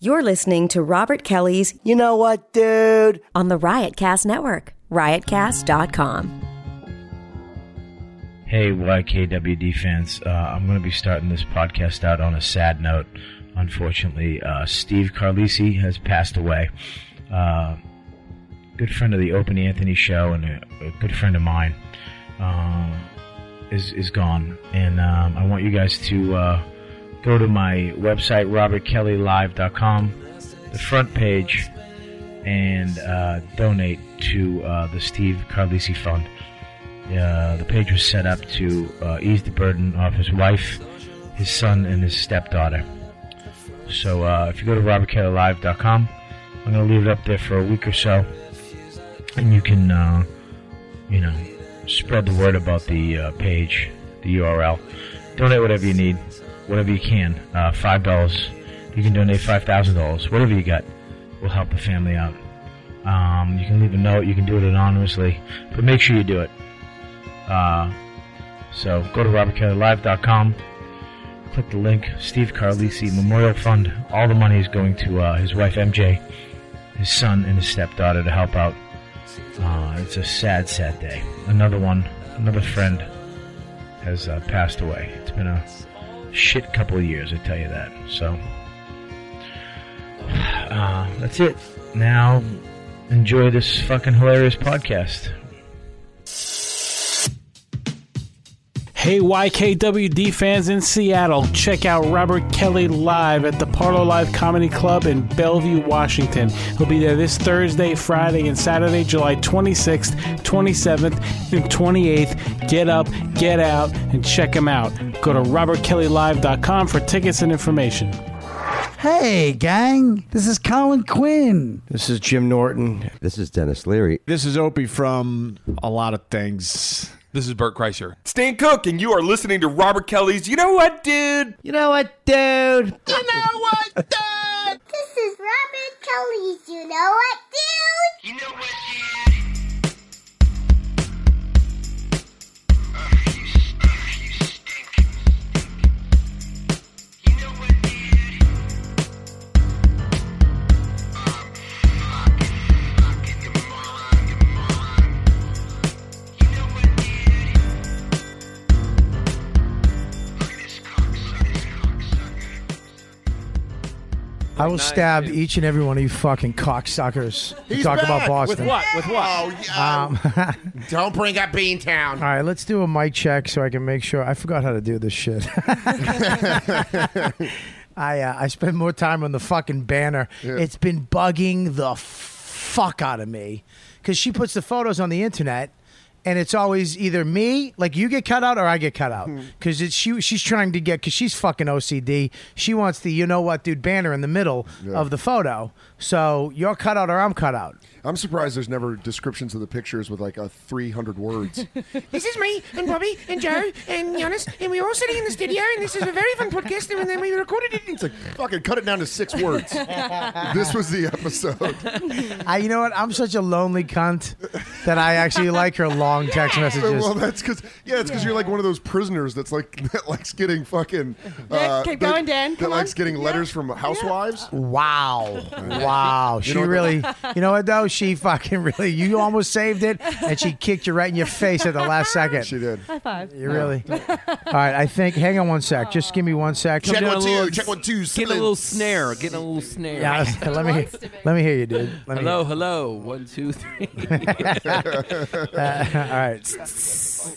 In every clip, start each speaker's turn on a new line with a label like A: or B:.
A: You're listening to Robert Kelly's
B: You know what, dude?
A: on the Riotcast Network, riotcast.com.
C: Hey, YKWD fans, uh, I'm going to be starting this podcast out on a sad note. Unfortunately, uh, Steve Carlisi has passed away. Uh, good friend of the Open Anthony show and a, a good friend of mine uh, is, is gone. And um, I want you guys to uh, go to my website, robertkellylive.com, the front page, and uh, donate to uh, the Steve Carlisi Fund. Uh, the page was set up to uh, ease the burden of his wife, his son, and his stepdaughter. So uh, if you go to robertkellylive.com, I'm going to leave it up there for a week or so, and you can, uh, you know, spread the word about the uh, page, the URL. Donate whatever you need, whatever you can. Uh, Five dollars, you can donate five thousand dollars, whatever you got, will help the family out. Um, you can leave a note, you can do it anonymously, but make sure you do it. Uh, so go to robertkellylive.com, click the link, Steve Carlisi Memorial Fund. All the money is going to uh, his wife MJ, his son, and his stepdaughter to help out. Uh, it's a sad, sad day. Another one, another friend has uh, passed away. It's been a shit couple of years, I tell you that. So uh, that's it. Now enjoy this fucking hilarious podcast.
D: Hey, YKWD fans in Seattle, check out Robert Kelly live at the Parlor Live Comedy Club in Bellevue, Washington. He'll be there this Thursday, Friday, and Saturday, July 26th, 27th, and 28th. Get up, get out, and check him out. Go to robertkellylive.com for tickets and information.
E: Hey, gang, this is Colin Quinn.
B: This is Jim Norton.
F: This is Dennis Leary.
G: This is Opie from a lot of things.
H: This is Bert Kreischer. Stan Cook, and you are listening to Robert Kelly's You Know What, Dude?
F: You know what, dude?
I: This is Robert Kelly's You Know What, Dude? You know what, dude?
E: I will stab each and every one of you fucking cocksuckers. You talk about Boston. Um,
D: With what?
H: Oh,
J: Don't bring up Beantown.
E: All right, let's do a mic check so I can make sure. I forgot how to do this shit. I uh, I spend more time on the fucking banner. It's been bugging the fuck out of me because she puts the photos on the internet, and it's always either me, like you get cut out, or I get cut
K: Hmm.
E: out because it's she. She's trying to get because she's fucking OCD. She wants the you know what dude banner in the middle of the photo, so you're cut out or I'm cut out.
K: I'm surprised there's never descriptions of the pictures with like a 300 words.
J: This is me and Bobby and Joe and Giannis, and we were all sitting in the studio, and this is a very fun podcast, and then we recorded it.
K: it's like fucking cut it down to six words. this was the episode.
E: I, you know what? I'm such a lonely cunt that I actually like her long text messages.
K: well, that's because yeah, it's because you're like one of those prisoners that's like that likes getting fucking. Uh,
J: keep
K: that-
J: going, Dan.
K: That
J: Come
K: likes
J: on.
K: getting letters from housewives.
E: Wow. Wow. She
K: know what-
E: really, you know what though? She fucking really, you almost saved it and she kicked you right in your face at the last second.
K: She did.
E: You really? All right. I think, hang on one sec. Just give me one sec.
J: Check
H: Doing
J: one,
H: a
J: two,
H: little-
J: check one, two,
H: Getting a little snare. Getting a little snare.
E: Yeah, let me let me hear you, dude. Let me hear
H: Hello, hello. One, two, three.
E: you. Uh, All right.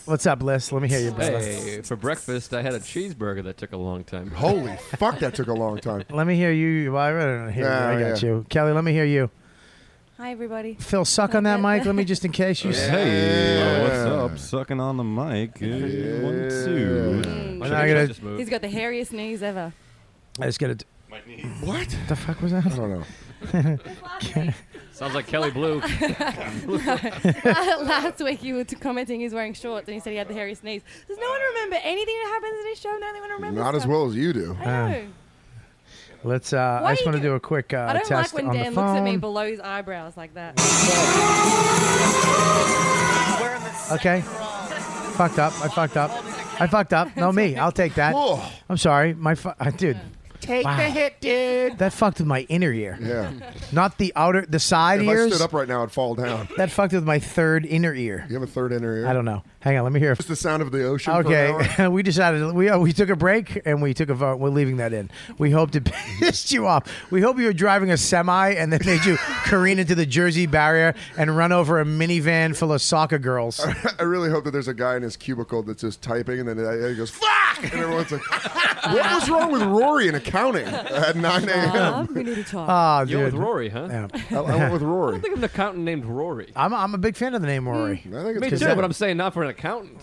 E: What's up, Liz? Let me hear you, brother.
L: Hey, for breakfast, I had a cheeseburger that took a long time.
K: Holy fuck, that took a long time.
E: Let me hear you. Well, I don't hear you. I
K: Yeah,
E: got
K: yeah.
E: you. Kelly, let me hear you.
I: Hi, everybody.
E: Phil, suck on that mic. Let me just in case you. Oh,
K: Yeah.
L: Sucking on the mic. One,
K: two.
E: We're not gonna-
I: He's got the hairiest knees ever.
E: I just got to.
K: What?
E: The fuck was that?
K: I don't know.
L: Sounds like Kelly Blue.
I: Last week you were t- commenting he's wearing shorts and he said he had the hairiest knees. Does no one remember anything that happens in his show? No one remembers.
K: Not as
I: stuff.
K: well as you do.
I: I know.
E: Let's. Uh,
I: Why
E: I just
I: you
E: want to
I: do-
E: do a Uh, quick uh,
I: I don't
E: test
I: like when
E: on
I: Dan
E: the
I: looks
E: phone.
I: at me below his eyebrows like that.
E: okay. Fucked up. I fucked up. I fucked up. No, me. I'll take that.
K: Whoa.
E: I'm sorry. My fu- uh, dude.
J: Take
E: Wow.
J: the hit, dude.
E: That fucked with my inner ear.
K: Yeah.
E: Not the outer, the side
K: If I
E: ears.
K: stood up right now, I'd fall down.
E: That fucked with my third inner ear.
K: You have a third inner ear?
E: I don't know. Hang on, let me hear.
K: Just the sound of the ocean. for an hour.
E: Okay, we decided we uh, we took a break and we took a vote. We're leaving that in. We hoped it pissed you off. We hope you were driving a semi and then made you careen into the Jersey barrier and run over a minivan full of soccer girls.
K: I really hope that there's a guy in his cubicle that's just typing, and then he goes "fuck," and everyone's like, "What was wrong with Rory in accounting at 9 a.m.?"
I: Uh-huh. we need to talk.
E: Ah,
L: You're with
E: dude.
L: Rory, huh?
E: Yeah.
K: I, I went with Rory.
L: I think of an accountant named Rory.
E: I'm I'm a big fan of the name Rory.
K: Hmm,
L: Me too, but I'm saying not for an accountant.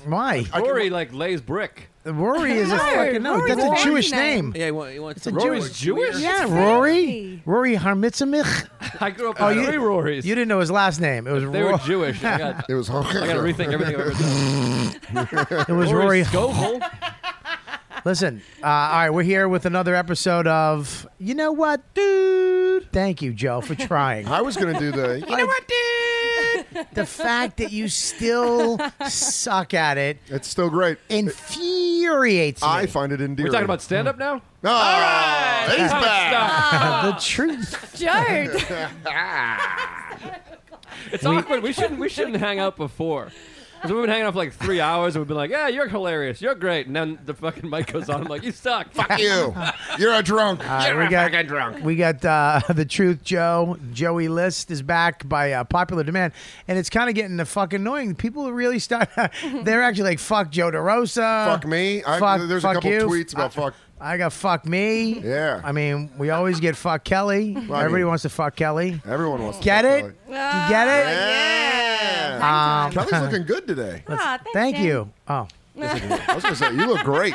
E: Why?
L: Rory like lays brick.
E: Uh, Rory is a
L: No,
E: fucking no.
L: Rory's
E: that's
L: a
E: a
L: fancy
E: Jewish
L: name.
E: name.
L: Yeah, he wa- he wants
E: it's a
L: to- Rory's
E: Jewish.
L: Jewish?
E: Yeah,
L: It's
E: Rory. Rory Harmitzamich.
L: I grew up with three Rorys.
E: Oh, You didn't know his last name. It was
L: They
E: Rory.
L: were Jewish. I got,
K: it was.
L: I got to rethink everything I've ever done.
E: It was Rory.
L: Scovel.
E: Listen, uh, all right, we're here with another episode of You Know What, Dude? Thank you, Joe, for trying.
K: I was gonna do the
E: You Know What, Dude? The fact that you still suck at it.
K: It's still great.
E: Infuriates me.
K: I find it endearing. Ah!
L: We're talking about stand up now?
K: No, all right, he's
L: Stop,
K: back.
E: the truth.
I: Jared.
L: It's awkward. We shouldn't we shouldn't hang out before. 'Cause we've been hanging out for like three hours and we've been like, yeah, you're hilarious. You're great. And then the fucking mic goes on. I'm like, you suck.
K: Fuck you. You're a drunk.
E: Uh,
K: You're
E: we
K: a
E: got-
K: fucking drunk.
E: We got uh, the truth, Joe. Joey List is back by uh, popular demand, and it's kind of getting the fucking annoying. People really start. they're actually like, "Fuck Joe DeRosa."
K: Fuck me. I,
E: Fuck-
K: there's
E: fuck
K: a couple
E: you.
K: tweets about fuck.
E: I got fuck me.
K: Yeah.
E: I mean, we always get fuck Kelly.
K: I
E: Everybody
K: mean-
E: wants to fuck Kelly.
K: Everyone wants to
E: Get
K: fuck
E: it?
K: Kelly.
E: You get it?
K: Yeah.
E: Um,
K: Kelly's looking good today.
I: Ah, thanks,
E: Thank
I: Dan.
E: you. Oh,
K: I was gonna say you look great.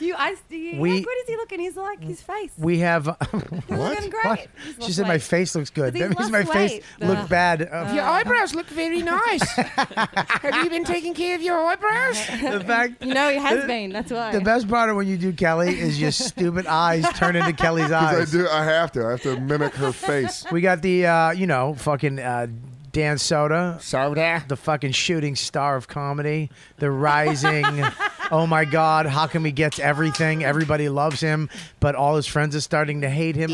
I: You, I, you,
E: We-
I: how good is he looking? He's like his face.
E: we have.
I: He's looking great.
E: What?
I: He's
E: She
I: lost
E: said my
I: weight.
E: face looks good.
I: But he's
E: That
I: lost
E: means my face
I: weight.
E: looked
I: Ugh.
E: bad. Uh,
J: Your eyebrows look very nice. Have you been taking care of your eyebrows?
E: the fact.
I: You know, he has been. That's why.
E: The best part of when you do Kelly is your stupid eyes turn into Kelly's
K: 'Cause I
E: eyes.
K: do. I have to. I have to mimic her face.
E: We got the uh, you know fucking uh, Dan Soda,
K: Soda.
E: the fucking shooting star of comedy, the rising. oh my God, how come he gets everything? Everybody loves him, but all his friends are starting to hate him.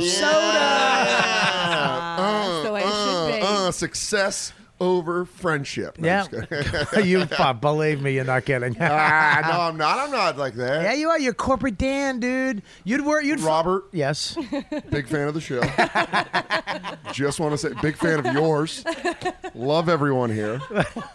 K: Uh,
I: the way it should
K: uh,
I: be.
K: uh, success over friendship. No,
E: Yeah,
K: I'm just kidding.
E: you fuck, believe me, you're not kidding.
K: Ah, no, I'm not. I'm not like that.
E: yeah, you are. You're corporate Dan, dude. You'd work. You'd fu-
K: Robert,
E: yes.
K: big fan of the show. just want to say, big fan of yours. Love everyone here.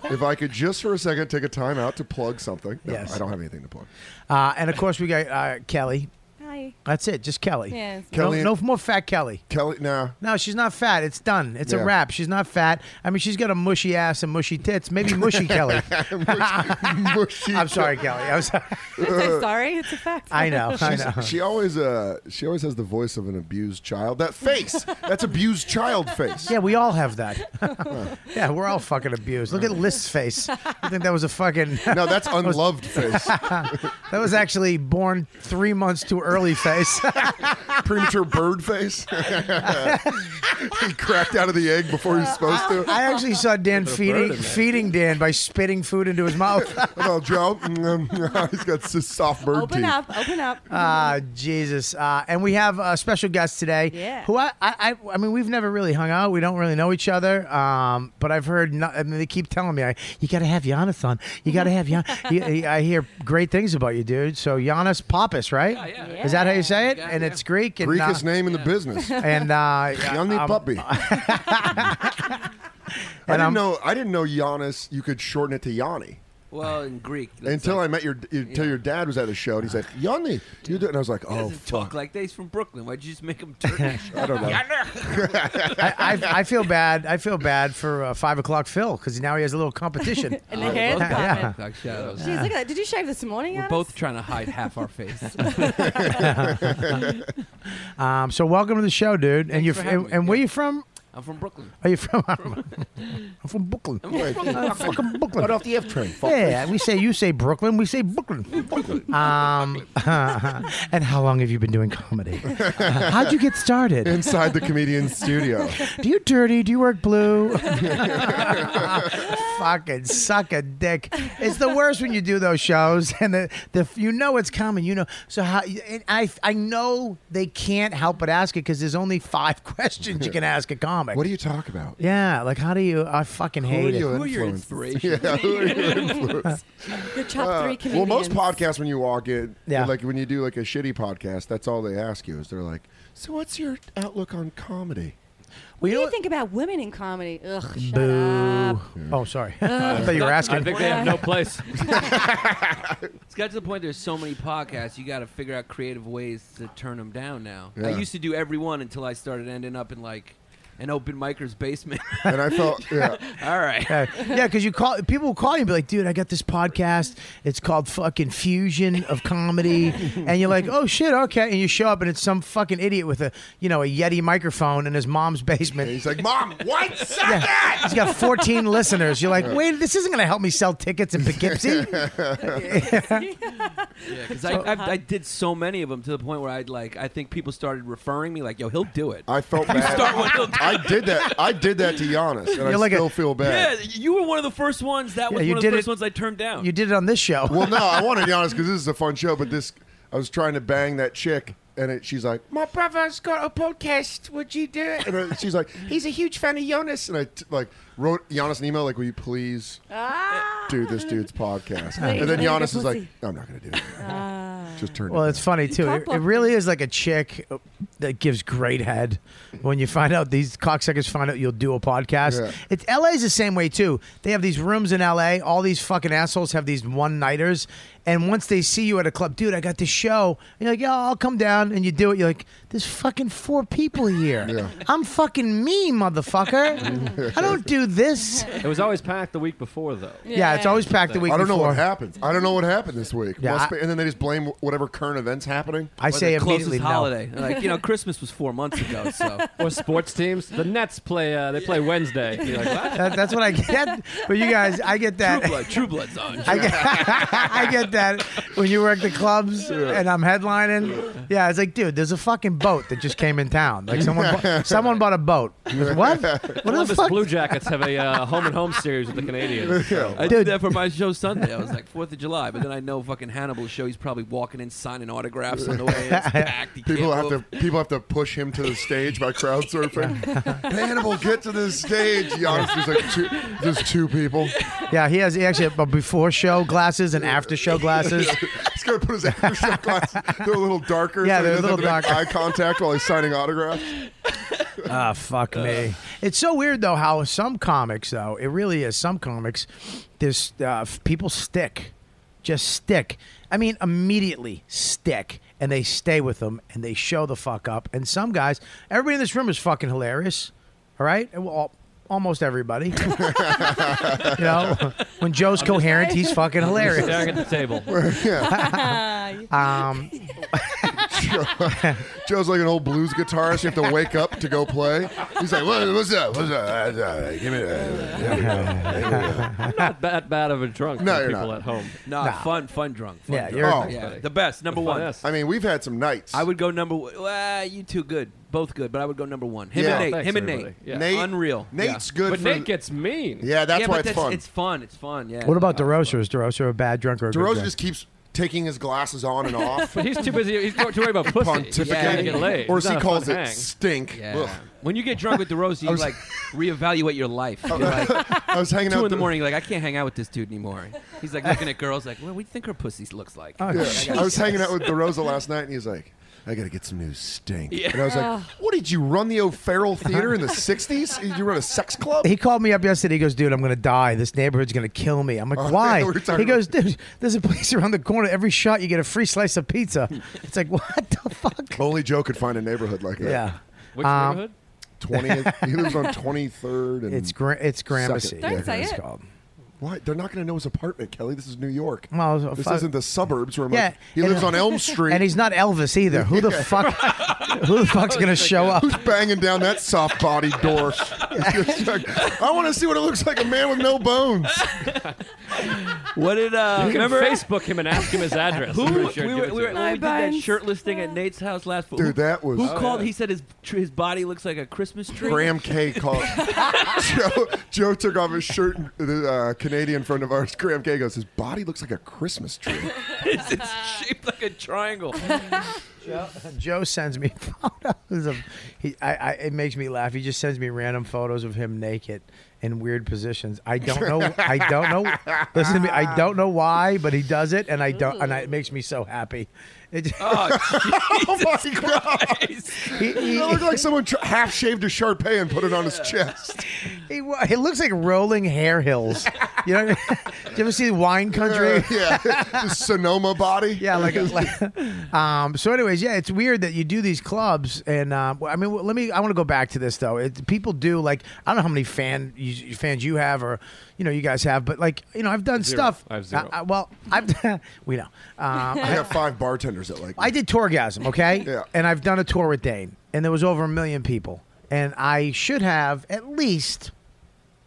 K: If I could just for a second take a time out to plug something. No,
E: Yes.
K: I don't have anything to plug.
E: Uh, and of course we got uh, Kelly.
I: Hi.
E: That's it, just Kelly.
I: Yeah, it's-
E: No,
K: Kelly-
E: no more fat Kelly.
K: Kelly, nah.
E: No, she's not fat. It's done. It's
K: Yeah.
E: a wrap. She's not fat. I mean, she's got a mushy ass and mushy tits. Maybe mushy Kelly.
K: Mushy-
E: I'm sorry, Kelly. I was.
I: I'm so sorry. It's a fact.
E: I know. I know.
K: She's, she always uh she always has the voice of an abused child. That face. That's abused child face.
E: Yeah, we all have that. yeah, we're all fucking abused. Look at List's face. I think that was a fucking.
K: No, that's unloved face.
E: That was actually born three months too early face.
K: Premature bird face. he cracked out of the egg before he was supposed to.
E: I actually saw Dan feeding feeding Dan by spitting food into his mouth.
K: Well, Joe, mm, he's got s- soft bird
I: Open
K: teeth.
I: up. Open up.
E: Ah, Jesus. Uh, and we have a special guest today.
I: Yeah.
E: Who I, I, I, I mean, we've never really hung out. We don't really know each other. Um, but I've heard, no, I mean, they keep telling me, I, you got to have Giannis on. You got to have Giannis. you, you- I hear great things about you, dude. So Giannis Pappas, right?
L: yeah,
E: Is that how you say it?
L: Yeah,
E: and
L: yeah.
E: it's Greek. And, uh,
K: Greekest name in the business.
E: And, uh,
K: Young
E: um,
K: puppy. I
E: and
K: didn't
E: I'm-
K: know. I didn't know Giannis. You could shorten it to Yanni.
M: Well, in Greek.
K: Until I met your until your dad was at a show and he's like Yanni, you do, it," and I was like,
M: He
K: oh
M: doesn't talk
K: fuck,
M: like that. He's from Brooklyn. Why'd you just make him Turkish?
K: I don't know.
E: I, I, I feel bad. I feel bad for uh, five o'clock Phil because now he has a little competition.
I: And the hair.
M: Both got
E: Yeah.
M: five o'clock shadows.
I: Jeez, look at that. Did you shave this morning?
M: We're
I: Adam?
M: both trying to hide half our face.
E: Um, so welcome to the show, dude. and you
M: for
E: are
M: having me.
E: and, and where you from?
N: I'm from Brooklyn.
E: Are you from? I'm from Brooklyn. Uh,
N: I'm from Brooklyn.
E: I'm fucking Brooklyn.
N: Right off the F train. Fuck
E: Yeah,
N: this.
E: we say you say Brooklyn. We say Brooklyn. Um, and how long have you been doing comedy? Uh, how'd you get started?
K: Inside the comedian's studio.
E: Do you dirty? Do you work blue? Fucking suck a dick. It's the worst when you do those shows and the, the you know it's coming. You know so how and I I know they can't help but ask it because there's only five questions you can ask a comic.
K: What do you talk about?
E: Yeah, like how do you? uh, I fucking
K: Who are
E: hate it.
K: you Who are your influenced? inspiration? Yeah, who are your influence?
O: Your top
K: Uh,
O: three
K: well,
O: comedians.
K: most podcasts when you walk in,
E: Yeah.
K: like when you do like a shitty podcast, that's all they ask you is they're like, "So what's your outlook on comedy?"
O: What do you think about women in comedy? Ugh, shut
E: Boo.
O: up.
E: Oh, sorry.
O: Uh,
E: I thought you were asking.
L: I think they have no place.
N: It's got to the point. There's so many podcasts. You got to figure out creative ways to turn them down. Now, I
K: Yeah.
N: used to do every one until I started ending up in like an open micer's basement.
K: And I felt- yeah.
N: All right.
E: Uh, yeah, because you call people will call you and be like, "Dude, I got this podcast. It's called fucking Fusion of Comedy," and you're like, "Oh shit, okay." And you show up and it's some fucking idiot with a you know a Yeti microphone in his mom's basement.
K: he's like, "Mom, what? Suck it!"
E: He's got 14 listeners. You're like,
K: Yeah.
E: "Wait, this isn't going to help me sell tickets in Poughkeepsie."
N: Because I, I, I did so many of them to the point where I'd like, I think people started referring me like, "Yo, he'll do it."
K: I felt
N: You
K: bad.
N: start with he'll do
K: I
N: it.
K: did that. I did that to Giannis, and I
E: You're like a-
K: still feel bad.
N: Yeah, you were one of the first ones. That
E: Yeah,
N: was
E: you
N: one of the
E: did
N: first
E: it-
N: ones I turned down.
E: you did it on this show.
K: Well, no, I wanted Giannis because this is a fun show, but this I was trying to bang that chick, and it, she's like,
P: My brother's got a podcast. Would you do it?
K: and I- she's like,
P: He's a huge fan of Jonas.
K: and I t- like wrote Giannis an email like, "Will you please do this dude's podcast?"
E: Ah. Please,
K: and then
E: please,
K: Giannis is like,
E: pussy. Ah.
K: "I'm not gonna do it."
E: Uh,
K: Just turned.
E: Well, it's funny too. It,
K: cockblocked
E: it really is like a chick that gives great head when you find out these cocksuckers find out you'll do a podcast.
K: Yeah.
E: It's LA's the same way too. They have these rooms in LA. All these fucking assholes have these one nighters, and once they see you at a club, dude, I got this show. And you're like, yeah, I'll come down, and you do it. You're like, there's fucking four people here. I'm fucking me, motherfucker. I don't do this.
L: It was always packed the week before, though.
E: Yeah, it's always packed the week
K: I don't know
E: before.
K: what happened. I don't know what happened this week.
E: Yeah,
K: Must
E: I-
K: be- and then they just blame whatever current events happening.
E: I
N: Or the closest holiday. Like you know, Christmas was four months ago, so
L: Or sports teams. The Nets play. Uh, they play Wednesday. You're like, what?
E: That, that's what I get. But you guys, I get that.
L: True Blood,
N: Uh, True Blood's on.
E: I get, I get that when you work the clubs and I'm headlining. Yeah, it's like, dude, there's a fucking boat that just came in town. Like someone, bought, someone bought a boat. Like, what? What the
L: Columbus
E: fuck?
L: Blue Jackets have a uh, home and home series with the Canadians. So.
N: I did that for my show Sunday. I was like Fourth of July, but then I know fucking Hannibal's show. He's probably walking in, signing autographs on the way. It's packed. He
K: People
N: can't
K: have to people have to push him to the stage by crowd surfing. Hannibal, get to the stage. Giannis is like two, just two people.
E: Yeah, he has he actually had a before show glasses and after show glasses.
K: He's gonna put his after show glasses. They're a little darker.
E: Yeah,
K: so
E: they're a
K: he doesn't
E: little
K: have to
E: darker.
K: make Eye contact while he's signing autographs.
E: Ah, fuck me. It's so weird though how some comics though it really is some comics. There's uh, f- people stick, just stick. I mean, immediately stick, and they stay with them and they show the fuck up. And some guys, everybody in this room is fucking hilarious. All right, And well, al- almost everybody. you know, when Joe's coherent, he's fucking hilarious.
L: Staring at the table.
E: Um,
K: Joe's like an old blues guitarist. You have to wake up to go play. He's like, what, what's up? What's up? Uh, Give me that.
L: I'm not that bad of a drunk
K: No,
L: for
K: you're
L: people
K: not.
L: at home.
N: Nah, fun, fun drunk. Fun
E: Yeah,
N: drunk.
E: you're-
K: Oh.
N: yeah, the best, number one.
L: Funnest.
K: I mean, we've had some nights.
N: I would go number. one. Well, you two good, both good, but I would go number one. Him
K: Yeah.
N: and Nate.
L: Thanks,
N: him and Nate.
L: everybody. Yeah.
K: Nate-
N: Unreal.
K: Nate's
N: yeah.
K: good
L: But
K: for
L: Nate gets mean.
K: Yeah, that's
N: yeah,
K: why
N: but
K: it's
N: that's,
K: fun.
N: It's fun. It's fun. Yeah.
E: what about DeRosa? Is DeRosa a bad drunk or a good
K: DeRozan
E: drunk?
K: just keeps taking his glasses on and off.
L: But he's too busy. He's too worried about pussy. He's trying to
K: pontificating,
L: get laid.
K: or
L: He's
K: as he
L: not a
K: calls
L: fun
K: it,
L: hang.
K: stink.
N: Yeah.
K: Ugh.
N: When you get drunk with DeRosa, you
K: was-
N: like reevaluate your life. You're like,
K: I was hanging
N: two
K: out
N: in the
K: to-
N: morning. You're like, I can't hang out with this dude anymore. He's like looking at girls like, well, what do you think her pussy looks like?
E: Oh,
N: Like,
K: Yeah.
N: gotta
K: I was
N: guess.
K: hanging out with DeRosa last night, and he's like, I gotta get some new stink.
N: Yeah.
K: And I was like, What did you run the O'Farrell Theater in the '60s? Did you run a sex club?
E: Oh. He called me up yesterday. He goes, dude, I'm going to die. This neighborhood's going to kill me. I'm like,
K: Oh,
E: why?
K: we were talking
E: He goes,
K: about-
E: dude, there's a place around the corner. Every shot, you get a free slice of pizza. It's like, what the fuck?
K: Only Joe could find a neighborhood like that.
E: Yeah.
L: Which
E: Um,
L: neighborhood?
K: 20th. He lives on 23rd and
E: It's, gra- it's Gramercy.
K: Don't
E: I think
O: say
E: it's
O: it.
E: called.
K: Why? They're not going to know his apartment, Kelly. This is New York.
E: Well,
K: this
E: fuck-
K: isn't the suburbs where I'm like, he
E: and-
K: lives on Elm Street.
E: and he's not Elvis either. Who the
K: Yeah.
E: fuck? Who the fuck's gonna show up?
K: Who's banging down that soft body door? It's like, I want to see what it looks like a man with no bones.
M: What did uh,
K: You can
M: remember
K: Facebook
M: him and ask him his
K: address.
M: Who
K: I'm
M: we
K: pretty
M: were,
K: sure
M: we
K: it
M: were,
K: gives
M: we
K: it
M: were,
K: to
M: when
K: him.
M: we did
K: My
M: that
K: buns.
M: shirtless thing at Nate's house last week.
K: Dude,
M: who-
K: that was-
M: who
K: Oh,
M: called?
K: yeah.
M: He said his tr- his body looks like a Christmas tree.
K: Graham K called. Joe, Joe took off his shirt. And the uh, Canadian friend of ours, Graham K, goes, "His body looks like a Christmas tree."
M: it's, it's shaped like a triangle.
E: Joe, Joe sends me photos of he. I, I it makes me laugh. He just sends me random photos of him naked in weird positions. I don't know. I don't know. Listen to me. I don't know why, but he does it, and I don't. And I, it makes me so happy. It,
K: oh my god! It looked like someone tr- half shaved a Sharpay and put it on his chest.
E: he, wa- he looks like rolling hair hills. You know. What I mean? Do you ever see Wine Country?
K: yeah, the Sonoma body.
E: Yeah, like, like um, so. Anyways, yeah, it's weird that you do these clubs, and um, well, I mean, well, let me. I want to go back to this though. It, people do like I don't know how many fan you, fans you have, or you know, you guys have, but like you know, I've done
K: Zero.
E: stuff.
K: I have zero.
E: I- I- well, I've we know. Um,
K: I have five bartenders that like.
E: I did Tourgasm, okay? yeah. And I've done a tour with Dane, and there was over a million people. And I should have at least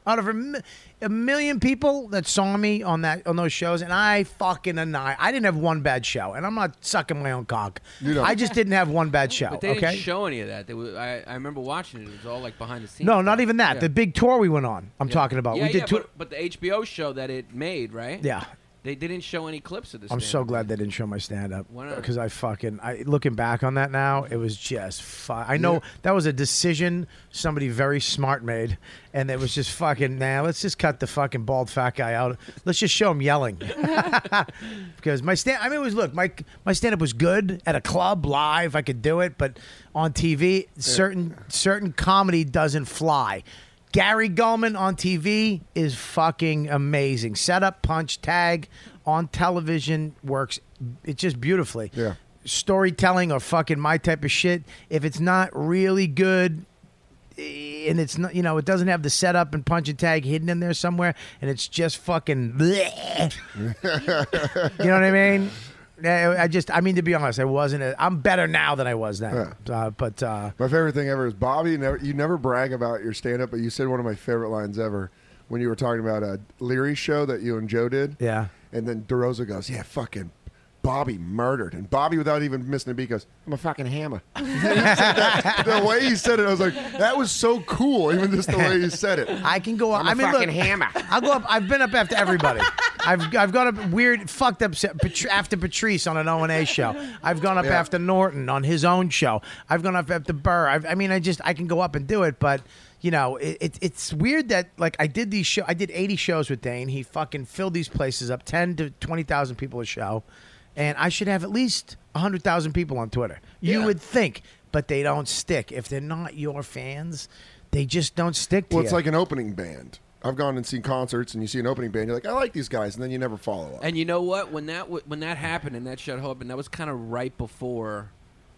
E: out of a, mi- a million people that saw me on that on those shows, and I fucking annihilated. I didn't have one bad show, and I'm not sucking my own cock. I just didn't have one bad show.
M: But they
E: okay.
M: didn't show any of that. They were, I, I remember watching it. It was all like behind the scenes.
E: no, not even that.
M: Yeah.
E: The big tour we went on. I'm
M: Yeah.
E: talking about.
M: Yeah,
E: we did
M: yeah,
E: two.
M: but, but the HBO show that it made, right?
E: Yeah.
M: They didn't show any clips of this.
E: I'm
M: thing.
E: so glad they didn't show my stand up
M: Why not?
E: because I fucking I looking back on that now it was just fu- I know
M: Yeah.
E: that was a decision somebody very smart made and it was just fucking nah let's just cut the fucking bald fat guy out let's just show him yelling because my stand I mean it was look my my stand up was good at a club live I could do it but on TV certain certain comedy doesn't fly. Gary Gulman on TV is fucking amazing. Setup, punch, tag on television works. It's just beautifully. Yeah. Storytelling or fucking my type of shit. If it's not really good, and it's not you know it doesn't have the setup and punch and tag hidden in there somewhere and it's just fucking bleh. you know what i mean Yeah, i just i mean to be honest i wasn't a, i'm better now than i was then uh, but uh
K: My favorite thing ever is Bobby. Never, you never brag about your stand up, but you said one of my favorite lines ever when you were talking about a Leary show that you and Joe did.
E: Yeah.
K: And then DeRosa goes, Yeah, fucking Bobby murdered. And Bobby, without even missing a beat, goes, I'm a fucking hammer. that, the way he said it, I was like, That was so cool, even just the way he said it.
E: I can go.
K: I'm
E: I
K: a
E: mean,
K: fucking
E: look,
K: hammer.
E: I'll go up. I've been up after everybody. I've I've gone up weird, fucked up se- Patr- after Patrice on an O and A show. I've gone up
O: Yeah.
E: after Norton on his own show. I've gone up after Burr. I've, I mean, I just I can go up and do it, but. You know, it, it, it's weird that like I did these show. I did eighty shows with Dane. He fucking filled these places up, ten to twenty thousand people a show, and I should have at least hundred thousand people on Twitter. You would think, but they don't stick if they're not your fans. They just don't stick to
K: Well,
E: you.
K: it's like an opening band. I've gone and seen concerts, and you see an opening band, you're like, I like these guys, and then you never follow up.
M: And you know what? When that w- when that happened and that shut up, and that was kind of right before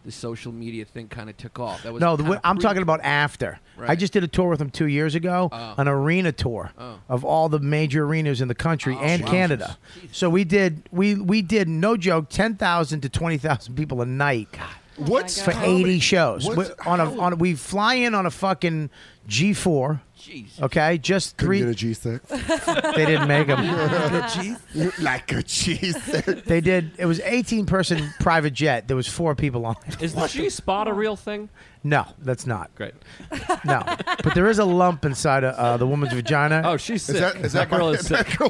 M: the social media thing kind of took off. That was
E: no, the,
M: kinda
E: I'm
M: pre-
E: talking about after. I
M: Right.
E: just did a tour with him two years ago,
M: Oh.
E: an arena tour
M: Oh.
E: of all the major arenas in the country and
M: Jesus.
E: Canada. So we did we we did no joke ten thousand to twenty thousand people a night.
K: What's
E: for
K: God.
E: eighty shows We-
K: What's-
E: on a on a, we fly in on a fucking G four. Okay, just
K: Couldn't
E: three.
K: get a G stick.
E: They didn't make them.
K: like a cheese stick.
E: They did. It was eighteen person private jet. There was four people on it.
L: Is the G spot a real thing?
E: No, that's not.
L: Great.
E: No, but there is a lump inside of uh, the woman's vagina.
L: Oh, she's
K: Is that, is that, my, That girl,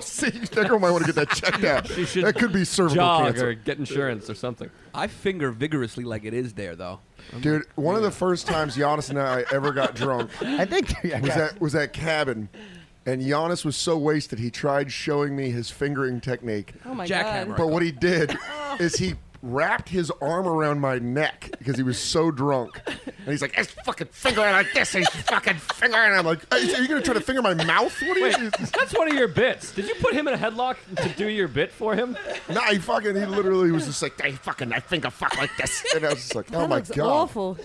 K: that girl might want to get that checked out. that could be cervical
M: jog
K: cancer.
M: or get insurance or something. I finger vigorously like it is there though.
K: Dude, one of the first times Giannis and I ever got drunk,
E: I think
K: was that was that cabin, and Giannis was so wasted he tried showing me his fingering technique.
I: Oh my Jackhammer. God.
K: But what he did is he wrapped his arm around my neck because he was so drunk, and he's like, "It's fucking fingering like this, he's fucking fingering." I'm like, "Hey, "Are you gonna try to finger my mouth? What are you?"
L: That's one of your bits. Did you put him in a headlock to do your bit for him?
K: No, he fucking, he literally was just like, I fucking, I finger fuck like this. And I was just like, oh
I: That
K: my
I: looks
K: God. Uh,
I: awful.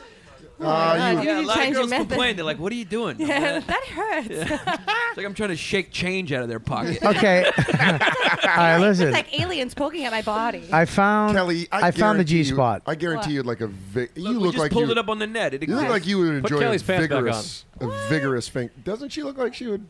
I: Oh my God, you
N: yeah,
I: need
N: a
I: to
N: lot
I: change
N: of
I: your
N: girls
I: method.
N: complained. They're like, "What are you doing?" I'm
I: Yeah,
N: like,
I: that hurts.
N: it's like I'm trying to shake change out of their pocket.
E: Okay. All right,
I: It's
E: listen.
I: like aliens poking at my body.
E: I found
K: Kelly. I,
E: I found the
K: guarantee you-
E: G spot.
K: I guarantee you, like a vi- you
N: we
K: look,
N: just
K: like
N: pulled
K: you,
N: it up on the net. It
K: you look
N: exists.
K: like you would
N: Put
K: enjoy
N: Kelly's
K: a
N: pants back
K: vigorous, a vigorous thing. Doesn't she look like she would?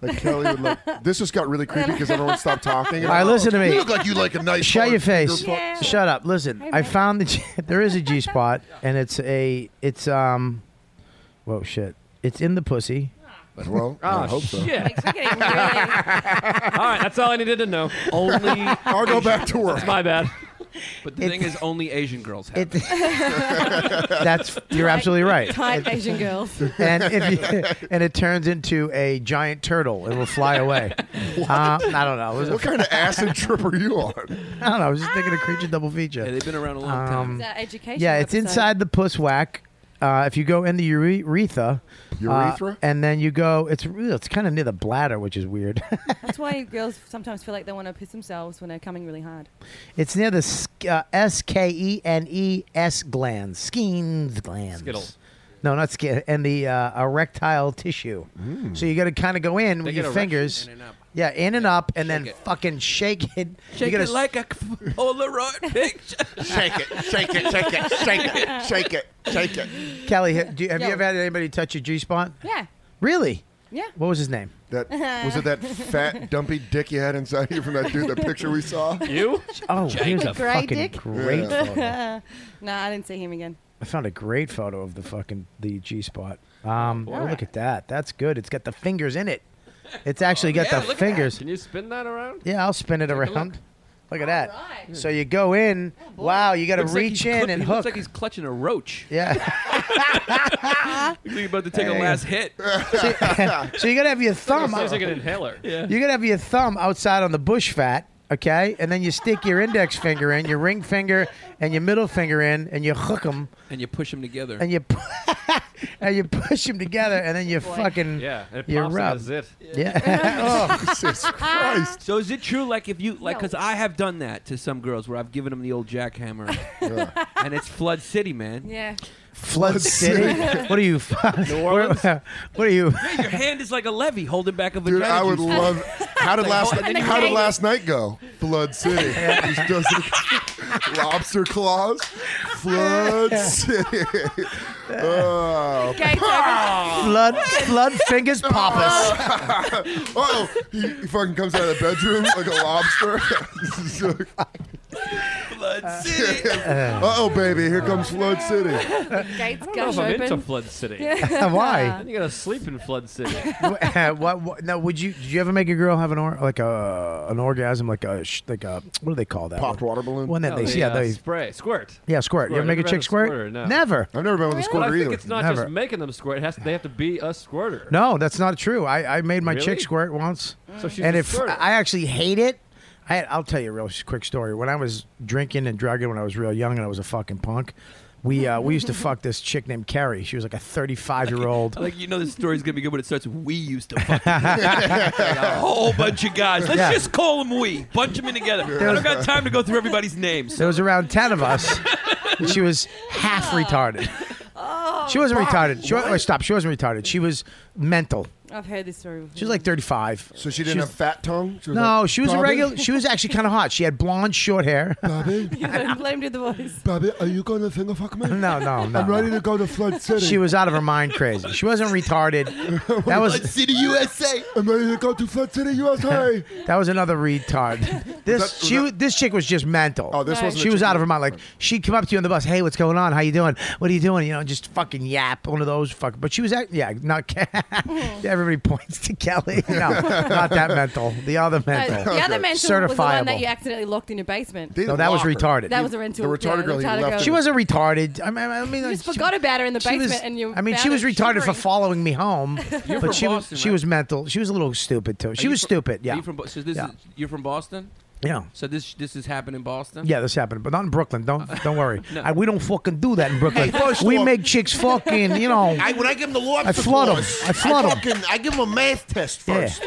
K: Like Kelly would look. This just got really creepy because everyone stopped talking.
E: All right, listen to me.
K: You look like you like a nice.
E: Shut
K: hard
E: your face.
K: finger fuck.
E: Shut up. Listen, I found the G- there is a G spot, and it's a it's um, whoa shit, it's in the pussy.
K: Well,
L: Oh, shit. all right, that's all I needed to know.
N: Only
K: I'll go back to work.
N: That's my bad. But the
E: It's-
N: thing is, only Asian girls have.
E: it- That's you're absolutely right.
I: Tight
E: It-
I: Asian girls.
E: and if you, and it turns into a giant turtle and will fly away. Uh, I don't know. It was a-
K: What kind of acid trip are you on?
E: I don't know. I was just thinking of creature double feature. Um,
N: Yeah, they've been around a long time.
I: It's a education
E: Yeah, it's
I: episode.
E: inside the puss whack. Uh, if you go in the ure- urethra, uh,
K: Urethra?
E: and then you go, it's real. It's kind of near the bladder, which is weird.
I: That's why girls sometimes feel like they want to piss themselves when they're coming really hard.
E: it's near the sk- uh, S K E N E S glands, skeins glands.
N: Skittles.
E: No, not skin. And the uh, erectile tissue. So you got to kind of go in with
N: Mm. get
E: your
N: erections
E: fingers.
N: in and up.
E: Yeah, in and up, and then fucking shake it. You
N: Shake
E: gotta
N: it like a Polaroid picture.
K: Shake it, shake it, shake it, shake it, shake it, shake it.
E: Kelly, ha- do you, have you
I: Yo.
E: ever had anybody touch your G spot?
I: Yeah.
E: Really?
I: Yeah.
E: What was his name?
K: That was it. That fat dumpy dick you had inside you from that dude. That picture we saw.
N: You?
E: Oh, here's a
I: Gray
E: fucking
I: dick?
E: great
K: Yeah.
E: photo.
I: nah, I didn't see him again.
E: I found a great photo of the fucking the G spot. Um, oh, look at that. That's good. It's got the fingers in it. It's actually got
N: Oh, Yeah,
E: the
N: look at
E: fingers.
N: that. Can you spin that around?
E: Yeah, I'll spin it
N: look. Oh,
E: around. Look at that. So you go in. wow, you got to
N: Looks like
E: reach
N: he's
E: in
N: clip-
E: and
N: he
E: hook.
N: Looks like he's clutching a roach.
E: yeah.
N: He's like about to take
E: Hey.
N: a last hit.
E: so you got to have your thumb.
L: Sounds like
E: out-
L: an inhaler.
N: Yeah.
E: You gotta have your thumb outside on the bush fat, okay? And then you stick your index finger in, your ring finger, and your middle finger in, and you hook them,
N: And you push them together.
E: and you pu- and you push them together, and then you fucking
L: Yeah, and it
E: you
L: pops
E: rub.
L: and that's it.
E: Yeah. oh,
K: Jesus Christ.
N: so is it true, like if you, like, because I have done that to some girls where I've given them the old jackhammer,
K: Yeah.
N: and it's Flood City, man.
I: Yeah.
E: Flood City. what are you? New
L: Orleans?
E: what are you?
N: Your hand is like a levee holding back a vagina.
K: Dude, I would
N: juice.
K: love. How did last?
N: And then
K: How
N: you
K: did
N: hang
K: last night go? Flood City. Just does it. Lobster claws. Flood City. Oh.
I: Gates open.
E: Blood, blood fingers poppers.
K: oh. He, he fucking comes out of the bedroom like a lobster.
N: Flood City.
K: uh oh, baby. Here comes Flood City.
I: Gates
L: I
I: gush
L: don't know if I'm into
I: open.
L: Flood City.
E: Why?
L: I think I gotta sleep in Flood City.
E: what, what, what? Now, would you? Did you ever make a girl have an or like a an orgasm, like a sh- like a what do they call that?
K: Popped water balloon.
E: One that
L: No,
E: they,
L: they,
E: yeah
L: uh,
E: they
L: spray squirt.
E: yeah squirt. You
L: squirt.
E: ever make a
L: Never had
E: chick
L: a
E: squirt?
L: squirter, no.
E: Never.
K: I've never been with a
L: But I
K: squirter
L: think
K: either.
L: it's not
E: Never.
L: just making them squirt. It has to, they have to be a squirter.
E: No, that's not true. I, I made my chick
L: Really?
E: squirt once,
L: So she's
E: and
L: a
E: if
L: squirter.
E: I actually hate it, I, I'll tell you a real quick story. When I was drinking and drugging when I was real young and I was a fucking punk, we uh, we used to fuck this chick named Carrie. She was like a thirty-five year old.
N: Like you know, this story's gonna be good when it starts. with, We used to fuck Like, a whole bunch of guys. Let's
E: Yeah.
N: just call them we. Bunch them in together. I don't got time to go through everybody's names.
E: There was around ten of us, and she was half retarded. she wasn't retarded. She, wa- oh, stop. She wasn't retarded. She was mental.
I: I've heard this story before.
E: She was like thirty-five.
K: So she didn't
E: She was-
K: have fat tongue. She was
E: No,
K: like,
E: she was a
K: "Bobby,
E: regular. She was actually kind of hot. She had blonde, short hair.
K: Bobby,
I: Let let him do the voice.
K: Bobby, are you going to finger fuck me?
E: No, no, no.
K: I'm ready to go to Flood City.
E: She was out of her mind crazy. She wasn't retarded. That was
K: City, USA. I'm ready to go to Flood City, USA.
E: that was another retard. This
K: Was that- was
E: she
K: that-
E: this chick was just mental.
K: Oh, this
I: Right.
K: wasn't.
E: she
K: a
E: was
K: chick-
E: out of her mind. Like she'd come up to you on the bus, hey, what's going on? How you doing? What are you doing? You know, just fucking yap, one of those fuck. But she was act- yeah, not
I: Mm-hmm.
E: everybody points to Kelly. No, not that mental. The other
I: Uh,
E: mental.
I: the other mental was the one that
E: Certifiable.
I: you accidentally locked in your basement.
K: They
E: No, that was
K: lock her.
E: retarded.
I: that was a rental.
K: the retarded
I: yeah,
K: girl he
I: retarded
K: left
I: girl.
K: in-
E: she wasn't retarded. I mean, I mean,
I: You just forgot about her in the
E: She
I: basement,
E: was-
I: and you.
E: I mean, she
I: found
E: was
I: her
E: retarded for
I: shivering.
E: following me home,
N: You're
E: but
N: from
E: she
N: Boston,
E: was she
N: right?
E: was mental. She was a little stupid too.
N: Are
E: She
N: you
E: was
N: fr-
E: stupid.
N: Are
E: Yeah,
N: you from, Bo- so this
E: Yeah.
N: Is, you're from Boston.
E: yeah,
N: So this this has happened in Boston.
E: yeah. This happened, but not in Brooklyn. Don't don't worry. I, we don't fucking do that in Brooklyn.
O: first
E: we
O: off-
E: make chicks fucking. You know,
O: I, when I give him the lobster
E: I flood 'em.
O: claws,
E: I flood 'em.
O: fucking- I give him a math test
E: yeah.
O: first.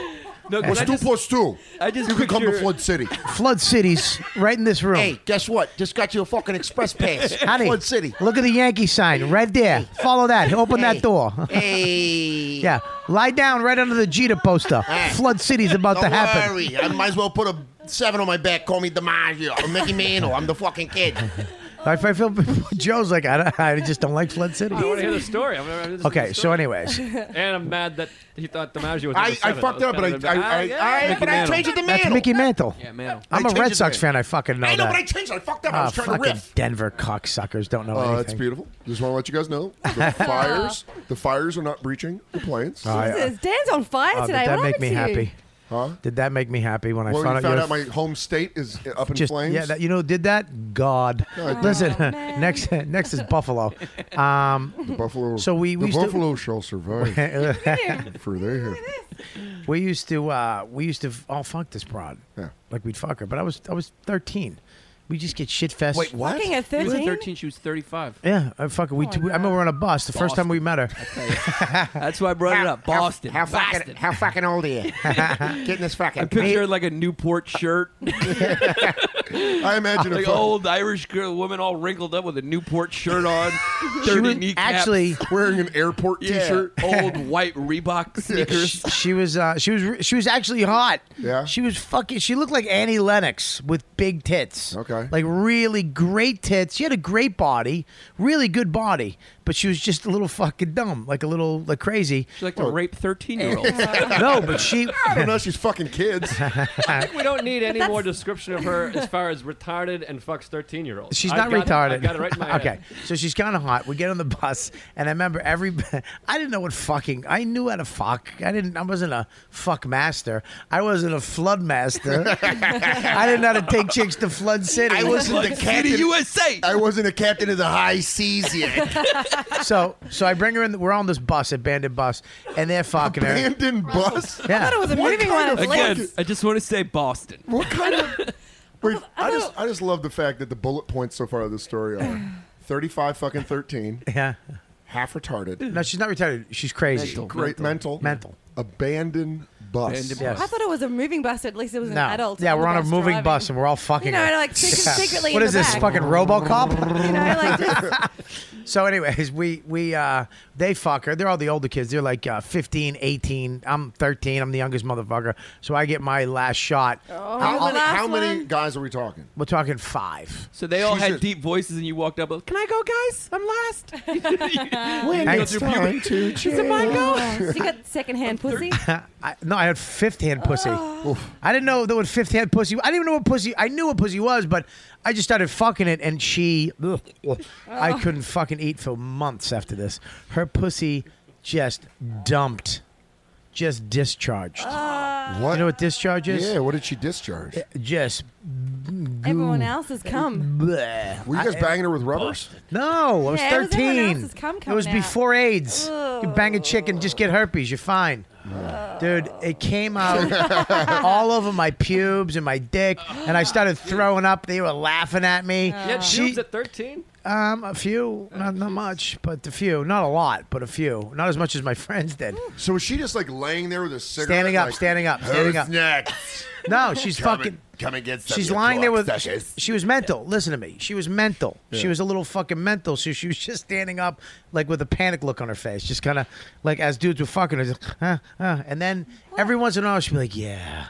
L: No, 'cause
K: What's
L: I
K: two
L: just-
K: plus two?
L: I just
K: you can come to
L: picture-
K: Flood City.
E: Flood cities, right in this room.
O: Hey, guess what? Just got you a fucking express pass.
E: Honey,
O: Flood City.
E: Look at the Yankee sign right there. Follow that. Open that door.
O: Hey.
E: yeah. Lie down right under the Jeter poster. Flood City's about
O: Don't
E: to happen.
O: worry. I might as well put a seven on my back. Call me DiMaggio or Mickey Mantle. I'm the fucking kid.
E: I I feel Joe's like I, don't, I just don't like Flood City.
L: I want to hear the story. I'm, I'm just
E: Okay, so anyways.
L: and I'm mad that he thought DiMaggio was.
K: I-
L: number
K: I
L: seven.
K: fucked
L: That
K: up,
L: was
K: but
L: kind of- Ah,
K: I- I-
L: yeah,
K: I-
L: Mickey
K: but I
L: Mantle.
K: changed it to
E: That's Mickey Mantle.
L: Yeah, Mantle.
E: I'm
K: I
E: a
K: changed
E: Red
K: his
E: Sox
K: name.
E: fan. I fucking know
K: I know,
E: that.
K: but I changed it. I fucked up. I
E: Oh,
K: was trying to
E: fucking
K: riff.
E: Denver cocksuckers don't know
K: Uh,
E: anything.
K: that's beautiful. Just want to let you guys know the fires. the fires are not breaching the planes.
E: Oh, yeah.
I: Jesus, Dan's on fire
E: Oh, did
I: today.
E: that
I: what
E: make me
I: happened to you?
E: happy?
K: Huh?
E: Did that make me happy when
K: well,
E: I found out?
K: you found
E: your
K: out my home state is up in
E: just,
K: flames. Oh,
E: Yeah, that, you know, who did that? God. Listen, next next is Buffalo. Um,
K: the Buffalo.
E: So we, we
K: the
E: used to-
K: Buffalo shall survive. For there.
E: we used to uh, we used to all funk this prod.
K: Yeah.
E: Like we'd fuck her, but I was I was thirteen. We just get shit fest.
L: Wait, what? Fucking at
M: He was
L: 13?
M: 13. She was 35.
E: Yeah, I fucking
L: Oh
E: we. I remember we were on a bus the first time we met her.
M: That's why I brought it up. Boston.
O: How fucking,
M: Boston.
O: how fucking old are you? Getting this
M: I
O: fucking.
M: pictured like a Newport shirt.
K: I imagine a
M: like
K: fuck-
M: old Irish girl, woman all wrinkled up with a Newport shirt on, dirty kneecaps.
K: wearing an airport
M: Yeah,
K: T-shirt.
M: old white Reebok sneakers.
E: She, she was uh, she was re- she was actually hot.
K: Yeah.
E: She was fucking. She looked like Annie Lennox with big tits. Okay. Like really great tits. She had a great body, really good body, but she was just a little fucking dumb, like a little like crazy.
M: She liked to rape 13 year olds.
E: no, but she.
K: I don't know. She's fucking kids.
L: I think we don't need any more description of her as far as retarded and fucks 13 year olds.
E: She's
L: I
E: not
L: got it-
E: retarded.
L: I got it right in my
E: okay,
L: head.
E: so she's kind of hot. We get on the bus, and I remember every. I didn't know what fucking. I knew how to fuck. I didn't. I wasn't a fuck master. I wasn't a flood master. I didn't know how to take chicks to flood city.
O: I wasn't the captain.
M: USA.
O: I wasn't a captain of the high seas yet.
E: So, so I bring her in. We're on this bus, abandoned bus, and they're fucking her.
K: Abandoned bus.
E: Yeah.
K: What kind of
M: Again,
K: fucking-
M: I just want to say Boston.
K: What kind of? Wait, I just I just love the fact that the bullet points so far of this story are thirty-five fucking thirteen.
E: Yeah.
K: Half retarded.
E: No, she's not retarded. She's crazy.
K: Mental, Great mental.
E: Mental.
K: Abandoned bus.
E: Abandoned Yes. bus.
I: I thought it was a moving bus. At least it was an
E: No.
I: adult.
E: Yeah, we're on a
I: bus
E: moving
I: driving.
E: bus and we're all fucking.
I: You know,
E: her.
I: and, like, secret- secretly
E: What
I: in
E: is
I: the
E: this
I: back.
E: fucking RoboCop?
I: You know, like just
E: so, anyways, we we uh they fuck her. They're all the older kids. They're like uh, 15, 18. I'm 13. I'm the youngest motherfucker. So I get my last shot.
I: Oh,
K: How
E: I'll-
K: many, how many guys are we talking?
E: We're talking five.
M: So they all
K: She
M: had
K: said-
M: deep voices, and you walked up. Can I go, guys? I'm last.
K: When
E: I-
K: it's time to
I: Is it
K: change.
I: mine go? So you got secondhand pussy.
E: I, no, I had fifth hand pussy. I didn't know that what fifth hand pussy. I didn't even know what pussy. I knew what pussy was, but I just started fucking it, and she. ugh, ugh. I couldn't fucking eat for months after this. Her pussy just dumped, just discharged.
K: What?
E: You know what discharge is?
K: Yeah, what did she discharge?
E: Just.
I: Everyone else has come.
E: Bleh.
K: Were you guys
E: I-
K: banging her with rubbers?
E: No, I was
I: Yeah, it was everyone
E: thirteen.
I: else's cum
E: was
I: coming out.
E: before AIDS. You bang a chick and just get herpes. You're fine. Dude, it came out all over my pubes and my dick, and I started throwing up. They were laughing at me.
I: Oh.
L: You had
E: She-
L: pubes at 13?
E: um, a few, not not much, but a few, not a lot, but a few, not as much as my friends did.
K: So was she just like laying there with a cigarette?
E: Standing up,
K: like,
E: standing up, standing
K: "Who's
E: up."
K: next?
E: No, she's
K: Come
E: fucking.
K: and- come and get some
E: She's
K: of your
E: lying there
K: pork
E: with.
K: sessions.
E: She was mental. Listen to me. She was mental. She
K: Yeah.
E: was a little fucking mental. So she was just standing up, like with a panic look on her face, just kind of like as dudes were fucking her, just, huh, huh. and then every once in a while she'd be like, "Yeah,"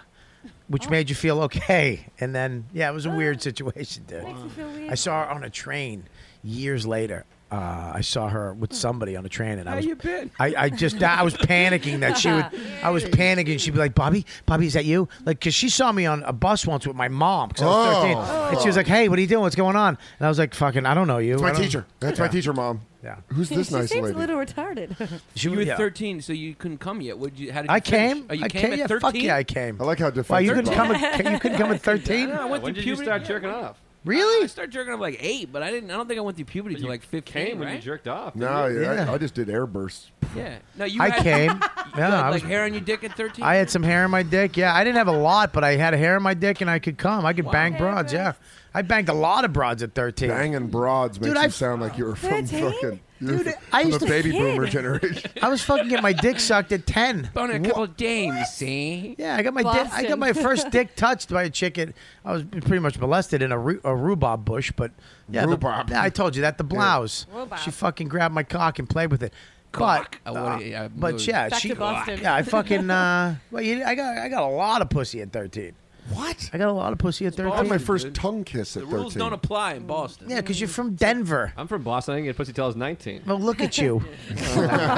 E: which made you feel okay. And then yeah, it was a weird situation, dude.
I: Makes me feel weird.
E: I saw her on a train years later. Uh, I saw her with somebody on a train, and I
M: How
E: was
M: you been?
E: I, I just I was panicking that she would. I was panicking. She'd be like, "Bobby, Bobby, is that you?" Like, cause she saw me on a bus once with my mom because I was
K: Oh.
E: thirteen, and she was like, "Hey, what are you doing? What's going on?" And I was like, "Fucking, I don't know you."
K: That's my
E: I don't-
K: teacher. That's my
E: Yeah.
K: teacher, mom.
E: Yeah.
K: Who's
I: She,
K: this
I: she
K: nice
I: seems
K: lady?
I: a little retarded.
M: you
E: She was
M: were
E: yeah.
M: 13, so you couldn't come yet. Would you? How did you
E: I
M: finish?
E: came.
M: Oh, you
E: I
M: came,
E: came.
M: at
E: yeah,
M: 13.
E: fuck yeah, I came.
K: I like how defensive.
E: Wow, you
K: Bob
E: couldn't
K: is.
E: come. At, you couldn't come at thirteen.
M: No, I went through
L: When did you
M: puberty.
L: start jerking off?
E: Really?
M: I started jerking off like eight, but I didn't. I don't think I went through puberty until like 15,
L: Came when
M: right?
L: you jerked off.
K: No,
L: didn't you?
K: yeah,
E: Yeah.
K: I, I just did air bursts.
M: yeah. No, you.
E: I
M: had-
E: came. Yeah,
M: You had,
E: I
M: like
E: was-
M: hair on your dick at 13?
E: I had some hair in my dick. Yeah, I didn't have a lot, but I had a hair in my dick, and I could come. I could bang broads. Yeah, I banged a lot of broads at thirteen.
K: Banging broads makes
E: Dude,
K: you
E: I-
K: sound like you were from
E: 13?
K: fucking. You're
E: Dude,
K: from
E: I
K: the
E: used to
K: baby
E: kid.
K: boomer generation.
E: I was fucking getting my dick sucked at ten.
M: Bone a couple of dames, see?
E: Yeah, I got my dick, I got my first dick touched by a chicken. I was pretty much molested in a, ru- a rhubarb bush, but yeah, the-
M: Rhubarb.
E: yeah, I told you that the blouse.
M: Rhubarb. Oh,
E: She fucking grabbed my cock and played with it. But, uh,
M: I wanna- yeah,
E: but
M: move.
E: yeah,
M: Back
E: she
M: to Boston.
E: yeah, I fucking uh, well, you, I got I got a lot of pussy at thirteen.
K: What?
E: I got a lot of pussy at thirteen.
K: I had my first tongue kiss at
M: The rules
K: 13.
M: don't apply in Boston.
E: Yeah, because you're from Denver.
M: I'm from Boston. I didn't get pussy till I was 19.
E: Well, look at you.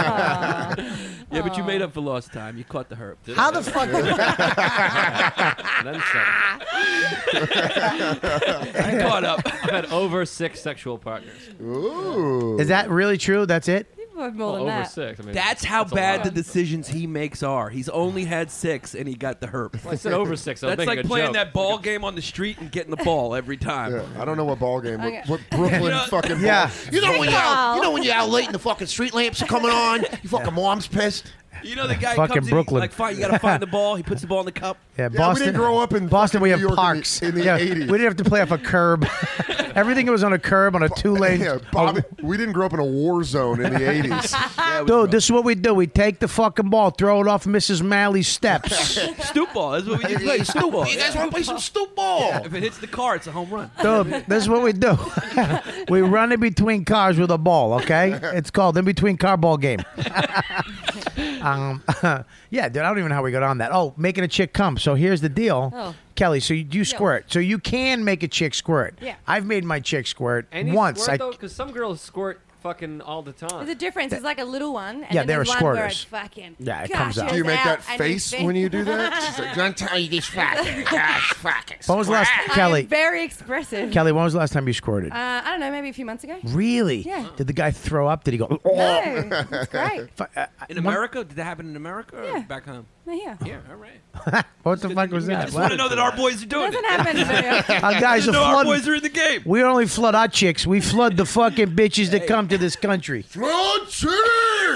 M: Yeah, but you made up for lost time. You caught the herb.
E: How the fuck-
M: Then some. I caught up. I've had over six sexual partners.
K: Ooh.
E: Is that really true? That's it.
M: Well, over six. I mean,
L: That's
E: how
M: a
E: bad
M: lot.
E: the
M: decisions he makes are. He's only had six, and he got the herp.
L: Well, I said over six. I was
M: That's
L: making
M: like
L: a
M: playing
L: joke.
M: that ball game on the street and getting the ball every time.
K: I don't know what ball game.
M: Okay.
K: What, what Brooklyn
M: You know-
K: fucking ball-
M: Yeah.
O: You know when you're out,
M: Wow.
O: you know when you're out late and the fucking street lamps are coming on. You fucking mom's pissed.
M: You know the guy
E: Fucking
M: comes
E: Brooklyn.
M: in, he's like, fine, you got to find the ball. He puts the ball in the cup.
E: Yeah, Boston. up in Boston. We have
K: New York in the-
E: parks
K: in the
E: yeah,
K: 80s.
E: We didn't have to play off a curb. Everything was on a curb on a two lane.
K: Yeah, Bobby, we didn't grow up in a war zone in the 80s.
E: Dude, this is what we do. We take the fucking ball, throw it off Mrs. Malley's steps.
M: Stoop ball. That's what we do.
E: Yeah, stoop ball.
M: You guys want to play some stoop ball? If it hits the car, it's a home run.
E: Dude, this is what we do. we run in between cars with a ball, okay? It's called in between car ball game. um, yeah, dude, I don't even know how we got on that. Oh, making a chick come. So here's the deal.
N: Oh.
E: Kelly, so you, you squirt. So you can make a chick squirt.
I: Yeah.
E: I've made my chick squirt
L: Any
E: once.
L: squirt
E: I,
L: though, because some girls squirt fucking all the time.
I: There's a difference. It's like a little one. And
E: Yeah,
I: then
E: there
I: there's
E: are
I: one where
E: squirters.
I: it's fucking.
E: Yeah, it
I: gosh,
E: comes out.
I: it's
E: Do you make that
I: and you
E: face
I: think-
E: when you do that?
O: She's like, don't tell you this fucking. Ah, Gosh, fucking.
E: When was the last-
I: I'm
E: Kelly.
I: very expressive.
E: Kelly, when was the last time you squirted?
I: Uh, I don't know, maybe a few months ago.
E: Really?
I: Yeah.
E: Did the guy throw up? Did he go? Oh.
I: No, that's great.
E: Fu- uh,
M: In America? Did that happen in America or back home?
I: Yeah.
M: Yeah, all right.
E: what the fuck was that?
M: I just want to know that our boys are doing
I: Doesn't
M: it.
I: happen in America.
E: Our guys
M: Just
E: are
M: know our
E: flooding.
M: boys are in the game.
E: We only flood our chicks. We flood the fucking bitches that come to this country.
K: Flood City!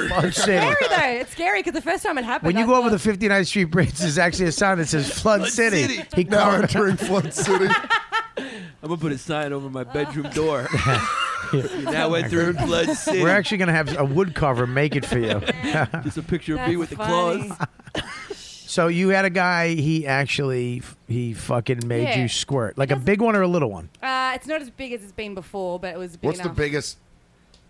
E: Flood
I: It's
E: City.
I: scary though. It's scary because the first time it happened,
E: When you
I: I
E: go over
I: thought-
E: the 59th Street Bridge, there's actually a sign that says Flood, City. He
M: Now
E: called-
M: entering Flood City. I'm gonna put a sign over my bedroom door. you now enter in Flood City.
E: We're actually going to have a wood carver make it for you.
M: Just a picture of me
I: That's
M: with the
I: funny.
M: claws.
E: so you had a guy, he actually, he fucking made
I: Yeah.
E: you squirt. Like a big one or a little one?
I: Uh, it's not as big as it's been before, but it was big
E: What's the
I: enough.
K: biggest?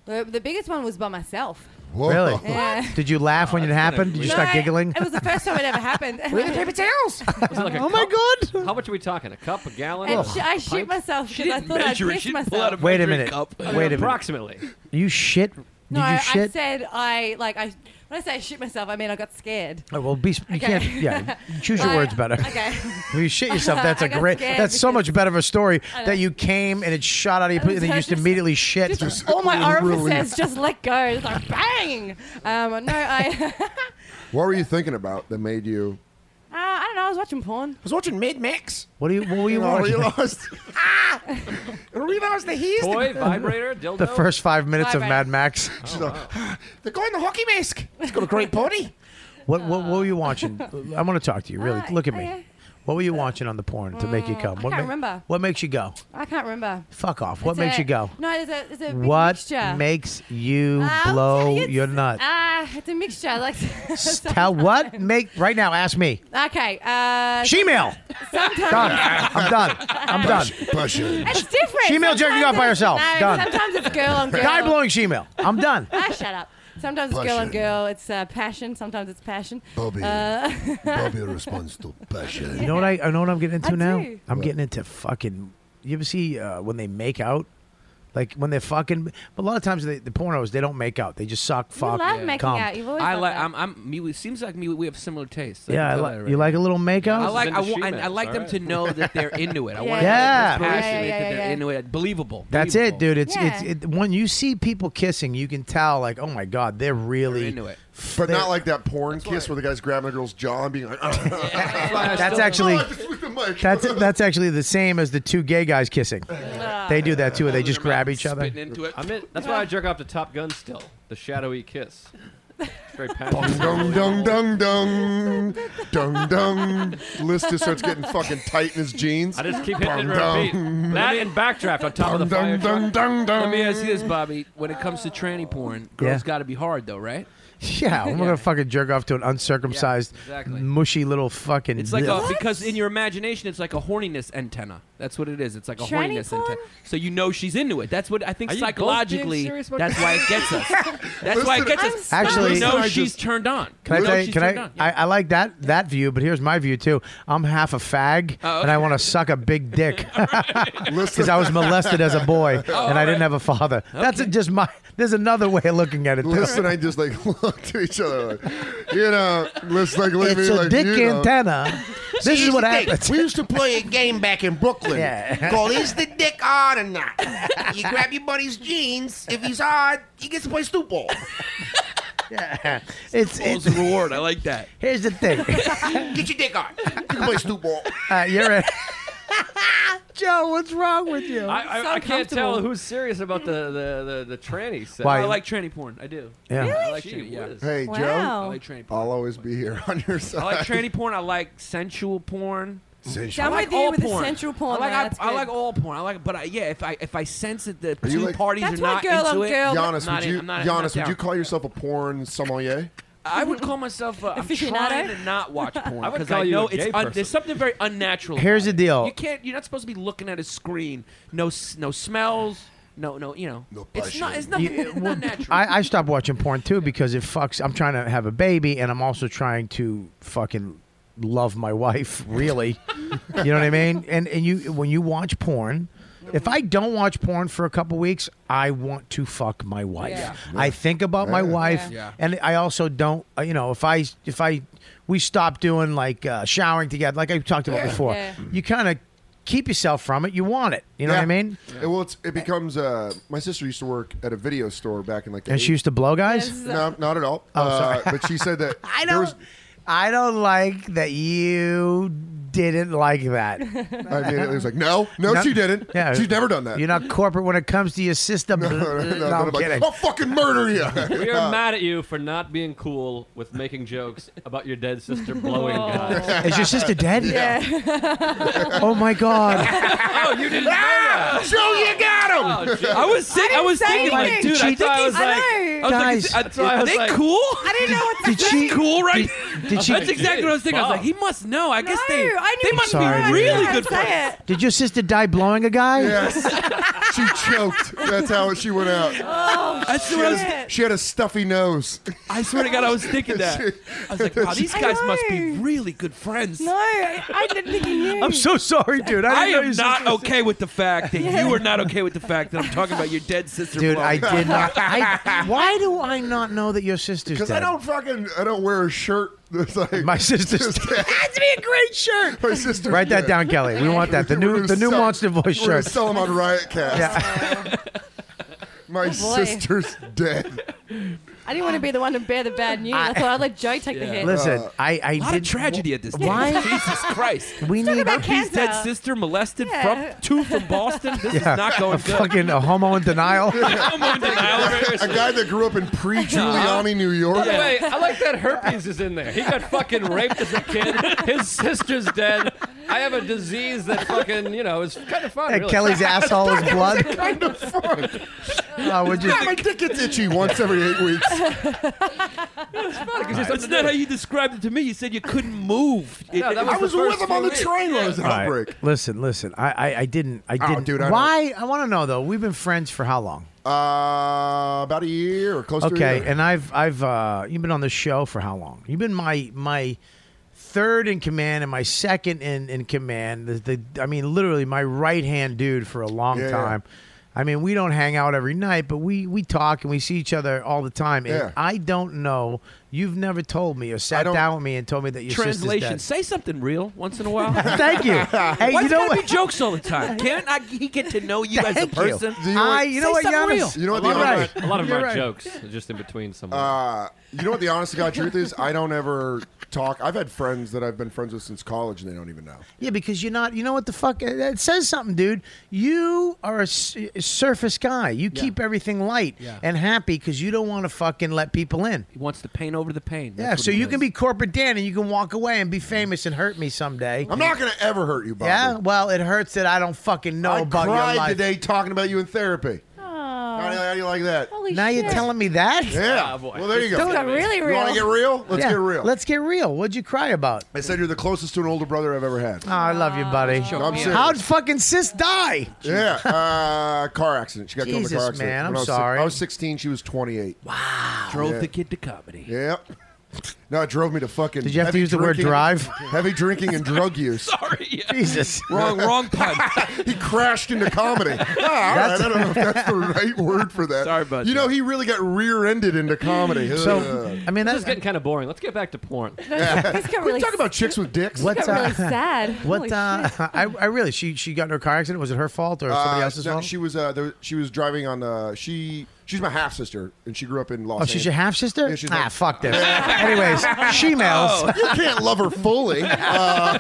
I: The, the biggest one was by myself.
E: Really?
I: Yeah.
E: Did you laugh when it happened? Did you start
I: No,
E: giggling?
I: It was the first time it ever happened.
J: Where are the paper
I: towels?
L: oh
E: my
L: god! How much are we talking? A cup, a gallon?
I: And
L: a
I: sh- I
L: pint?
I: shit myself because I thought I
L: measure it.
I: pissed
L: She didn't pull out
I: myself.
E: Wait a minute.
L: I
E: Wait a
L: mean,
E: minute.
L: Approximately.
E: You shit? Did
I: No,
E: you
I: I,
E: shit?
I: I said I like I. When I say I shit myself, I mean I got scared.
E: Oh, well, be, you
I: Okay.
E: can't. Yeah, choose your
I: Like,
E: words better.
I: Okay.
E: If you shit yourself, that's
I: I
E: a
I: got
E: great.
I: scared
E: That's so much better of a story
I: I know.
E: that you came and it shot out of your pussy and then you just immediately shit.
I: Just, all my orifices just let go. It's like bang. Um, no, I. uh,
K: What were you thinking about that made you.
I: I don't know. I was watching porn. I
J: was watching Mid Mix.
E: What do you? What were you
K: No,
E: watching?
K: you lost.
J: Realize that he's
L: Toy,
J: the
L: vibrator,
E: The
L: dildo. Oh,
E: first five minutes of
J: Vibrator.
E: Mad Max.
J: They're going the hockey mask. It's got a great body.
E: What, what what were you watching? I want to talk to you. Really, look at me. What were you watching on the porn to make you
I: Mm,
E: come?
I: I
E: What
I: can't
E: ma-
I: remember.
E: What makes you go?
I: I can't remember.
E: Fuck off. What
I: It's
E: makes
I: a-
E: you go?
I: No, there's a there's a big
E: What
I: mixture.
E: makes you
I: I'll
E: blow
I: tell you,
E: your nut?
I: Ah, it's a mixture. Like
E: Tell what make right now. Ask me.
I: Okay. Uh,
E: Shemale.
I: Sometimes.
E: Done. I'm done. I'm done.
I: It's different.
E: Female jerking off by
I: Sometimes
E: herself.
I: it's- No,
E: Done.
I: Sometimes it's girl on girl.
E: Guy blowing shemale. I'm done.
I: Ah, shut up. Sometimes it's girl on girl. It's uh, passion. Sometimes it's passion.
E: Bobby.
I: Uh,
E: Bobby
K: responds to passion.
E: You know what I, I know what I'm getting into
I: I
E: now?
I: do.
E: I'm
I: What?
E: getting into fucking you ever see uh, when they make out? Like when they're fucking but a lot of times they, the pornos they don't make out. They just suck, fuck,
I: love making
E: cum.
I: out. You've always
M: I
I: loved
M: like.
I: that.
M: I'm. I'm. Me. It seems like me. We have similar tastes. I
E: Yeah,
M: can
E: I
M: tell
E: like-
M: that already.
E: you like a little makeout?
M: I like. I, want,
L: Shemas,
M: I, I like them
L: alright.
M: to know that they're into it. I
E: Yeah.
M: want. Them to know
E: Yeah. Yeah, yeah,
M: that they're passionate,
E: yeah,
M: that
E: yeah,
M: they're
E: yeah.
M: into it. Believable.
E: That's it, dude. It's
M: Yeah.
E: it's it, when you see people kissing, you can tell like, oh my god, they're really
M: into it.
K: But not like that porn kiss where the guy's grabbing a girl's jaw and being like,
E: That's actually that's that's actually the same as the two gay guys kissing. They do that too. They just grab each other.
M: Spitting into it.
L: I'm in, that's why I jerk off to Top Gun still. The shadowy kiss.
N: Very
K: Bong, dong, dong, dong, dong, dong, dong. List just starts getting fucking tight in his jeans.
N: I just keep hitting it and
K: Bong,
N: repeat.
K: dong.
N: That and backdraft on top of the
K: Dun,
N: fire
K: dun, dun,
N: truck.
K: dun, dun.
N: Let me ask you this, Bobby. When it comes to tranny porn,
E: Yeah.
N: girls got to be hard, though, right?
E: Yeah, I'm gonna fucking jerk off to an uncircumcised,
N: exactly.
E: mushy little fucking.
N: It's like
E: Ugh.
N: a, because in your imagination, it's like a horniness antenna. That's what it is. It's like a
I: Tranny
N: horniness
I: porn?
N: antenna. So you know she's into it. That's what I think
L: Are you both being
N: psychologically.
L: serious about
N: That's
L: this?
N: why it gets us. That's why it
L: Listen,
N: gets
L: I'm
N: us.
L: stunned.
E: Actually-
N: you know
E: Listen, I
N: she's
E: just-
N: turned on.
E: Can I
N: know
E: tell you?
N: she's
E: Can
N: turned
E: I,
N: on.
E: I? I like that that view, but here's my view too. I'm half a fag,
N: Oh,
E: and I want to suck a big dick because I was molested as a boy and I didn't have a father. That's just my. There's another way of looking at it. too.
K: Listen, I just like look to each other, like, you know, let's like look at
E: It's
K: me
E: a
K: like,
E: dick
K: you know.
E: antenna. this is what happens.
O: We used to play a game back in Brooklyn
E: Yeah.
O: called Is the Dick Hard or Not? You grab your buddy's jeans. If he's hard, he gets to play stoop ball.
E: it's
N: Balls of reward. I like that.
E: Here's the thing.
O: Get your dick hard. You can play stoop ball.
E: Uh, you're in. Joe, what's wrong with you?
N: I, I, I can't tell who's serious about the the the, the tranny. Set.
K: Why?
N: I like tranny porn. I do.
K: Yeah. Really?
N: I like
K: Gee
N: tranny. Yeah.
K: Hey, Joe,
N: I like tranny.
K: I'll always be here on your side.
N: I like tranny porn. I like sensual porn.
K: Sensual.
N: I
K: I'm
N: like
I: with you
N: all
I: with the
N: porn.
I: sensual porn,
N: I like,
I: man. That's
N: I, I
I: good.
N: like all porn. I like, but I, yeah, if I if I sense that the
K: Are you
N: two
K: like-
N: parties
K: That's
N: are
K: why
N: not
K: girl
N: into it, I'm
K: Giannis,
N: not
K: would
N: in-
K: you,
N: I'm not- I'm not
K: Giannis, would
N: down.
K: you call yourself a porn sommelier?
N: I would call myself. A, I'm trying to not watch porn
L: I would
N: because I,
L: call you
N: know
L: a
N: it's un,
L: gay person.
N: there's something very unnatural.
E: Here's
N: about
E: the
N: it.
E: deal.
N: You can't. You're not supposed to be looking at a screen. No, s- no smells. No, no, you know. No it's not. It's nothing. It's not natural.
E: I, I stopped watching porn too because it fucks. I'm trying to have a baby, and I'm also trying to fucking love my wife. Really, you know what I mean? And and you when you watch porn. If I don't watch porn for a couple weeks, I want to fuck my wife.
C: Yeah.
E: I think about my
C: Yeah.
E: wife,
C: Yeah.
E: and I also don't. uh, You know, if I if I we stop doing like uh, showering together, like I talked about
K: Yeah.
E: before,
K: Yeah.
E: you kind of keep yourself from it. You want it. You know what I
K: Yeah.
E: mean?
K: It, well, it's, it becomes. Uh, my sister used to work at a video store back in like. The
E: And she used to blow guys? Yes.
K: No, not at all.
E: Oh,
K: Uh,
E: sorry.
K: but she said that
E: I don't. I don't like that you didn't like that.
K: I mean, it was like, no, no, she didn't. She's never done that.
E: You're not corporate when it comes to your system. No,
K: no, oh,
E: I'm
K: I'm like,
E: kidding.
K: "I'll fucking murder you."
N: We
L: We are
N: are
L: mad at you for not being cool with making jokes about your dead sister blowing
N: Oh.
L: guys.
E: Is your sister dead? Yeah. oh my god.
N: oh, you didn't know
E: Ah,
N: that. Oh,
O: Joe, you got him.
N: I was sick. I was thinking, like, dude, I thought I was like, I was like, is-
E: Guys,
N: that's why I was
E: did-
N: like,
E: cool?
N: I didn't know what
E: Did she-
N: cool, right?
E: did- did she-
N: That's exactly what I was thinking. I was like, he must know. I guess they, they must
E: Sorry,
N: be
E: dude.
N: really good friends.
E: Did, your sister die blowing a guy?
K: Yes. she choked. That's how she went out.
N: Oh, That's
K: she,
N: what I
K: had
N: was-
K: a, she had a stuffy nose.
N: I swear to God, I was thinking that. I was like, wow, these
I: I
N: guys must be really good friends.
I: No, I, I didn't think you knew.
N: I'm
E: so sorry, dude.
N: I,
E: I didn't know
N: am
E: your
N: not
E: sister was-
N: okay with the fact that
E: Yeah.
N: you are not okay with the fact that I'm talking about your dead sister.
E: Dude,
N: blowing
E: I
N: guys.
E: did not. I, why do I not know that your sister's dead?
K: Because I don't fucking I don't wear a shirt that's like
E: My sister's dead.
K: That's
E: be a great shirt.
K: My sister.
E: Write that down, Kelly. We want that. The new the new monster voice
K: We're gonna
E: shirt.
K: sell them on Riotcast. My
I: Oh, boy.
K: sister's dead.
I: I didn't want to be the one to bear the bad news. I, thought I'd let Joe take the hit.
E: Listen, I, I
N: lot of
E: did
N: tragedy at this table.
E: Why?
N: Jesus Christ.
E: We need
N: Herpes dead sister molested
I: Yeah.
N: from two from Boston. This
E: Yeah,
N: is not going
E: a
N: good.
E: Fucking a homo in denial.
K: a guy that grew up in
N: Uh-huh.
K: pre-Giuliani, New York.
L: By the way, I like that herpes is in there. He got fucking raped as a kid. His sister's dead. I have a disease that fucking, you know, is kind of fun.
E: And
L: really.
E: Kelly's asshole is blood.
K: kind of fun.
E: Oh, we're just-
K: God, my dick gets itchy once every eight weeks.
N: It's That's not how you described it to me. You said you couldn't move.
K: No, that was I the was first with him on few the weeks. train when it was
E: All right. Listen, listen. I, I, I didn't. I
K: Oh,
E: didn't.
K: dude, I don't-
E: Why? I want to know though. We've been friends for how long?
K: Uh, about a year or close to a
E: Okay,
K: year.
E: and I've I've uh, you've been on the show for how long? You've been my my third in command and my second in in command. The, the I mean, literally my right hand dude for a long
K: Yeah, yeah.
E: time. I mean, we don't hang out every night, but we we talk and we see each other all the time. And
K: Yeah.
E: I don't know. You've never told me or sat down with me and told me that your
N: Translation.
E: sister's
N: Say something real once in a while.
E: dead. Thank you. Hey,
N: Why
E: you
N: does it
E: know
N: gotta
E: what?
N: be jokes all the time? Can't I he get to know you as a
E: Thank you.
N: person?
K: Do you know what-
E: I- you know what,
N: something
E: Giannis?
N: real.
K: You know what
L: a
K: the
L: lot,
K: other
L: of my, a lot of
K: You're
L: my
K: right.
L: jokes are just in between somewhere.
K: Uh, you know what the honest to God truth is? I don't ever talk. I've had friends that I've been friends with since college, and they don't even know.
E: Yeah, because you're not. You know what the fuck? It it says something, dude. You are a s- surface guy. You keep everything light
N: Yeah.
E: and happy because you don't want to fucking let people in.
N: He wants to paint over
L: over the pain.
E: yeah,
L: That's
E: so
L: what it
E: you
L: is.
E: can be corporate Dan and you can walk away and be famous and hurt me someday.
K: I'm not gonna ever hurt you, Bobby.
E: Yeah, well, it hurts that I don't fucking know
K: I
E: about
K: cried
E: your life.
K: today talking about you in therapy. How, do you- how do you like that?
E: now you're telling me that?
L: Ah,
K: Yeah. well, there you go.
E: Dude,
K: You want to get real? Let's
E: Yeah,
K: get real.
E: Let's get real. What'd you cry about?
K: I said you're the closest to an older brother I've ever had.
E: Oh, I love you, buddy.
K: No, I'm serious.
E: How'd fucking sis die?
K: Yeah, uh, car accident. She got killed in a
E: Jesus,
K: car accident.
E: man, I'm
K: when I was
E: sorry.
K: I was 16. She was 28.
E: Ah,
K: Wow.
L: Drove the kid to comedy.
K: Yep. No, it drove me to fucking.
E: Did you have to
K: heavy
E: use the word
K: drinking-
E: drive?
K: Heavy drinking and drug use. sorry.
E: Jesus.
K: Wrong, wrong pun. he crashed into comedy. Ah, all right,
E: That's-
K: I don't know if that's the right word for that. Sorry, bud. You know, he really got rear-ended into comedy.
E: So, I mean,
L: This
E: that's
L: is getting kind of boring. Let's get back to porn.
K: Can we talk about chicks with dicks?
E: What, uh, What? Uh, I, I really. She she got in her car accident. Was it her fault or somebody
K: Uh,
E: else's
K: no,
E: fault?
K: She was uh, there, she was driving on. Uh, she she's my half sister, and she grew up in Los.
E: Oh, she's
K: Angeles.
E: your half sister?
K: Yeah, she's
E: ah,
K: my-
E: fuck this. Anyways, she mails.
K: Oh, you can't love her fully. Uh,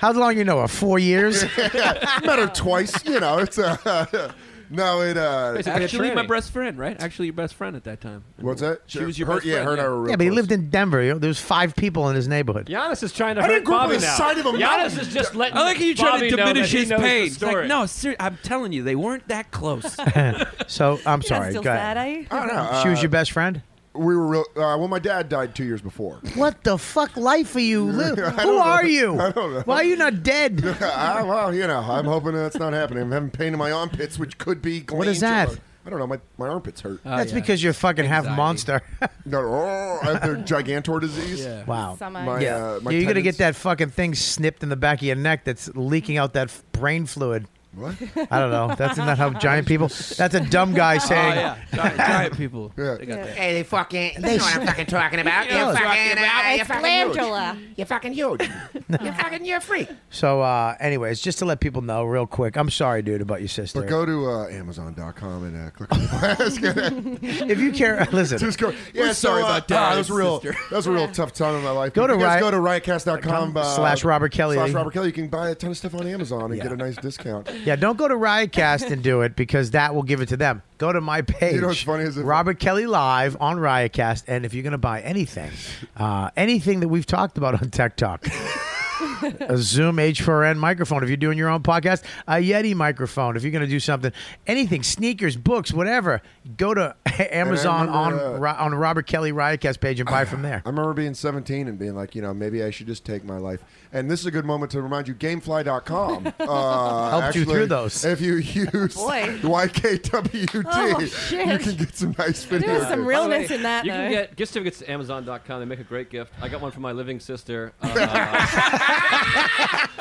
E: How long you know her? Four years.
K: met her twice. You know, it's uh, no, it. Uh,
L: Actually, my best friend, right? Actually, your best friend at that time.
K: What's that?
L: She was your
K: her,
L: best
K: Yeah,
L: friend,
K: her and I
L: yeah.
K: were real
E: yeah, but he
K: close.
E: lived in Denver. You know, there was five people in his neighborhood.
L: Giannis is trying to
K: I
L: hurt
K: didn't grow up on
L: Bobby
K: the
L: now.
K: side of a
L: Giannis
K: mountain.
L: is just letting.
N: I like how you're trying
L: Bobby
N: to
L: know that
N: diminish
L: he
N: his
L: knows the
N: pain. It's like,
L: story.
N: no, ser- I'm telling you, they weren't that close.
E: so I'm sorry.
N: still
E: go
N: sad,
E: ahead.
I: I-
K: I don't know.
E: she
K: uh,
E: was your best friend.
K: We were real. Uh, well, my dad died two years before.
E: What the fuck life are you living?
K: I
E: Who
K: don't
E: are
K: know.
E: you?
K: I don't know.
E: Why are you not dead?
K: I, well, you know, I'm hoping that's not happening. I'm having pain in my armpits, which could be.
E: What is
K: glandular.
E: that?
K: I don't know. My, my armpits hurt.
L: Oh,
E: That's because you're fucking half monster.
K: No, oh, I have the gigantor disease.
E: Wow.
K: My,
E: yeah.
K: uh, my
E: Yeah, you're gonna
K: tendons-
E: get that fucking thing snipped in the back of your neck that's leaking out that f- brain fluid.
K: What?
E: I don't know. That's not how giant people. That's a dumb guy saying.
N: Oh, giant, giant people.
K: Yeah.
O: Hey, they fucking. They know what I'm fucking talking about.
J: You
O: You're
J: know what I'm talking
O: fucking.
J: about.
O: uh,
J: It's
O: You're fucking
J: glandular.
O: huge. You're fucking huge. You're fucking. You're a freak.
E: So, uh, anyways, just to let people know real quick, I'm sorry, dude, about your sister.
K: But go to uh, Amazon.com and uh, click on the
E: if you care, listen.
K: Just go. Yeah,
E: We're
K: so,
E: sorry
K: uh,
E: about
K: ah,
E: Dad's
K: that was a real.
E: sister.
K: That was a real tough time in my life.
E: Go
K: But
E: to
K: if you guys
E: riot-
K: go to riotcast.com uh,
E: slash Robert Kelly.
K: slash Robert Kelly. You can buy a ton of stuff on Amazon and get a nice discount.
E: Yeah, don't go to Riotcast and do it because that will give it to them. Go to my page.
K: You know what's funny is if-
E: Robert Kelly Live on Riotcast, and if you're going to buy anything, uh, anything that we've talked about on Tech Talk. a Zoom H4n microphone. If you're doing your own podcast, a Yeti microphone. If you're going to do something, anything, sneakers, books, whatever, go to Amazon
K: remember,
E: on Ro- on Robert Kelly Riotcast page and buy from there.
K: I remember being 17 and being like, you know, maybe I should just take my life. And this is a good moment to remind you, Gamefly.com. Uh,
E: Helped you
K: actually,
E: through those.
K: If you use
I: Boy.
K: YKWD,
I: Oh, shit.
K: you can get some nice
I: There
K: video.
I: was some realness in that,
L: You can
I: though.
L: get gift certificates at Amazon.com. They make a great gift. I got one for my living sister uh,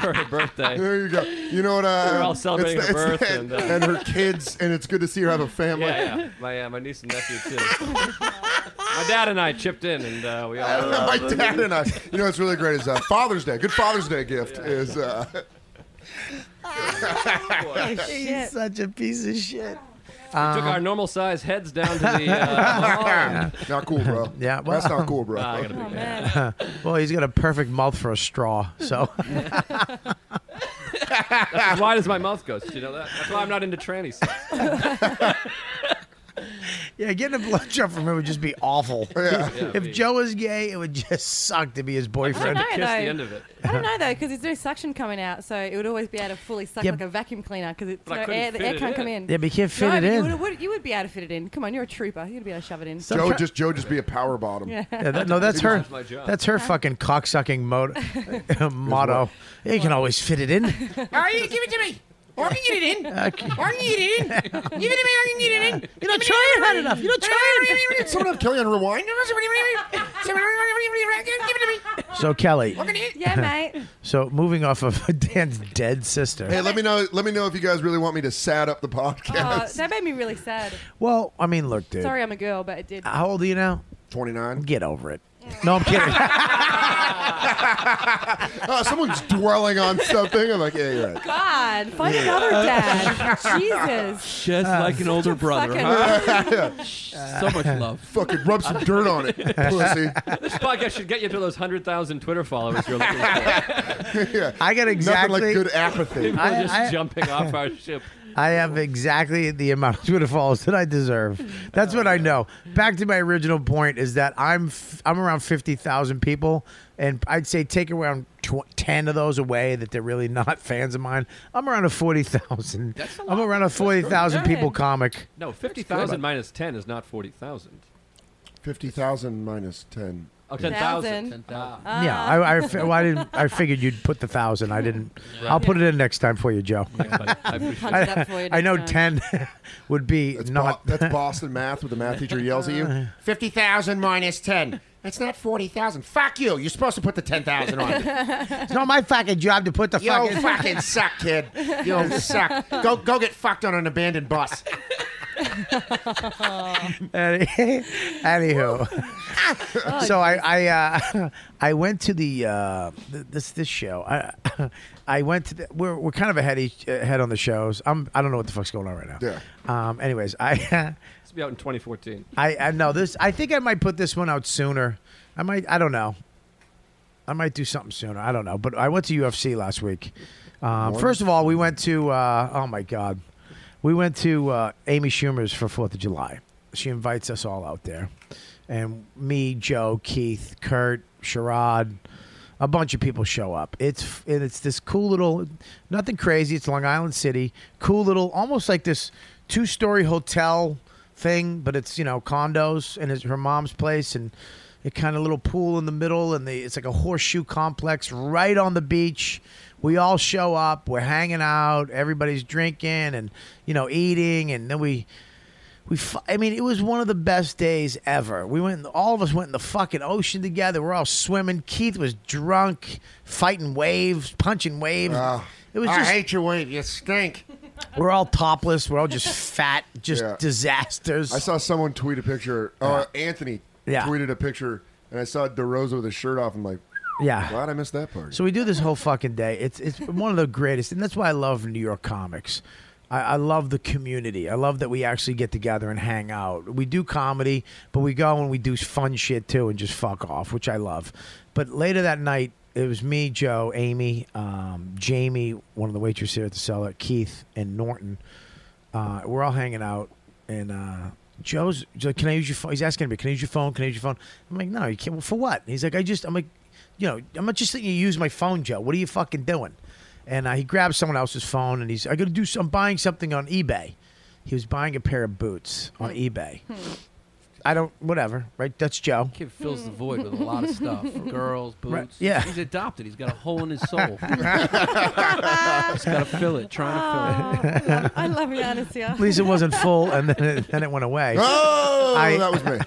L: for her birthday.
K: There you go. You know what? Uh,
L: We're all celebrating
K: it's-
L: her
K: it's
L: birth
K: that-
L: and, uh,
K: and her kids, and it's good to see her have a family.
L: Yeah, yeah. My, uh, my niece and nephew, too. my dad and I chipped in, and uh, we all.
K: my dad and I. You know what's really great is uh, Father's Day. Good Father's Day gift is. Uh,
E: He's such a piece of shit.
L: We took our normal size heads down to the. Uh,
K: not cool, bro.
E: Yeah, well-
K: that's not cool, bro.
L: Nah, I gotta be Oh, man.
E: well, he's got a perfect mouth for a straw, so.
L: that's as wide as my mouth goes. Did you know that? That's why I'm not into tranny sex.
E: Yeah, getting a blood job from him would just be awful.
K: Yeah.
E: if Joe was gay, it would just suck to be his boyfriend.
I: I don't know, though.
L: of it.
I: I don't know though, because there's no suction coming out, so it would always be able to fully suck
E: Yeah,
I: like a vacuum cleaner, because it's
L: But I
I: no
L: couldn't
I: air. The
L: fit
I: air
L: it
I: can't
L: in.
I: come in.
E: Yeah, but you can't fit
I: no,
E: it
I: but
E: in.
I: You would, would- you would be able to fit it in. Come on, you're a trooper. You'd be able to shove it in.
K: Joe just Joe just be a power bottom.
I: Yeah.
E: Yeah, that- no, that's her.
K: That's my job.
E: That's her fucking cocksucking mot- motto. You can always fit it in.
J: Oh, you give it to me. Or I can get it in. Or I
E: Okay.
J: can get it in. Give it to me. I can get it in.
E: You're not trying hard enough. You're not
J: trying.
K: Someone have Kelly on rewind.
J: Give it to me.
E: So Kelly.
J: Look at it.
I: Yeah, mate.
E: So moving off of Dan's dead sister.
K: Hey, let me know. Let me know if you guys really want me to sad up the
I: Oh,
K: podcast.
I: that made me really sad.
E: well, I mean, look, dude.
I: Sorry, I'm a girl, but it did.
E: How old are you now?
K: Twenty nine.
E: Get over it. No, I'm kidding.
K: Uh, someone's dwelling on something. I'm like, yeah, you're right.
I: Oh, God, find another dad. Jesus.
N: Just
E: Uh,
N: like an older brother.
I: fucking-
N: huh?
K: Yeah.
N: so much love.
K: Fucking rub some dirt on it, pussy.
L: This podcast should get you to those 100,000 Twitter followers you're looking for.
K: yeah.
E: I got
K: Nothing
E: exactly
K: like good apathy.
L: People
E: I-
L: just
E: I-
L: jumping off our ship.
E: I have exactly the amount of Twitter follows that I deserve. That's what I know. Back to my original point is that I'm f- I'm around fifty thousand people, and I'd say take around tw- ten of those away that they're really not fans of mine. I'm around a forty thousand. I'm around a forty thousand people comic.
L: No, 50,000 Oh, minus 10 is not 40,000.
K: 50,000 minus 10.
L: Oh, 10,000. 10,000. Ah.
E: Yeah, I I, fi- well, I didn't. I figured you'd put the thousand. I didn't.
L: Right.
E: I'll put it in next time for you, Joe.
L: but I
E: I-
L: appreciate it. Punch that for you
E: I know
K: next
E: ten would be not.
K: that's Boston math with the math teacher yells at you.
O: 50,000 minus 10. That's not 40,000. Fuck you. You're supposed to put the 10,000 on it.
E: it's not my fucking job to put the
O: you
E: fucking.
O: fucking suck, kid. You suck. Go go get fucked on an abandoned bus.
E: Any- Anywho, so I I, uh, I went to the uh, th- this this show. I I went to the, we're we're kind of ahead each, ahead on the shows. I'm I don't know what the fuck's going on right now.
L: Yeah.
E: Um. Anyways, I
L: This will be out in 2014.
E: I I know this. I think I might put this one out sooner. I might. I don't know. I might do something sooner. I don't know. But I went to UFC last week. Um,
K: One.
E: first of all, we went to. Uh, oh my God, we went to uh, Amy Schumer's for Fourth of July. She invites us all out there, and me, Joe, Keith, Kurt, Sherrod, a bunch of people show up. It's and it's this cool little, nothing crazy. It's Long Island City, cool little, almost like this two-story hotel thing, but it's you know condos and it's her mom's place and a kind of little pool in the middle, and the, it's like a horseshoe complex right on the beach. We all show up, we're hanging out, everybody's drinking and you know eating, and then we we fu- I mean, it was one of the best days ever. We went, in the- all of us went in the fucking ocean together. We're all swimming. Keith was drunk, fighting waves, punching waves.
K: Ah.
E: it was
O: I
E: just
O: hate your wave. You stink.
E: we're all topless. We're all just fat, just
K: Yeah.
E: disasters.
K: I saw someone tweet a picture. Uh, Anthony
E: Yeah.
K: tweeted a picture, and I saw DeRosa with his shirt off. I'm like,
E: Yeah.
K: glad I missed that part.
E: So we do this whole fucking day. It's it's one of the greatest, and that's why I love New York comics. I, I love the community. I love that we actually get together and hang out. We do comedy, but we go and we do fun shit too, and just fuck off, which I love. But later that night, it was me, Joe, Amy, um, Jamie, one of the waitresses here at the cellar, Keith, and Norton. Uh, we're all hanging out, and uh, Joe's he's like, "Can I use your phone?" He's asking me, "Can I use your phone? Can I use your phone?" I'm like, "No, you can't." Well, for what? And he's like, "I just," I'm like, "You know, I'm not just letting you use my phone, Joe. What are you fucking doing?" And uh, he grabs someone else's phone, and he's, "I got to do. Some, I'm buying something on eBay." He was buying a pair of boots on eBay. I don't, whatever, right? That's Joe.
N: Kid fills the void with a lot of stuff. Girls, boots.
E: Right, yeah.
N: He's adopted. He's got a hole in his soul. He's got to fill it, trying to fill it.
I: I love your honesty.
E: At least it wasn't full, and then it, then it went away.
K: Oh,
E: I-
K: that was me.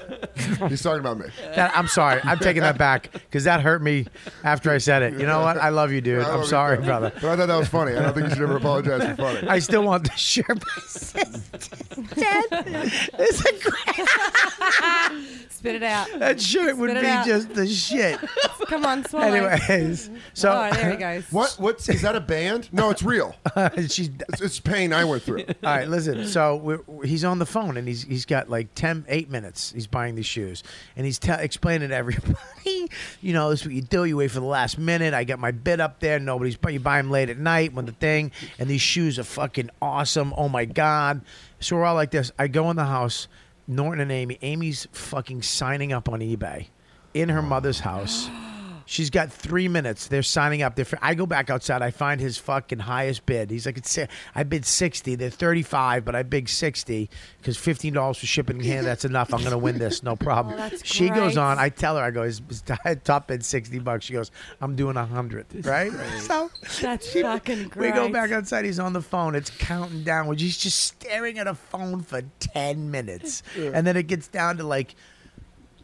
K: He's talking about me.
E: That, I'm sorry. I'm taking that back because that hurt me after I said it. You know what? I love you, dude.
K: I love
E: I'm
K: you,
E: sorry,
K: too.
E: brother.
K: But I thought that was funny. I don't think you should ever apologize for funny.
E: I still want the shirt. It's a great.
I: Spit it out.
E: That shirt would
I: Spit it
E: be
I: out.
E: just the shit.
I: Come on, swallow.
E: Anyways, so
I: Oh, there he goes.
K: What? What's is that a band? No, it's real.
E: She's,
K: it's, it's pain I went through.
E: Uh, All right, listen. So we're, we're- he's on the phone and he's he's got like 10, 8 minutes. He's buying these shoes and he's te- explaining to everybody, you know, this is what you do. You wait for the last minute. I got my bid up there. Nobody's, but you buy them late at night when the thing. And these shoes are fucking awesome. Oh my god! So we're all like this. I go in the house. Norton and Amy. Amy's fucking signing up on eBay in her mother's house. She's got three minutes. They're signing up. They're, I go back outside. I find his fucking highest bid. He's like, it's, I bid 60. They're 35, but I bid 60 because $15 for shipping here. That's enough. I'm going to win this. No problem.
Q: Oh, that's
E: she goes
Q: great.
E: on. I tell her, I go, his, his top bid 60 bucks. She goes, I'm doing 100. Right? So
I: That's fucking
E: we
I: great.
E: go back outside. He's on the phone. It's counting downwards. He's just staring at a phone for 10 minutes.
Q: Yeah.
E: And then it gets down to like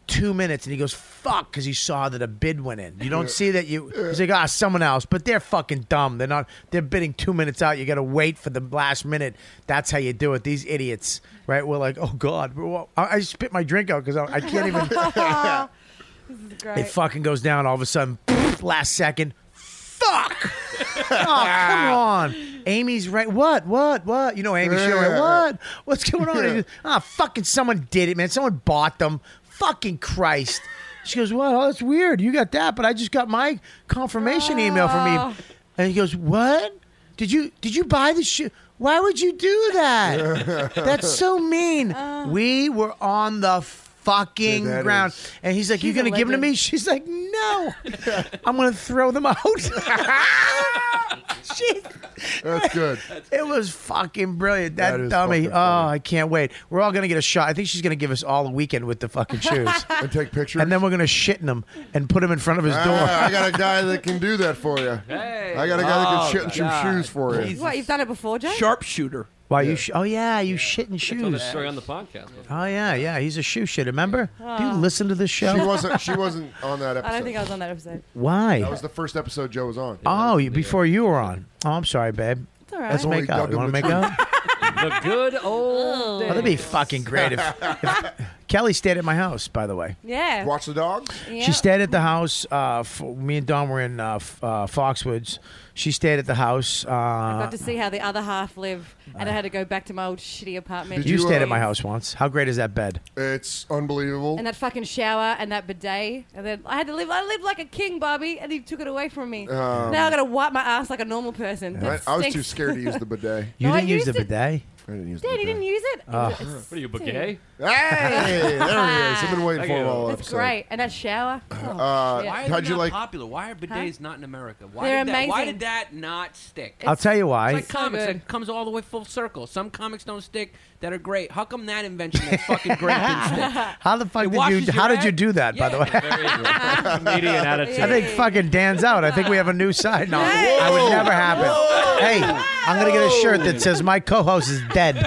E: two minutes. And he goes, fuck, because he saw that a bid went in. You don't
Q: Yeah.
E: see that you. He's like, ah, someone else. But they're fucking dumb. They're not, they're bidding two minutes out. You got to wait for the last minute. That's how you do it. These idiots, right? We're like, oh, God. Well, I, I spit my drink out because I, I can't even.
I: This is
E: it
I: great.
E: fucking goes down all of a sudden, last second. Fuck! oh, come on. Amy's right. What? What? What? You know, Amy. She's
Q: Yeah.
E: like, what? What's going on?
Q: Yeah.
E: Ah, fucking someone did it, man. Someone bought them. Fucking Christ. She goes, well, that's weird. You got that, but I just got my confirmation email from him. And he goes, what? Did you did you buy the shoe? Why would you do that? That's so mean.
I: Uh.
E: we were on the fucking
K: Yeah, that
E: ground.
K: is-
E: And he's like,
K: She's
E: You gonna
K: a
E: give them to me?
K: legend.
E: She's like, No. I'm gonna throw them out. Shit.
K: That's good.
E: It was fucking brilliant. That,
K: That is
E: dummy.
K: fucking
E: Oh, I can't wait. We're all gonna get a shot. I think she's gonna give us all a weekend with the fucking shoes
K: and take pictures.
E: And then we're gonna shit in them and put them in front of his door.
K: Ah, I got a guy that can do that for you. I got
E: Oh,
K: a guy that can shit and shoot shoes for you.
I: What, you've done it before, Jay?
E: Sharpshooter. Why you? Sh- oh yeah, you shit in
L: I told
E: shoes.
L: this story on the podcast. before.
E: Oh yeah, yeah. He's a shoe shitter. Remember? Do you
I: Oh.
E: listen to this show?
K: She wasn't. She wasn't on that episode.
I: I don't think I was on that episode.
E: Why?
K: That was the first episode Joe was on.
E: oh, you, before you were on. Oh, I'm sorry, babe.
I: all right.
E: Let's
I: Only
E: make out.
K: dug
E: You want to
K: in
E: make
K: the
E: out?
L: The good
J: Uh,
I: Uh,
L: old
E: Oh,
L: days.
E: that'd be fucking great if, if- Kelly stayed at my house. By the way.
I: Yeah.
K: Watch the dogs.
I: Yeah.
E: She stayed at the house. Uh, f- me and Don were in uh, f- uh, Foxwoods. She stayed at the house. Uh,
I: Got to see how the other half live, and I had to go back to my old shitty apartment.
E: you, stayed at my house once. How great is that bed?
K: uh, It's unbelievable.
I: And that fucking shower and that bidet, and then I had to live. I lived like a king, Bobby, and he took it away from me.
K: Um,
I: now I gotta wipe my ass like a normal person.
K: I,
I: That
K: I was
I: stinks.
K: too scared to use the bidet.
E: You
I: No, I
E: didn't use the
I: used it.
E: bidet.
K: I didn't use.
I: Dad, he didn't use it.
E: Oh.
I: It was
L: What are you,
I: sick.
L: bouquet?
K: The- hey, there he is. I've been waiting for him all
I: That's
K: episode.
I: great. And that shower. Oh,
K: Uh,
I: shit.
K: Why
N: Why
K: are
N: are
K: they How'd
N: not
K: you not like-
N: popular? Why are bidets
I: bidets
N: not in America? Why
I: They're
N: did that, Why
I: amazing.
N: did that not stick?
E: I'll tell you why.
N: It's like
E: So
N: comics.
E: good.
N: It comes all the way full circle. Some comics don't stick that are great. How come that invention that's fucking great didn't stick?
E: How the fuck
N: It
E: did
N: washes
E: you? How
N: your
E: did you
N: ass.
E: do that? by the way,
L: Comedian attitude.
E: I think fucking Dan's out. I think we have a new side. No, that would never happen. Hey, I'm gonna get a shirt that says my co-host is dead.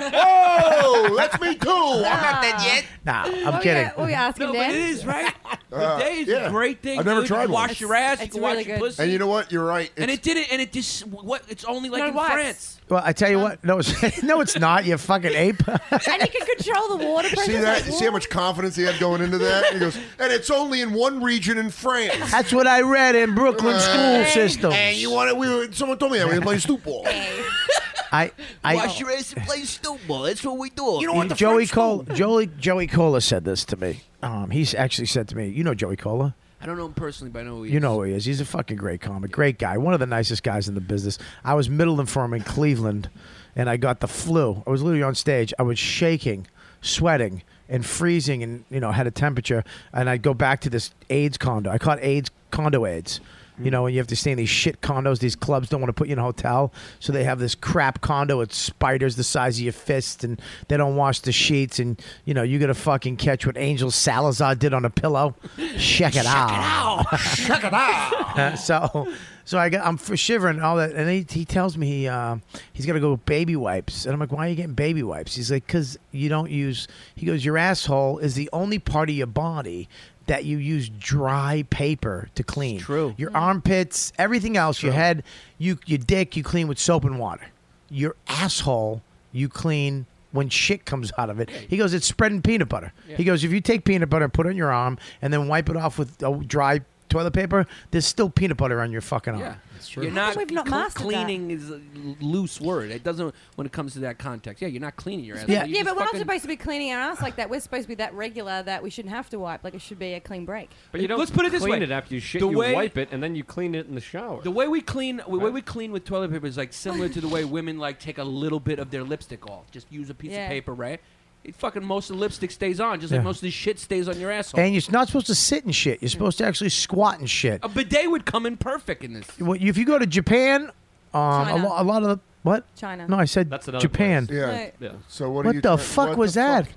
K: Oh, that's me too. I'm not dead yet.
E: Nah,
N: Oh,
I: What
E: I'm
I: were
E: kidding.
I: You, what were you asking,
N: No,
I: Dan?
N: but it is right.
K: Uh,
N: Bidet is
K: yeah.
N: a great thing.
K: I've never
N: dude.
K: tried
N: You
K: one.
N: wash your ass. You
I: It's
N: can wash
I: really
N: your
I: good.
N: pussy.
K: And you know what? You're right.
N: and
K: It's-
N: it did it. And it just what? It's only like
I: No
N: in
I: wipes.
N: France.
E: Well, I tell you what. No, it's, no, it's not. You fucking ape.
I: and you can control the water pressure.
K: See
I: of
K: that?
I: the
K: See how much confidence he had going into that? He goes, and it's only in one region in France. Uh,
E: That's what I read in Brooklyn school system.
K: And you want to? We were, someone told me that we were playing stoop ball.
E: I, I,
N: your ass and play snowball. That's what we do.
K: You know what? The
E: Joey
K: French
E: Cole, Joey Joey Cola said this to me. Um, he's actually said to me, you know Joey Cola.
N: I don't know him personally, but I know who he
E: You
N: is.
E: know who he is. He's a fucking great comic, great guy, one of the nicest guys in the business. I was middling for him in Cleveland, and I got the flu. I was literally on stage. I was shaking, sweating, and freezing, and you know had a temperature. And I'd go back to this AIDS condo. I caught AIDS condo AIDS. You know, when you have to stay in these shit condos, these clubs don't want to put you in a hotel, so they have this crap condo with spiders the size of your fist, and they don't wash the sheets, and you know you got to fucking catch what Angel Salazar did on a pillow. Check it out.
K: Check it out.
E: Uh, so so I got I'm f- shivering and all that, and he, he tells me he uh, he's got to go with baby wipes, and I'm like, why are you getting baby wipes? He's like, because you don't use. He goes, your asshole is the only part of your body that you use dry paper to clean. true. Your armpits, everything else, your head, you your dick, you clean with soap and water. Your asshole, you clean. When shit comes out of it, he goes, it's spreading peanut butter. He goes, if you take peanut butter, put it on your arm, and then wipe it off with uh, dry toilet paper, there's still peanut butter on your fucking arm.
N: Yeah,
L: It's true.
N: You're
I: How
N: not,
I: come we've not
N: cl-
I: mastered that?
N: cleaning is a loose word. It doesn't when it comes to that context. Yeah, you're not cleaning your ass.
I: Yeah,
N: You just
I: but we're not
N: fucking-
I: supposed to be cleaning our ass like that. We're supposed to be that regular that we shouldn't have to wipe. Like it should be a clean break.
L: But you don't
N: Let's put it this
L: clean
N: way.
L: it after you shit.
N: The
L: you
N: way-
L: wipe it and then you clean it in the shower.
N: The way we clean, the way we clean with toilet paper is like similar to the way women like take a little bit of their lipstick off. Just use a piece
I: Yeah.
N: of paper, right? It fucking most of the lipstick stays on, just like
E: Yeah.
N: most of the shit stays on your asshole.
E: And you're not supposed to sit and shit. You're supposed to actually squat and shit.
N: a bidet would come in perfect in this.
E: Well, If you go to Japan, um, a,
I: China.
E: lo- a lot of the what?
I: China.
E: No, I said
L: That's another
E: Japan.
L: place.
K: Yeah.
L: Yeah.
K: So what?
E: What
K: are you
E: the
K: try-
E: fuck
K: what
E: was
K: the
E: that?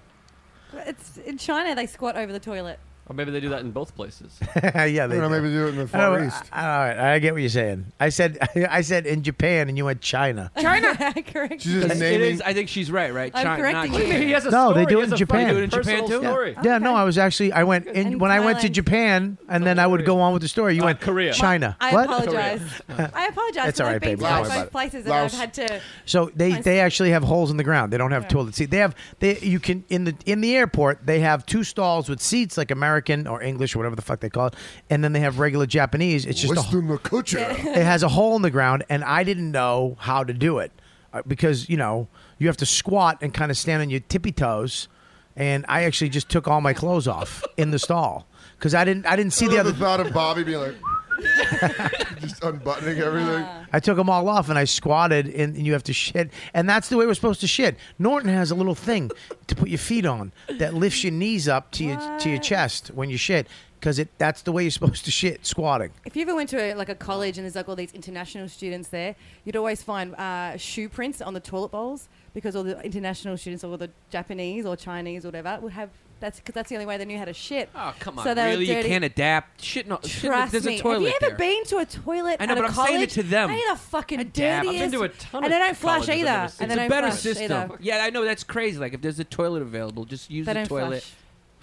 I: It's in China they squat over the toilet.
L: Or maybe they do that in both places.
E: yeah,
K: Fuck?
E: they.
K: You
E: do.
K: know, maybe do it in the
E: I don't-
K: Far East.
E: I- all right, I get what you're saying. I said I said in Japan, and you went China.
I: China, correct.
K: She's just
N: It
K: naming.
N: is. I think she's right. Right?
I: I'm
N: China,
I: correcting
N: not
I: you.
N: Japan.
L: he has a
E: No, they
L: story.
E: do
L: He
E: it
L: has
E: in
L: a
E: Japan.
L: fucking
E: Do it in
L: personal
N: Japan, too?
L: story.
E: Yeah, no, I was actually I went
I: And
E: in when I went to
I: Thailand.
E: Japan, and then I would go on with the story. You went
L: Oh, Uh, Korea.
E: China.
I: I
E: what?
I: apologize. I apologize.
E: That's
I: but
E: all right,
I: I've been
E: baby.
I: to
E: Don't
I: like
E: worry about
I: both
E: it.
I: places and
K: Laos.
I: I've had to.
E: So they,
I: I
E: they
I: see.
E: actual actually have holes in the ground. They don't have toilet seat. They have they you can in the in the airport they have two stalls with seats like American or English or whatever the fuck they call it, and then they have regular Japanese. It's just a,
K: Western culture.
E: it has a hole in the ground, and I didn't know how to do it uh, because you know you have to squat and kind of stand on your tippy toes, and I actually just took all my clothes off in the stall because I didn't I didn't see
K: See
E: the
K: the
E: other.
K: thought of Bobby being like, Just unbuttoning everything.
E: I took them all off and I squatted, and, and you have to shit. And that's the way we're supposed to shit. Norton has a little thing to put your feet on that lifts your knees up to your to your chest when you shit, because it that's the way you're supposed to shit squatting.
I: If you ever went to a, like a college and there's like all these international students there, you'd always find uh, shoe prints on the toilet bowls because all the international students, all the Japanese or Chinese or whatever, would have. That's because that's the only way they knew how to shit.
N: Oh come on,
I: So they were
N: really? You
I: dirty-
N: can't adapt. Shit, no. shit,
I: Trust
N: there's
I: me.
N: a toilet
I: have you
N: there.
I: ever been to a toilet?
N: I know,
I: at a
N: but I'm saying it
I: college?
N: to them.
I: I need a fucking
N: dab. I've
I: dirtiest.
N: been to a ton
I: and
N: of
I: I don't flush
N: colleges I've
I: either.
N: never
I: And
N: seen. it's
I: then I
N: a
I: don't
N: better
I: flush
N: system.
I: Either.
N: Yeah, I know that's crazy. Like if there's a toilet available, just use
I: They
N: the
I: don't
N: toilet.
I: flush.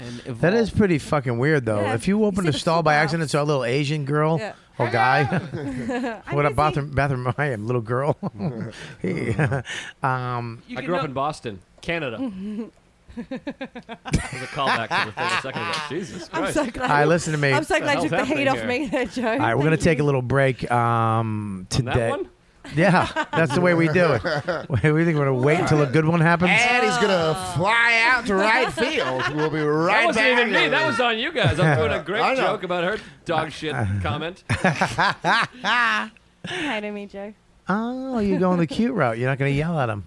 N: And evolve.
E: That is pretty fucking weird, though.
N: Yeah.
E: If you open the stall by accident, so a little Asian girl
N: Yeah.
E: or guy.
I: I'm
E: what a
I: busy.
E: bathroom, bathroom I am, little girl. Hey, um,
L: I grew up in Boston, Canada. There's a callback to the thing a second ago. Jesus
I: I'm
L: Christ.
I: so glad.
E: All right, listen to me.
I: I'm so
E: What the
I: glad you
E: hell's
I: took the
E: happening
I: heat off
E: here?
I: me there, Joe.
E: All right, we're going to take a little break um, today.
I: that one?
E: Yeah, that's the way we do it. we think we're going to wait until a good one happens.
K: And he's gonna fly out to right field. We'll be right
L: that wasn't
K: back.
L: even me. That was on you guys. I'm doing a
K: I
L: great
K: know.
L: joke about her dog shit comment.
I: You hated me, Joe.
E: Oh, you're going the cute route. You're not going to yell at him.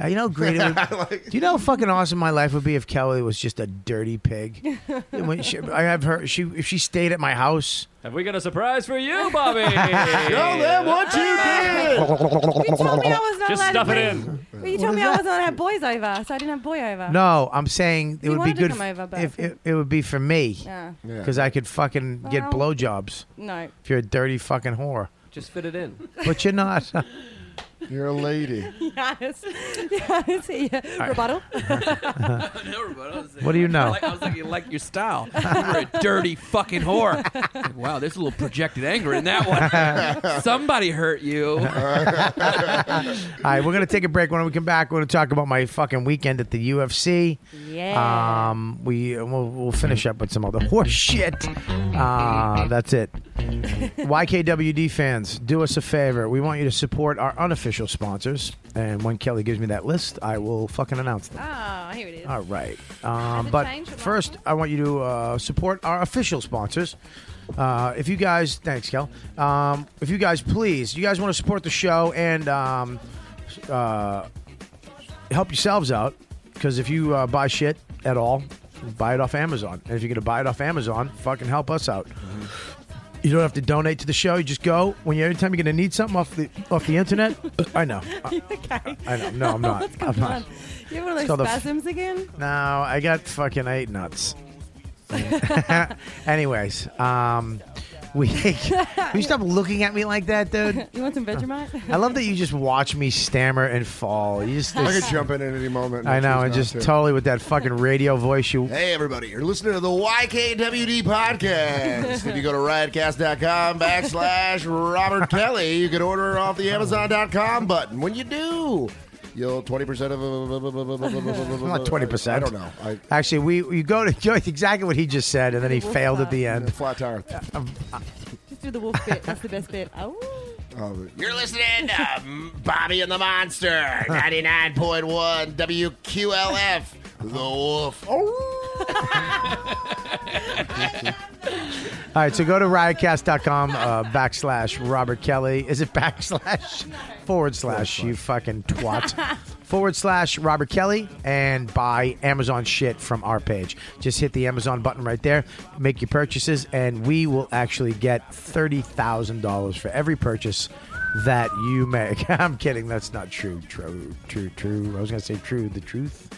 E: Uh, You know, how great. It would, do you know how fucking awesome my life would be if Kelly was just a dirty pig? When she, I have her. She if she stayed at my house.
L: Have we got a surprise for you, Bobby? Show
K: them what you did.
I: I was not
L: Just
I: allowed
L: stuff
I: to
L: it
I: bring-
L: in.
I: Well, you told me I wasn't allowed to have boys over, so I didn't have boy over.
E: No, I'm saying it
I: You wanted
E: would be
I: to
E: good
I: come
E: f-
I: over, but-
E: if it, it would be for me
I: Yeah. Yeah.
E: because I could fucking get
I: Well,
E: blowjobs.
I: no.
E: if you're a dirty fucking whore,
L: Just fit it in.
E: but you're not.
K: you're a lady.
I: Yes. Yes. Yeah.
E: right.
I: Rebuttal.
N: No, rebuttal. I was like-
E: What do you
N: I,
E: know?
N: like, I was like, you like your style. You're a dirty fucking whore. Like, wow, there's a little projected anger in that one. Somebody hurt you.
E: All right, we're gonna take a break. When we come back, we're gonna talk about my fucking weekend at the UFC.
I: Yeah.
E: Um, we we'll, we'll finish up with some other horse shit. Uh, that's it. YKWd fans, do us a favor. We want you to support our unofficial sponsors. And when Kelly gives me that list, I will fucking announce them.
I: Ah, here it is.
E: All right. Um, but
I: changed from
E: first, I want you to uh, support our official sponsors. Uh, if you guys, thanks, Kel. Um, if you guys, please, you guys want to support the show and um, uh, help yourselves out, because if you uh, buy shit at all, buy it off Amazon. And if you're going to buy it off Amazon, fucking help us out. You don't have to donate to the show. You just go when you every time you're going to need something off the off the internet. I know. I,
I: okay.
E: I know. No, I'm not.
I: What's
E: I'm
I: going
E: not.
I: on? You have one
E: It's
I: of
E: called a
I: those
E: f-
I: spasms again?
E: No, I got fucking eight nuts. Anyways, um, we you stop looking at me like that, dude.
I: You want some Vegemite?
E: I love that you just watch me stammer and fall. You just,
K: I could jump in at any moment.
E: I know,
K: choose
E: and
K: not
E: just
K: to.
E: totally with that fucking radio voice. You
K: Hey, everybody, you're listening to the YKWD podcast. if you go to riotcast.com backslash Robert Kelly, you can order off the Amazon.com button. When you do, you'll 20% of.
E: not twenty percent.
K: I don't know. I,
E: Actually, we you go to you know, exactly what he just said, and then he
I: Wolf
E: failed at
I: pack.
E: the end. Um,
K: Flat tire.
I: Just do the wolf bit. That's the best bit. Oh.
K: You're listening
O: um,
K: to Bobby and the Monster, 99.1 WQLF, The Wolf.
E: Oh. All right, so go to riotcast.com uh, backslash Robert Kelly. Is it backslash? Forward slash, you fucking twat. Forward slash Robert Kelly and buy Amazon shit from our page. Just hit the Amazon button right there, make your purchases, and we will actually get $30,000 for every purchase that you make. I'm kidding. That's not true. True, true, true. I was going to say true, the truth.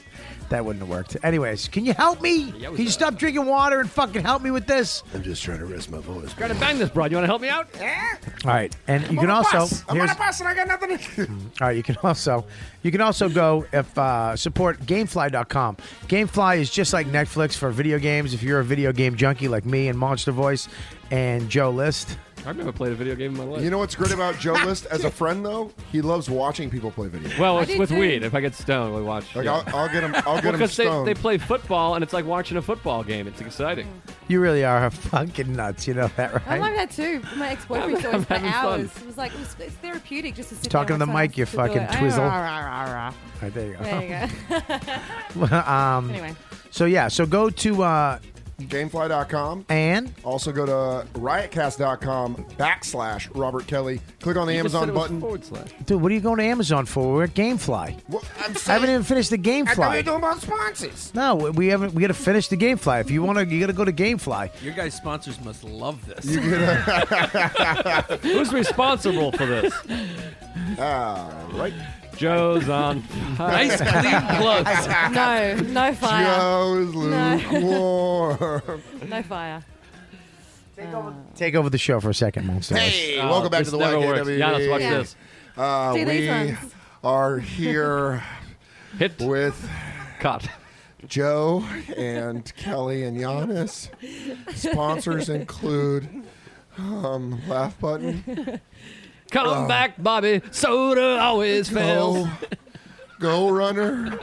E: That wouldn't have worked. Anyways, can you help me? Can you stop drinking water and fucking help me with this?
K: I'm just trying to rest my voice.
L: Trying to bang this broad. You want to help me out?
E: All right, and you
J: I'm on
E: can
J: a
E: also
J: bus. I'm on
E: here's-
J: a bus and I got nothing. To...
E: all right, you can also you can also go if uh, support gamefly.com. Gamefly is just like Netflix for video games. If you're a video game junkie like me and Monster Voice and Joe List,
L: I've never played a video game in my life.
K: You know what's great about Joe List as a friend, though? He loves watching people play video games.
L: well, it's with weed. If I get stoned, we watch.
K: Like,
L: yeah.
K: I'll, I'll get him. I'll get
L: Well,
K: him
L: 'cause
K: stoned.
L: they, they play football, and it's like watching a football game. It's exciting.
E: you really are fucking nuts. You know that,
I: I
E: right?
I: like that too. My ex boyfriend used to always
L: I'm
I: play
L: having
I: hours.
L: fun.
I: It was like, it was, it's therapeutic just to sit
E: Talking
I: there
E: to the
I: and someone
E: mic, you
I: else to do
E: fucking
I: it.
E: twizzle.
I: There
E: All right, there you go.
I: you go.
E: um,
I: Anyway.
E: So yeah, so go to uh,
K: Gamefly.com.
E: And?
K: Also go to riotcast.com backslash Robert Kelly. Click on the
E: You just said it
K: Amazon
E: was
K: button.
E: Dude, what are you going to Amazon for? We're at GameFly.
K: I'm
E: I haven't even finished the
O: I thought we were
E: GameFly.
O: talking about sponsors.
E: No, we- we haven't. We got to finish the GameFly. If you want to, you got to go to GameFly.
N: Your guys' sponsors must love this.
M: Who's responsible for this?
K: All Ah, right.
M: Joe's on.
N: Nice clean plugs.
I: No, no fire.
K: Joe's lukewarm.
I: no fire.
E: Take over the show for a second, Monster.
K: Hey,
M: Uh,
K: welcome back to the YKWD.
E: Yeah.
K: Uh,
I: See these
K: we
I: ones.
K: are here with
M: Caught.
K: Joe and Kelly and Giannis. Sponsors include um, Laugh Button.
M: Come
K: Uh,
M: back, Bobby.
L: uh,
M: Soda
L: oh,
M: always
K: Go.
M: fails.
K: Go Runner.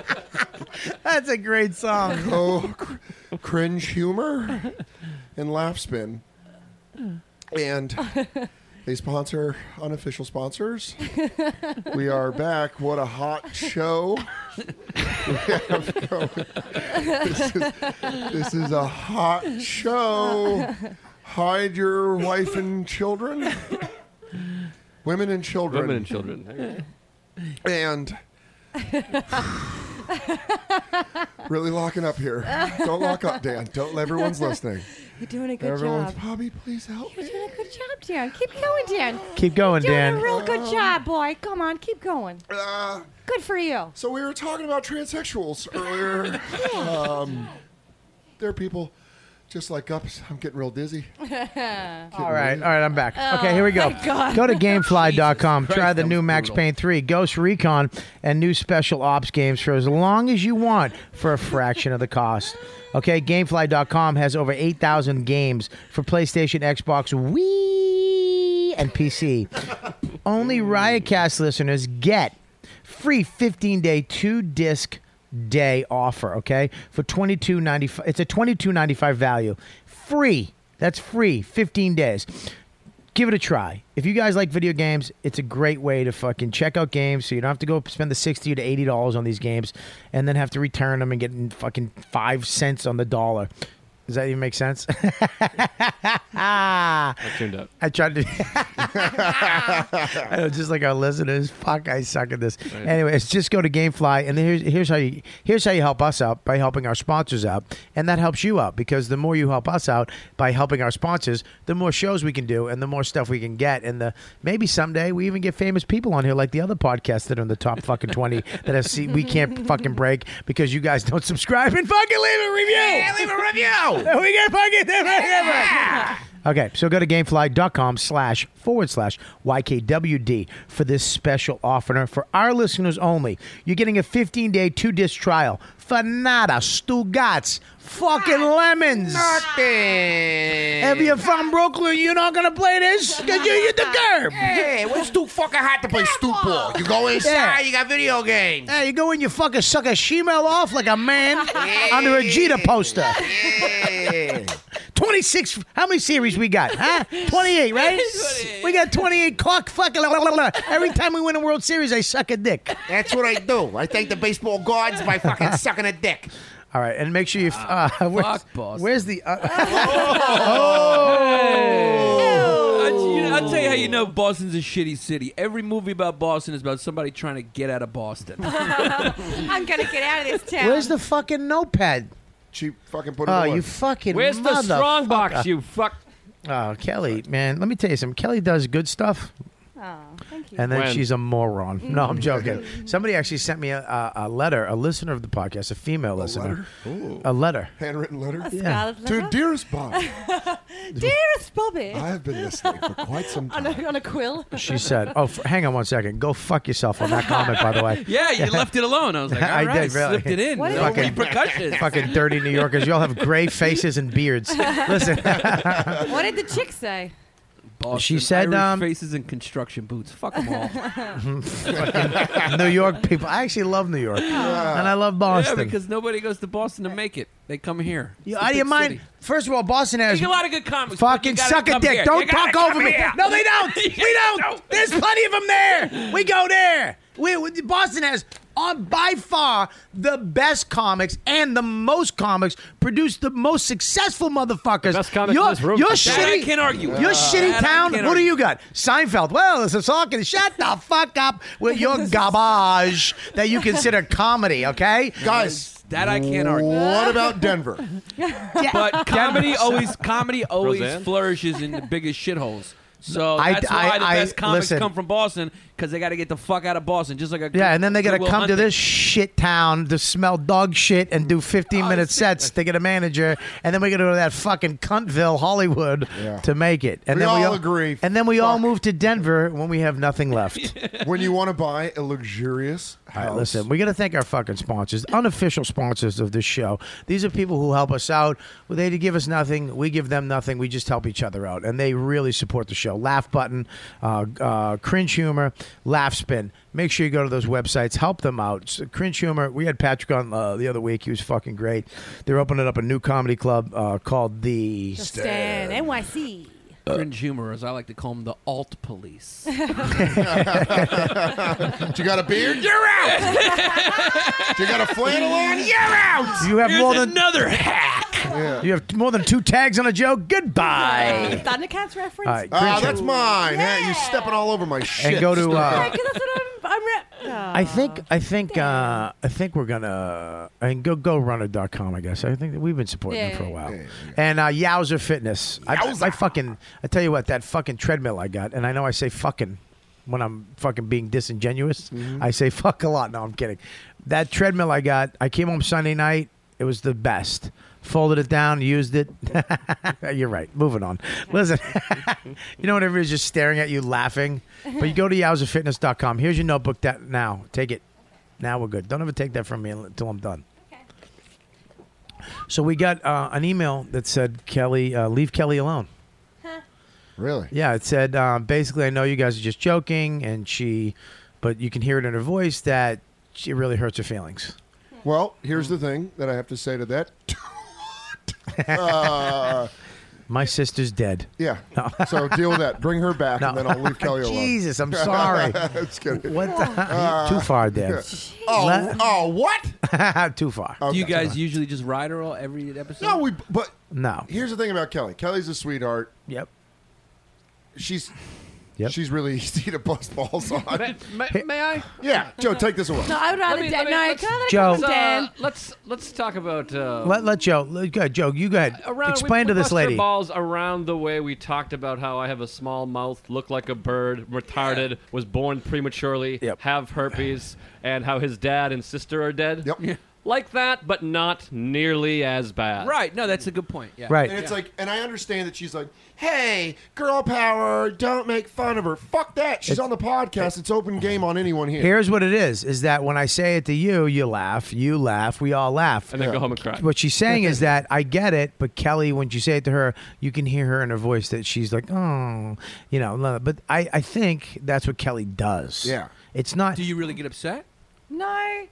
E: That's a great song.
K: Go cr- Cringe Humor and Laugh Spin. And they sponsor unofficial sponsors. We are back. What a hot show. We have going- This is, this is a hot show. Hide your wife and children. Women and children.
M: Women and children. There
K: And really locking up here. Don't lock up, Dan. Don't. Everyone's listening.
I: You're doing a good
K: Everyone's-
I: job.
K: Bobby, please help
I: You're doing a good job, Dan. Keep going, Dan.
E: Keep going,
I: You're
E: Dan.
I: doing a real
K: Um,
I: good job, boy. Come on, keep going. good for you.
K: Uh, So we were talking about transsexuals earlier. Um, they're people just like us. I'm getting real dizzy.
E: All right, all right, I'm back.
K: Oh,
E: okay, here we go.
K: thank God.
E: Go to gamefly.com. Try the
K: that
E: new
K: was
E: Max
K: brutal.
E: Payne 3, Ghost Recon, and new special ops games for as long as you want for a fraction of the cost. Okay, gamefly.com has over 8,000 games for PlayStation, Xbox, Wii, and PC. Only Riotcast listeners get free 15 day, two disc day offer, okay? For 22.95 it's a 22.95 value. Free. That's free 15 days. Give it a try. If you guys like video games, it's a great way to fucking check out games so you don't have to go spend the 60 to 80 dollars on these games and then have to return them and get fucking 5 cents on the dollar. Does that even make sense? I
M: tuned out.
E: Ah. I tried to. I know, just like our listeners. Fuck, I suck at this.
M: Right.
E: Anyways, just go to GameFly, and here's here's how you here's how you help us out by helping our sponsors out, and that helps you out because the more you help us out by helping our sponsors, the more shows we can do, and the more stuff we can get, and the maybe someday we even get famous people on here like the other podcasts that are in the top fucking twenty that have seen we can't fucking break because you guys don't subscribe and fucking leave a review.
J: Yeah, leave a review.
E: we get fucking Okay, so go to gamefly.com slash forward slash YKWD for this special offer for our listeners only. You're getting a 15 day, two disc trial. Fanada, Stugats, fucking lemons. Nothing. If you're from Brooklyn, you're not going to play this because you hit the curb.
O: Hey, well, it's too fucking hot to play stupor. You go inside,
E: Yeah.
O: you got video games.
E: Hey, you go in, you fucking suck a shemale off like a man under a Jeter poster. 26, how many series we got, huh? 28, right? We got 28 clock fucking. la, la, la, la. Every time we win a World Series, I suck a dick.
O: That's what I do. I thank the baseball gods by fucking sucking a dick.
E: All right, and make sure you. Uh, where's, where's the. Uh,
N: Oh,
E: Oh!
N: I, you know, I'll tell you how you know Boston's a shitty city. Every movie about Boston is about somebody trying to get out of Boston.
I: I'm gonna get out of this town.
E: where's the fucking notepad?
K: She fucking put
M: it
E: Oh,
M: away.
E: you fucking.
M: Where's the strong box,
E: motherfucker.
M: you fuck?
E: Oh, Kelly, man, let me tell you something. Kelly does good stuff.
I: Oh, thank you.
E: And then
M: When?
E: she's a moron. No,
K: Mm.
E: I'm joking. Somebody actually sent me a, a, a letter, a listener of the podcast, a female listener.
K: letter? Ooh.
E: A letter.
K: Handwritten letter.
I: A scarlet
K: To
I: letter?
K: dearest Bob,
I: Dearest Bobby.
K: I have been listening for quite some
I: on, a, on a quill.
E: She said, "Oh, f- hang on one second. Go fuck yourself on that comment, by the way."
N: yeah, you left it alone. I was like, all
E: I
N: right,
E: did, really.
N: slipped it in.
E: What
N: no
E: is it?
N: repercussions.
E: Fucking dirty New Yorkers. You all have gray faces and beards. Listen.
I: What did the chick say?
N: Boston,
E: She said,
N: Irish
E: um,
N: faces and construction boots. Fuck them all.
E: Fucking New York people. I actually love New York, and I love Boston.
N: Yeah, because nobody goes to Boston to make it. They come here. It's
E: You
N: the
E: out of your
N: big
E: mind?
N: city.
E: First of all, Boston has
N: There's a lot of good comics. but you
E: Fucking
N: gotta
E: suck a
N: come
E: dick.
N: here.
E: Don't
N: You gotta
E: talk over
N: come
E: me.
N: here.
E: No, they don't. we don't. There's plenty of them there. We go there. We we- Boston has are by far the best comics and the most comics produce the most successful motherfuckers. best
L: comic in
E: your,
L: this room.
E: Your
L: That I
E: shitty,
L: can't argue with.
E: Your
L: Uh,
E: shitty
L: that I
E: town.
L: can't
E: What do
L: argue.
E: you got? Seinfeld. Well, it's a talking. Shut the fuck up with your garbage that you consider comedy. Okay,
K: guys.
N: That I can't argue.
K: What about Denver?
N: But comedy
E: Denver.
N: always comedy always
E: Roseanne?
N: flourishes in the biggest shitholes. So
E: I-
N: that's
E: I-
N: why the
E: I-
N: best comics
E: listen.
N: come from Boston because they got to get the fuck out of Boston, just like a
E: Yeah, and then they got to
N: Goodwill
E: come to
N: Hunting.
E: this shit town to smell dog shit and do 15
N: Oh,
E: minute sets to get a manager, and then we got to go to that fucking cuntville Hollywood to make it. And
K: We
E: then we
K: all agree.
E: And then we all move to Denver when we have nothing left.
K: when you want to buy a luxurious
E: All
K: house.
E: right, listen, we got to thank our fucking sponsors, unofficial sponsors of this show. These are people who help us out. Well, they give us nothing. We give them nothing. We just help each other out. And they really support the show. Laugh Button, uh, uh, Cringe Humor, Laugh Spin. Make sure you go to those websites. Help them out. So, cringe Humor, we had Patrick on uh, the other week. He was fucking great. They're opening up a new comedy club uh, called The
I: Stan, NYC.
N: Cringe humor, as I like to call them, the alt police.
K: you got a beard? You're out. you got a flannel on? You're out.
E: You have more than
N: hack.
E: You have more than two tags on a joke. Goodbye.
I: Thundercats reference.
E: All right,
K: Ah,
E: Cringe-
K: that's mine. Yeah. you're stepping all over my shit.
E: go to, uh,
I: Yeah, 'cause that's what I'm. I'm re- Aw.
E: I think I think uh, I think we're gonna I mean, go go runner.com, I guess. I think that we've been supporting
I: Yeah,
E: them for a
I: yeah,
E: while. And uh, Yowzer Fitness. I, I fucking I tell you what, that fucking treadmill I got, and I know I say fucking when I'm fucking being disingenuous.
I: Mm-hmm.
E: I say fuck a lot. No, I'm kidding. That treadmill I got, I came home Sunday night. It was the best. Folded it down, used it. You're right. Moving on. Listen, you know when everybody's just staring at you laughing? But you go to yowzerfitness.com. Here's your notebook that now. Take it. Now we're good. Don't ever take that from me until I'm done. So we got uh, an email that said, Kelly, uh, leave Kelly alone.
K: Really?
E: Yeah, it said um, basically, I know you guys are just joking, and she, but you can hear it in her voice that she- it really hurts her feelings.
K: Well, here's the thing that I have to say to that. Uh,
E: My sister's dead.
K: yeah. So deal with that. Bring her back, and then I'll leave Kelly alone.
E: Jesus, I'm sorry.
K: Just kidding. Uh,
E: What the- Too far, Dad.
K: Oh,
E: Le-
K: oh, what?
E: Too far.
N: Do you
K: Okay.
N: guys usually just ride her all every episode?
K: No, we. But
E: No.
K: here's the thing about Kelly. Kelly's a sweetheart.
E: Yep.
K: She's. She's really easy to bust balls on.
L: May, may, may I?
K: yeah, Joe, take this away.
I: No, I would rather
L: Let me-
I: Dan.
L: let me-
I: No,
L: let's-
I: can I let it
E: Joe.
I: come to Dan?
L: Uh, let's let's talk about uh,
E: Let, let Joe. Let, go ahead, Joe, you go ahead.
L: around.
E: Explain
L: we,
E: to
L: we
E: this
L: bust our
E: lady.
L: balls around the way we talked about how I have a small mouth, look like a bird, retarded, was born prematurely, have herpes, and how his dad and sister are dead. Yep. Like that, but not nearly as bad.
N: Right. No, that's a good point. Yeah.
K: And it's like, and I understand that she's like, hey, girl power, don't make fun of her. Fuck that. She's
E: It's-
K: on the podcast. It's open game on anyone here.
E: Here's what it is: is that when I say it to you, you laugh, you laugh, we all laugh,
L: And then go home and cry.
E: What she's saying is that I get it, but Kelly, when you say it to her, you can hear her in her voice that she's like, oh, you know. blah, But I, I think that's what Kelly does.
N: Yeah.
E: It's not.
N: Do you really get upset?
I: No. Um,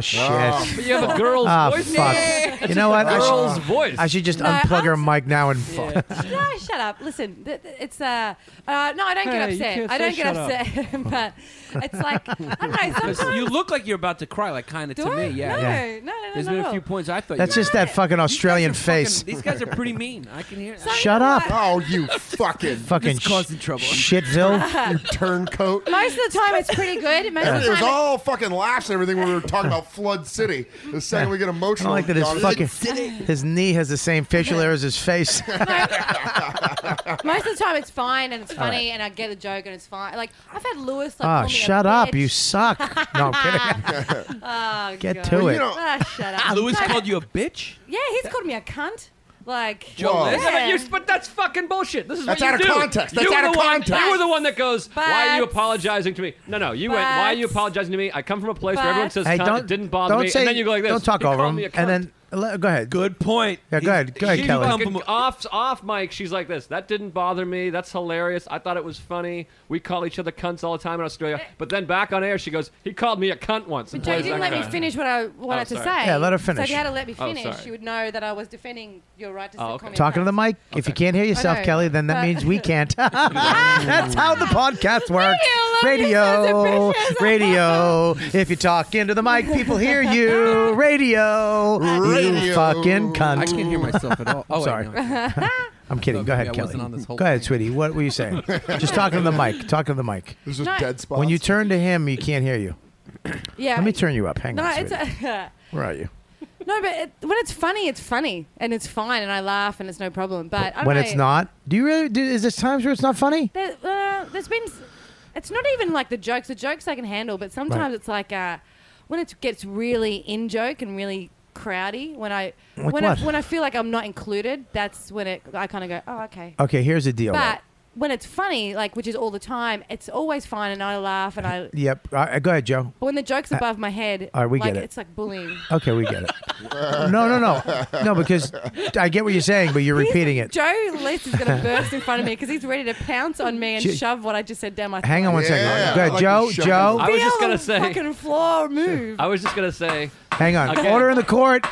E: shit!
N: Oh, but you have a girl's
E: oh,
N: voice
I: now.
E: Fuck.
I: It's
E: You know
I: just
E: what?
I: a girl's
E: I should,
I: voice.
E: I should just
I: No,
E: unplug her mic now and. fuck.
I: no, shut up. Listen, th- th- it's uh, uh, no, I don't
N: Hey,
I: get
N: you can't
I: upset.
N: say
I: I don't get
N: shut up.
I: upset, but it's like I don't know.
N: Because
I: Sometimes
N: you look like you're about to cry, like kind of to
I: do I?
N: me. Yeah.
I: No,
N: yeah.
I: no, no, no.
N: There's
I: not
N: been
I: at
N: a few
I: all.
N: points I thought.
E: That's
N: you
E: just that fucking Australian face.
N: These guys are pretty mean. I can hear. That.
E: Shut up!
K: Oh, you fucking
E: fucking
N: This causing trouble.
E: shitville.
K: you turncoat.
I: Most of the time, it's pretty good. Most of
K: It
I: the
K: was
I: time,
K: all fucking laughs and everything when we were talking about Flood City. The second we get
E: I
K: emotional,
E: don't like that
K: Donna's
E: his
K: like,
E: fucking his knee has the same facial hair as his face. Ah,
I: most of the time it's fine and it's
E: All right.
I: funny and I get the joke and it's fine. Like I've had Lewis like. call
E: Ah,
I: me a
E: shut up!
I: bitch.
E: You suck. No, I'm kidding.
I: Oh,
E: Get
I: God.
E: to Well, you it. know-
I: Ah, shut up.
N: Lewis
I: No,
N: called you a bitch.
I: Yeah, he's called me a cunt. Like
N: Joe Whoa. List?
L: Yeah, but,
I: Yeah.
L: you, but that's fucking bullshit. This is
K: That's
L: what you
K: out of
L: do.
K: context. That's
L: you were
K: out of
L: the one-
K: context.
L: you were the one that goes, "Why are you
I: But-
L: apologizing to me?" No, no, you went, "Why are you
I: But-
L: apologizing to me?" I come from a place where
I: But-
L: everyone says,
E: Hey,
L: cunt,
E: don't
L: "It didn't bother
E: don't
L: me,"
E: Say,
L: and then you go like this.
E: Don't talk
L: "He
E: over
L: called
E: him.
L: me a cunt."
E: And then Le- Go ahead.
N: Good point.
E: Yeah, go ahead. Go ahead,
L: she
E: Kelly.
L: fucking off off mic. She's like this. That didn't bother me. That's hilarious. I thought it was funny. We call each other cunts all the time in Australia. But then back on air, she goes, "He called me a cunt once."
I: But Joe, you didn't let me finish what I wanted to say.
E: Yeah, let her
I: So if
E: finish.
I: you had to let me
E: Oh,
I: finish,
E: sorry.
I: you would know that I was defending your right to say comment.
E: Talking to the mic. If you can't hear yourself,
I: I know,
E: Kelly, then that
I: but-
E: means we can't. That's how the podcast works. Radio, radio. If you talk into the mic, people hear you. Radio, you
N: Radio.
E: fucking cunt.
N: I can't hear myself at all. Oh, wait,
E: sorry.
N: no.
E: I'm kidding. Go ahead,
N: I
E: Kelly.
N: wasn't on this whole
E: Go ahead, sweetie. What were you saying? just talking to the mic. Talking to the mic.
K: There's
I: just No, dead
E: When you turn to him, he can't hear you.
I: Yeah.
E: Let me turn you up. Hang
I: no,
E: on,
I: it's
E: sweetie.
I: a,
E: Where are you?
I: no, but it, when it's funny, it's funny and it's fine, and I laugh and it's no problem. But I don't
E: When
I: know,
E: it's not, do you really? Do, is there times where it's not funny?
I: There, uh, there's been. s- It's not even like the jokes. The jokes I can handle, but sometimes
E: Right.
I: it's like uh, when it gets really in joke and really crowdy. When I
E: Like
I: when
E: what?
I: I when I feel like I'm not included, that's when it I kind of go, oh okay.
E: Okay, here's the deal.
I: But when it's funny, like which is all the time, it's always fine, and I laugh and I.
E: Yep. All right, go ahead, Joe.
I: But when the joke's
E: Uh,
I: above my head,
E: all right, we
I: like,
E: get it.
I: It's like bullying.
E: Okay, we get it. no, no, no, no. Because I get what you're saying, but you're repeating it.
I: Joe List is going to burst in front of me because he's ready to pounce on me and
E: Ju-
I: shove what I just said down my.
E: Hang on
I: throat.
E: one second.
L: Yeah,
E: Go
L: I
E: ahead,
L: like
E: Joe.
L: the show.
E: Joe.
L: I was just
I: Feel
L: gonna
I: the
L: say-
I: Fucking floor move.
L: I was just gonna say.
E: Hang on.
L: Again.
E: Order in the court.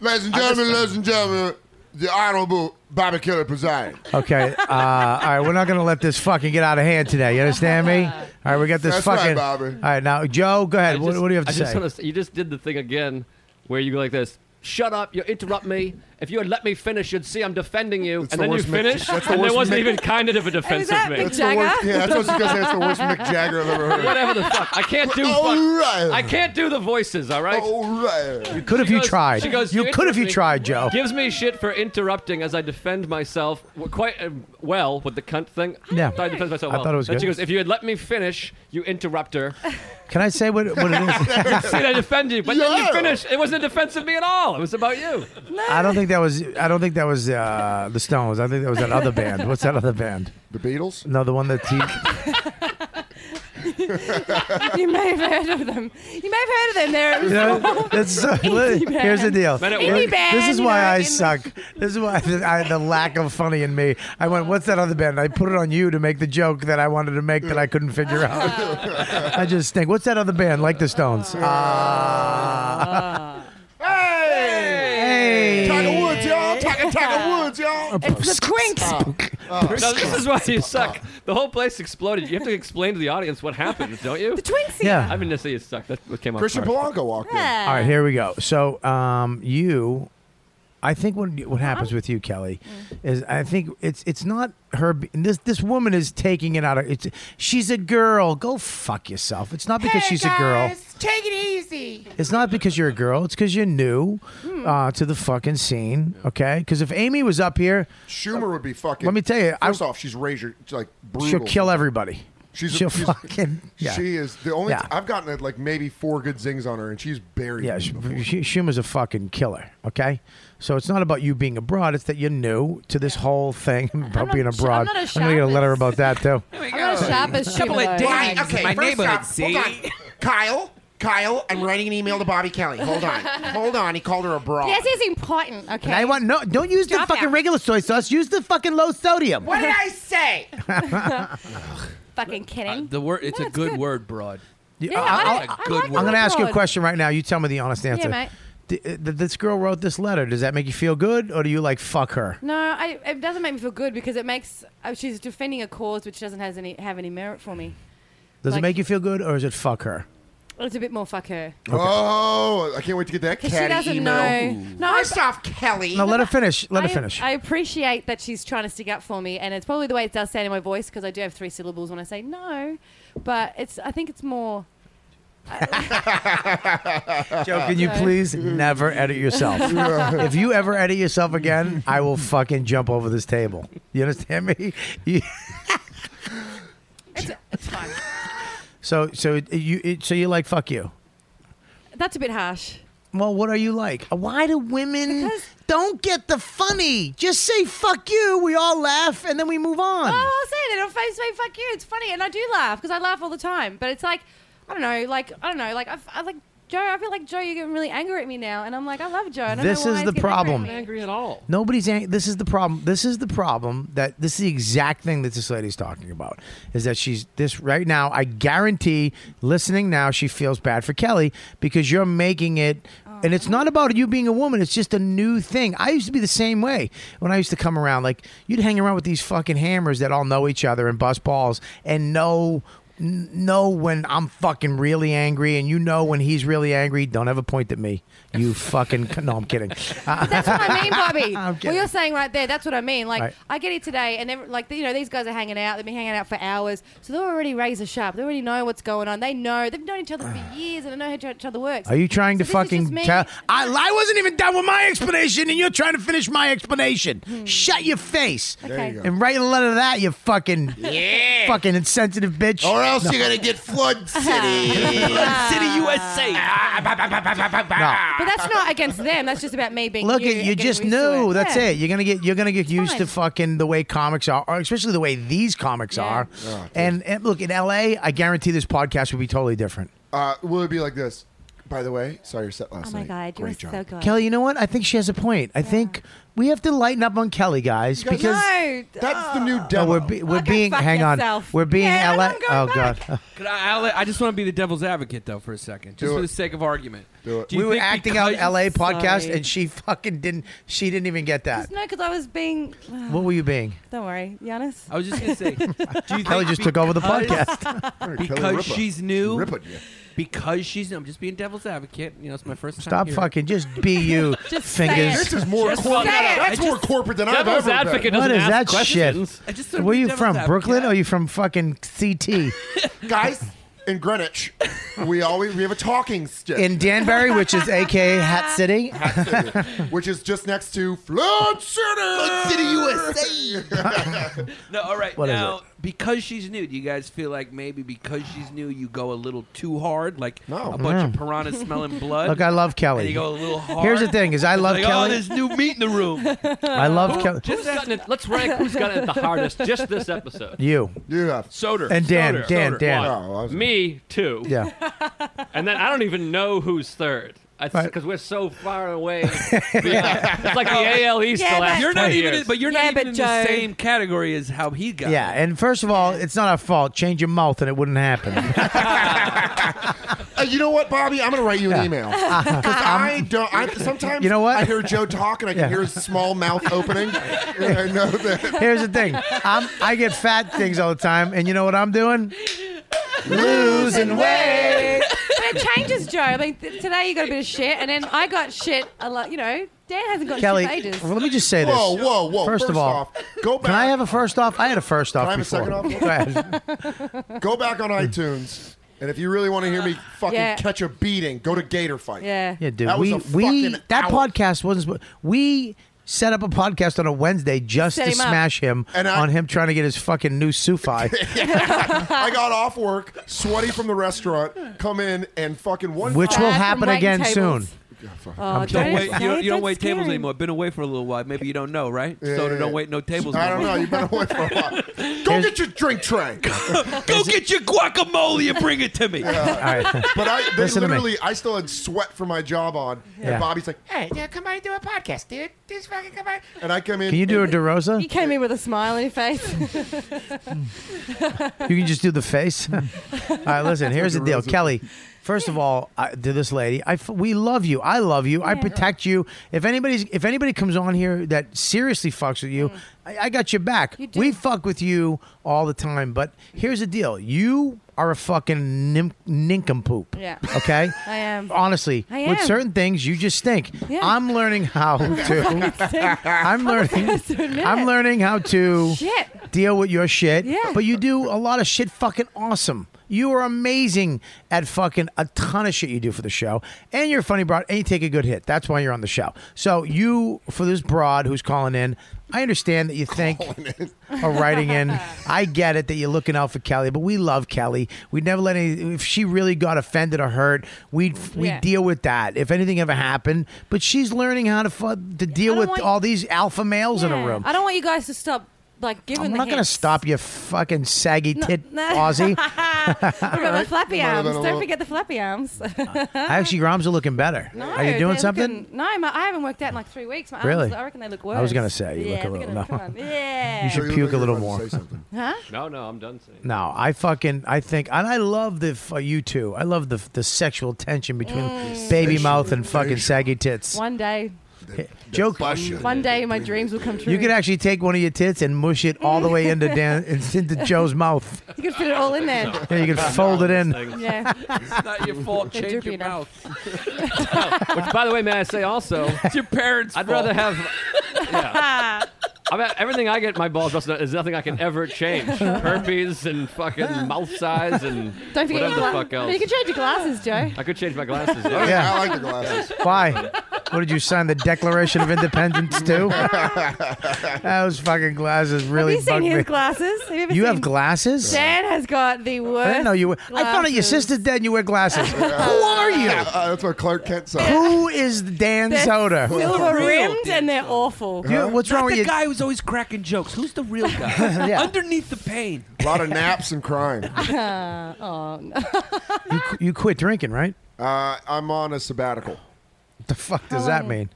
K: Ladies and gentlemen, ladies and gentlemen, the Honorable Bobby Kelly presiding.
E: Okay. Uh, all right. We're not going to let this fucking get out of hand today. You understand me? All right. We got this
L: That's right,
E: fucking.
L: Bobby.
E: All right. Now, Joe, go ahead.
L: I
E: what,
L: just-
E: what do you have to
L: I
E: say?
L: Just wanna s- you just did the thing again where you go like this. Shut up! You interrupt me. If you had let me finish, you'd see I'm defending you, and
K: the
L: then you
K: worst Mick-
L: finish,
K: that's the
L: and there
K: worst
L: wasn't
K: Mick-
L: even kind of a defense
K: that
L: of me.
K: Mick That's the worst- Jagger? yeah, that's what I was gonna say. That's the worst Mick Jagger I've ever heard.
L: Whatever the fuck, I can't do.
K: All
L: fuck-
K: right.
L: I can't do the voices. All right.
K: All right.
E: You could if
L: She
E: you
L: goes-
E: tried.
L: she goes,
E: you could if
L: interrupt
E: you
L: me."
E: tried, Joe.
L: Gives me shit for interrupting as I defend myself w- quite uh, well with the cunt thing.
E: Yeah.
L: I defend myself
E: I
L: well.
E: thought it was
L: then
E: good.
L: she goes, if you had let me finish, you interrupt her.
E: Can I say what, what it is?
L: See, I defend you, but then you finish. It wasn't a defense of me at all. It was about you.
E: I don't think that was. I don't think that was uh, the Stones. I think that was that other band. What's that other band?
K: The Beatles.
E: No, the one that he.
I: you may have heard of them. You may have heard of them. They're
E: You know, that's so, here's the deal.
I: Man, it Indie works. band,
E: this is
I: you
E: why
I: know,
E: I
I: in-
E: suck. This is why the, I, the lack of funny in me. I went, "What's that other band?" I put it on you to make the joke that I wanted to make that I couldn't figure out. I just think, "What's that other band?" Like the Stones. Ah. hey,
K: Tiger Woods, y'all. Tiger, Tiger Woods, y'all.
E: It's the
K: Quinks.
L: No, this is why you suck. The whole place exploded. You have to explain to the audience what happened, don't you? The
I: twinks.
E: Yeah.
L: I mean, this you suck. That's what came up.
K: Christian Polanco walked in.
E: All right, here we go. So, um, you, I think what
J: Uh-huh.
E: what happens with you, Kelly,
J: Mm.
E: is I think it's it's not her. be- and This this woman is taking it out of. It's she's a girl. Go fuck yourself. It's not because
J: Hey,
E: she's a girl.
J: guys, Take it easy.
E: It's not because you're a girl. It's because you're new
J: Hmm.
E: uh, to the fucking scene. Okay, because if Amy was up here,
K: Schumer would be fucking.
E: Let me tell you, I-
K: First off, she's razor like brutal.
E: she'll kill everybody.
K: She's
E: she'll
K: she's-
E: fucking. Yeah.
K: She is the only.
E: Yeah.
K: I've gotten like maybe four good zings on her, and she's buried.
E: Yeah,
K: me
E: Sh-
K: before.
E: Sh- Schumer's a fucking killer. Okay, so it's not about you being abroad; it's that you're new to this whole thing about being abroad.
I: I'm not a
E: gonna get a letter about that too.
I: I'm not as sharp as
O: Couple
I: Schumer,
O: of
I: though.
O: days. Why? Okay,
N: My
O: first
N: neighborhood,
O: off,
N: see?
O: Hold on. Kyle, Kyle, I'm writing an email to Bobby Kelly. Hold on. Hold on. He called her a broad.
I: This is important. Okay.
E: And I want no. Don't use
I: Drop
E: the fucking
I: out.
E: regular soy sauce. Use the fucking low sodium.
O: What did I say?
I: Fucking kidding.
N: The word. It's a good word, broad.
E: You-
I: Yeah, I like- I like
E: I'm
I: broad.
E: gonna ask you a question right now. You tell me the honest
I: Yeah,
E: answer.
I: mate.
E: D- uh, th- this girl wrote this letter. Does that make you feel good, or do you like fuck her?
I: No, I, it doesn't make me feel good because it makes uh, she's defending a cause which doesn't has any have any merit for me.
E: Does it
I: Like-
E: make you feel good, or is it fuck her?
I: It's a bit more fuck her.
K: Oh, I can't wait to get that
I: 'Cause
K: catty
I: she doesn't
K: email.
I: know. No,
O: First off, Kelly.
E: No, let her finish. Let
I: I,
E: her finish.
I: I appreciate that she's trying to stick up for me, and it's probably the way it does sound in my voice because I do have three syllables when I say no. But it's I think it's more.
E: Joe, can you please never edit yourself? if you ever edit yourself again, I will fucking jump over this table. You understand me? You-
I: It's fine.
E: so, so it- you, it, so you like fuck you.
I: That's a bit harsh.
E: Well, what are you like? Why do women don't get the funny? Just say fuck you. We all laugh and then we move on.
I: Oh, I'll say it. It'll face me. Fuck you. It's funny, and I do laugh because I laugh all the time. But it's like, I don't know. Like I don't know. Like I've, I like Joe, I feel like Joe, you're getting really angry at me now, and I'm like, I love Joe. I don't
E: This
I: know why
E: is
I: he's
E: the
I: getting
E: problem.
I: Angry at, me.
L: angry at all.
E: Nobody's. Ang- this is the problem. This is the problem that this is the exact thing that this lady's talking about. Is that she's this right now? I guarantee, listening now, she feels bad for Kelly because you're making it. And it's not about you being a woman. It's just a new thing. I used to be the same way when I used to come around. Like you'd hang around with these fucking hammers that all know each other and bust balls and know n- know when I'm fucking really angry, and you know when he's really angry. Don't ever point at me, you fucking. No, I'm kidding.
I: That's what I mean, Bobby.
E: I'm
I: what
E: kidding.
I: you're saying right there, that's what I mean. Like,
E: Right.
I: I get it today, and every, like, you know, these guys are hanging out. They've been hanging out for hours. So they're already razor sharp. They already know what's going on. They know. They've known each other for years, and they know how each other works.
E: Are you trying to
I: So this is just
E: fucking
I: me.
E: tell? I, I wasn't even done with my explanation, and you're trying to finish my explanation. Shut your face
K: Hmm. There you go.
E: and write a letter to that, you fucking
K: Yeah.
E: fucking insensitive bitch.
K: Or else
E: No.
K: you're gonna get flood city. Ah, flood city USA.
I: But that's not against them. That's just about me being.
E: Look
I: you
E: at
I: and
E: you
I: getting
E: just
I: used to
E: knew. That's
I: Yeah.
E: it. You're gonna get you're gonna get used to fucking the way comics are, or especially the way these comics are.
K: Oh, dude.
E: and, and look in LA, I guarantee this podcast would be totally different.
K: Uh, will it be like this? By the way, saw your set last
I: Oh my
K: night.
I: god, you
K: Great
I: are
K: job.
I: so good.
E: Kelly, you know what? I think she has a point. I think we have to lighten up on Kelly, guys,
K: You guys-
E: because
I: No,
K: that's
N: oh.
K: the new
E: No,
K: demo.
E: we're be, we're being hang on. We're being LA. Oh god.
N: Could I, I'll- I just want to be the devil's advocate though for a second, just
E: Do
N: for
E: it.
N: the sake of argument. Do
E: we
N: you
E: were
N: think
E: acting out
N: because-
E: LA podcast, and she fucking didn't. She didn't even get that.
I: No, because I was being.
E: What were you being?
I: Don't worry, Giannis.
N: I was just gonna say, do you
E: Kelly
N: think
E: just took over the
N: because-
E: podcast. Kelly
N: because
E: Ripa.
N: she's new.
E: Ripa,
N: Because she's new. I'm just being devil's advocate. You know, it's my first time.
E: Stop
N: here.
E: fucking. Just be you. fingers.
N: This is more Just corporate- say it.
K: That's
N: I
K: more
N: just-
K: corporate than I've ever
N: Devil's
K: been.
N: advocate
E: What is
N: ask
E: that
N: questions. I
E: shit?
N: just thought it'd
E: Where are
N: be
E: you
N: devil's
E: from?
N: advocate.
E: Brooklyn? Or are you from fucking CT?
K: Guys, in Greenwich, we always we have a talking stick
E: In Danbury, which is AKA Hat City?
K: which is just next to Flood City. Flood City, USA.
N: No, all right.
K: What is
N: now, because she's new, do you guys feel like maybe because she's new, you go a little too hard, like a bunch of
E: Mm.
N: piranhas smelling blood?
E: Look, I love Kelly.
N: And you go a little hard.
E: Here's the thing: is I
N: It's
E: love
N: like, Oh,
E: Kelly.
N: there's new meat in the room.
E: I love
N: Who-
E: Kelly.
L: Who's gotten it, let's rank who's gotten it the hardest just this episode.
E: You.
K: You have
L: Soder
E: And Dan,
L: Soder,
E: Dan,
L: Soder,
E: Dan.
L: one. me too.
E: Yeah.
L: and then I don't even know who's third. Because we're so far away. behind. It's like the AL East the last
N: Oh. You're not
L: 20
N: even,
L: years.
N: but you're
L: Yeah,
N: not even
L: but
N: in
L: Joe-
N: the same category as how he got.
E: Yeah, and first of all, it's not our fault. Change your mouth, and it wouldn't happen.
K: Uh, you know what, Bobby? I'm gonna write you an
E: Yeah. Uh-huh.
K: email. 'Cause I don't. I, sometimes
E: You know what?
K: I hear Joe talk and I can
E: Yeah.
K: hear his small mouth opening. and I know that.
E: Here's the thing: I'm I get fat things all the time, and you know what I'm doing? Losing weight.
I: but it changes, Joe. I mean, th- today you got a bit of shit, and then I got shit a lot. You know, Dan hasn't got
E: Kelly,
I: shit for ages.
E: well, let me just say this.
K: Whoa, whoa, whoa.
E: First, of
K: First
E: all,
K: off, go
E: Can I have a first off? I had a first off
K: Can I have a
E: before.
K: second off?
E: Go ahead.
K: Go back on iTunes, and if you really want to hear me fucking
I: Yeah.
K: catch a beating, go to Gator Fight.
I: Yeah.
E: Yeah, dude.
K: That was
E: we
K: a
E: we
K: fucking
E: that
K: hour.
E: podcast wasn't. spo- We set up a podcast on a Wednesday just
K: Set
E: to
K: him up.
E: smash him
K: And I-
E: on him trying to get his fucking new sufi.
K: I got off work, sweaty from the restaurant, come in and fucking one.
E: Which will happen again
K: soon.
L: Oh,
N: I'm don't wait, you don't, you don't wait tables anymore. Been away for a little while. Maybe you don't know, right?
K: Yeah,
N: so
K: yeah,
N: don't
K: yeah.
N: wait no tables.
K: I don't know. You've been away for a while. Go get your drink tray.
N: Go get your guacamole and bring it to me.
K: Yeah.
E: All right.
K: But I they
E: Listen to me.
K: literally, I still had sweat from my job on,
E: Yeah.
K: and Bobby's like,
J: Hey, yeah, come by and do a podcast, dude. Just fucking come by.
K: and I come in.
E: Can you do a
K: and-
E: DeRosa?
I: You came in with a smile on your face.
E: You can just do the face. all right, listen. Here's the deal, Kelly. First of all, I, to this lady, I f- we love you. I love you. I protect you. If anybody's if anybody comes on here that seriously fucks with you, I, I got your back. we fuck with you all the time. But here's the deal: you are a fucking nim- nincompoop.
I: Yeah.
E: Okay.
I: I am.
E: Honestly,
I: I
E: with
I: am.
E: certain things, you just stink.
I: Yeah.
E: I'm learning how to. I'm learning.
I: admit
E: I'm
I: it.
E: learning how to
I: Shit.
E: deal with your shit.
I: Yeah.
E: But you do a lot of shit fucking awesome. You are amazing at fucking a ton of shit you do for the show. And you're a funny broad and you take a good hit. That's why you're on the show. So you for this broad who's calling in, I understand that you think or writing in. I get it that you're looking out for Kelly, but we love Kelly. We never let any if she really got offended or hurt, we'd we
I: Yeah.
E: would deal with that. If anything ever happened, but she's learning how to fu- to deal with
I: want-
E: all these alpha males in a
I: Yeah.
E: room.
I: I don't want you guys to stop like given
E: I'm
I: the
E: not going to
I: hints-
E: stop you, fucking saggy
I: No,
E: tit
I: no.
E: Aussie.
I: what about the flappy
E: Might have
I: arms?
E: been a
I: Don't
E: little-
I: forget the flappy arms.
E: Actually, your arms are looking better.
I: No,
E: are you
I: they're
E: doing something?
I: looking- no, my, I haven't worked out in like three weeks. My
E: Really?
I: arms, I reckon they look worse.
E: I was gonna say, you
I: yeah,
E: look a
I: they're
E: little-
I: gonna-
E: no.
I: come on. Yeah.
E: You should puke a little more.
I: Huh?
L: No, no, I'm done saying.
E: No, I fucking I think, and I love the f- you two. I love the the sexual tension between
I: Mm.
E: baby
I: Sexual
E: mouth and fucking saggy tits.
I: One day,
E: Joke.
I: one day, my dreams will come true.
E: You could actually take one of your tits and mush it all the way into Dan into Joe's mouth.
I: You could fit it all in there.
E: Yeah, you could fold it in.
I: Yeah.
N: It's not your fault.
I: They're
N: Change
I: droopy
N: your
I: enough.
N: mouth.
L: Which, by the way, may I say also, it's
N: your parents.
L: I'd
N: fault.
L: rather have. Yeah. I mean, everything I get my balls busted out is nothing I can ever change. Herpes and fucking mouth size and
I: Don't forget
L: whatever
I: your
L: the
I: glasses.
L: fuck else.
I: You can change your glasses, Joe.
L: I could change my glasses.
E: I like- Oh, Yeah. I like the
L: glasses.
E: Why? What did you sign the Declaration of Independence too? Those fucking glasses really
I: Have you seen
E: bug me.
I: his glasses? Have you, ever
E: You have
I: seen-
E: glasses?
I: Dan has got the worst.
E: I didn't know you. Were, I found out your
I: glasses. Uh,
E: sister's dead. and You wear glasses. Who are you?
K: that's what Clark Kent said.
E: Who is Dan
I: They're
E: Soder?
I: silver rimmed and they're awful.
E: You- what's
N: Not
E: wrong with
N: the
E: you?
N: guy who's always cracking jokes. Who's the real guy?
E: Yeah.
N: Underneath the pain.
K: A lot of naps and crying.
I: oh, no.
E: You, you quit drinking, right?
K: Uh, I'm on a sabbatical.
E: What the fuck does that mean?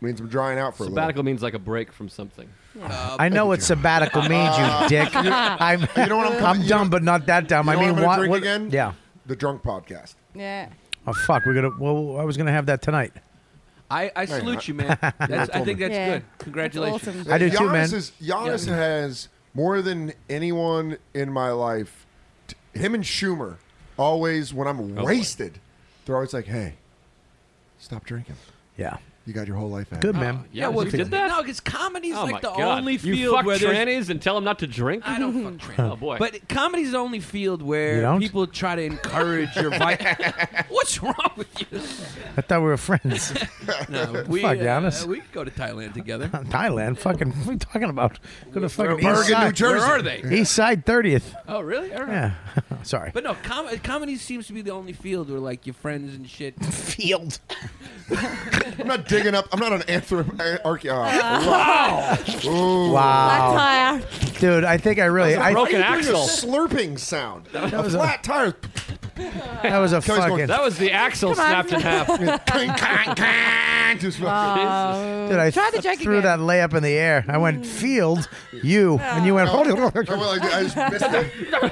K: Means I'm drying out for a little.
L: Sabbatical means like a break from something. Uh,
N: Uh,
E: I know what sabbatical means, you
K: Uh,
E: dick.
K: you know-
E: I'm,
K: you know what I'm
E: I'm
K: coming- you
E: dumb, but not that dumb.
K: You
E: I
K: know
E: mean,
K: what I'm gonna
E: why-
K: drink
E: what-
K: again?
E: Yeah.
K: The drunk podcast.
I: Yeah.
E: Oh fuck, we're gonna. Well, I was gonna have that tonight.
N: I, I
K: Hey,
N: salute you,
K: man.
N: man. That's, I
K: told
N: think
K: me.
N: that's
K: Yeah.
N: good. Congratulations.
E: I do too,
K: Giannis
E: man.
K: Is, Giannis
N: Yeah.
K: has more than anyone in my life. t- Him and Schumer always, when
N: Oh,
K: I'm
E: boy.
K: wasted, they're always like, "Hey, stop drinking.
E: Yeah,
K: you got your whole life ahead.
E: Good, man.
N: Uh, Yeah, well, no, because comedy is
L: Oh my
N: like the
L: God.
N: only
L: you
N: field
L: fuck
N: where there's-
L: trannies and tell them not to drink.
N: I don't fuck
L: trannies. Oh boy.
N: But comedy's the only field
E: You
N: where
E: don't?
N: people try to encourage your vi- What's wrong with you?
E: I thought we were friends.
N: No, we,
E: fuck,
N: uh,
E: Giannis.
N: we could go to Thailand together.
E: Thailand, fucking. What are you talking about? Go to fucking
N: Bergen,
E: East Side.
N: New Jersey. Where are they?
E: East Side Thirtieth.
N: Oh, really? I don't know.
E: Yeah. Sorry.
N: But no, com- comedy seems to be the only field where like your friends and shit.
E: Field.
K: I'm not digging up. I'm not an anthropologist.
N: Wow.
E: Wow.
I: Flat
E: Dude, I think I really. I
K: I think there's A slurping sound.
E: That
K: a
E: was a-
K: flat tire.
E: That was a
K: Kelly's going,
E: fucking.
L: That was the axle
K: Come on.
L: snapped in half.
K: Just fucking-
E: Dude, I
I: Try the
E: th-
I: joke
E: threw
I: again. Mm. Ah.
E: that layup in the air. I went field, you, and you went.
K: No, no, Oh, well, I, I just missed it.
E: All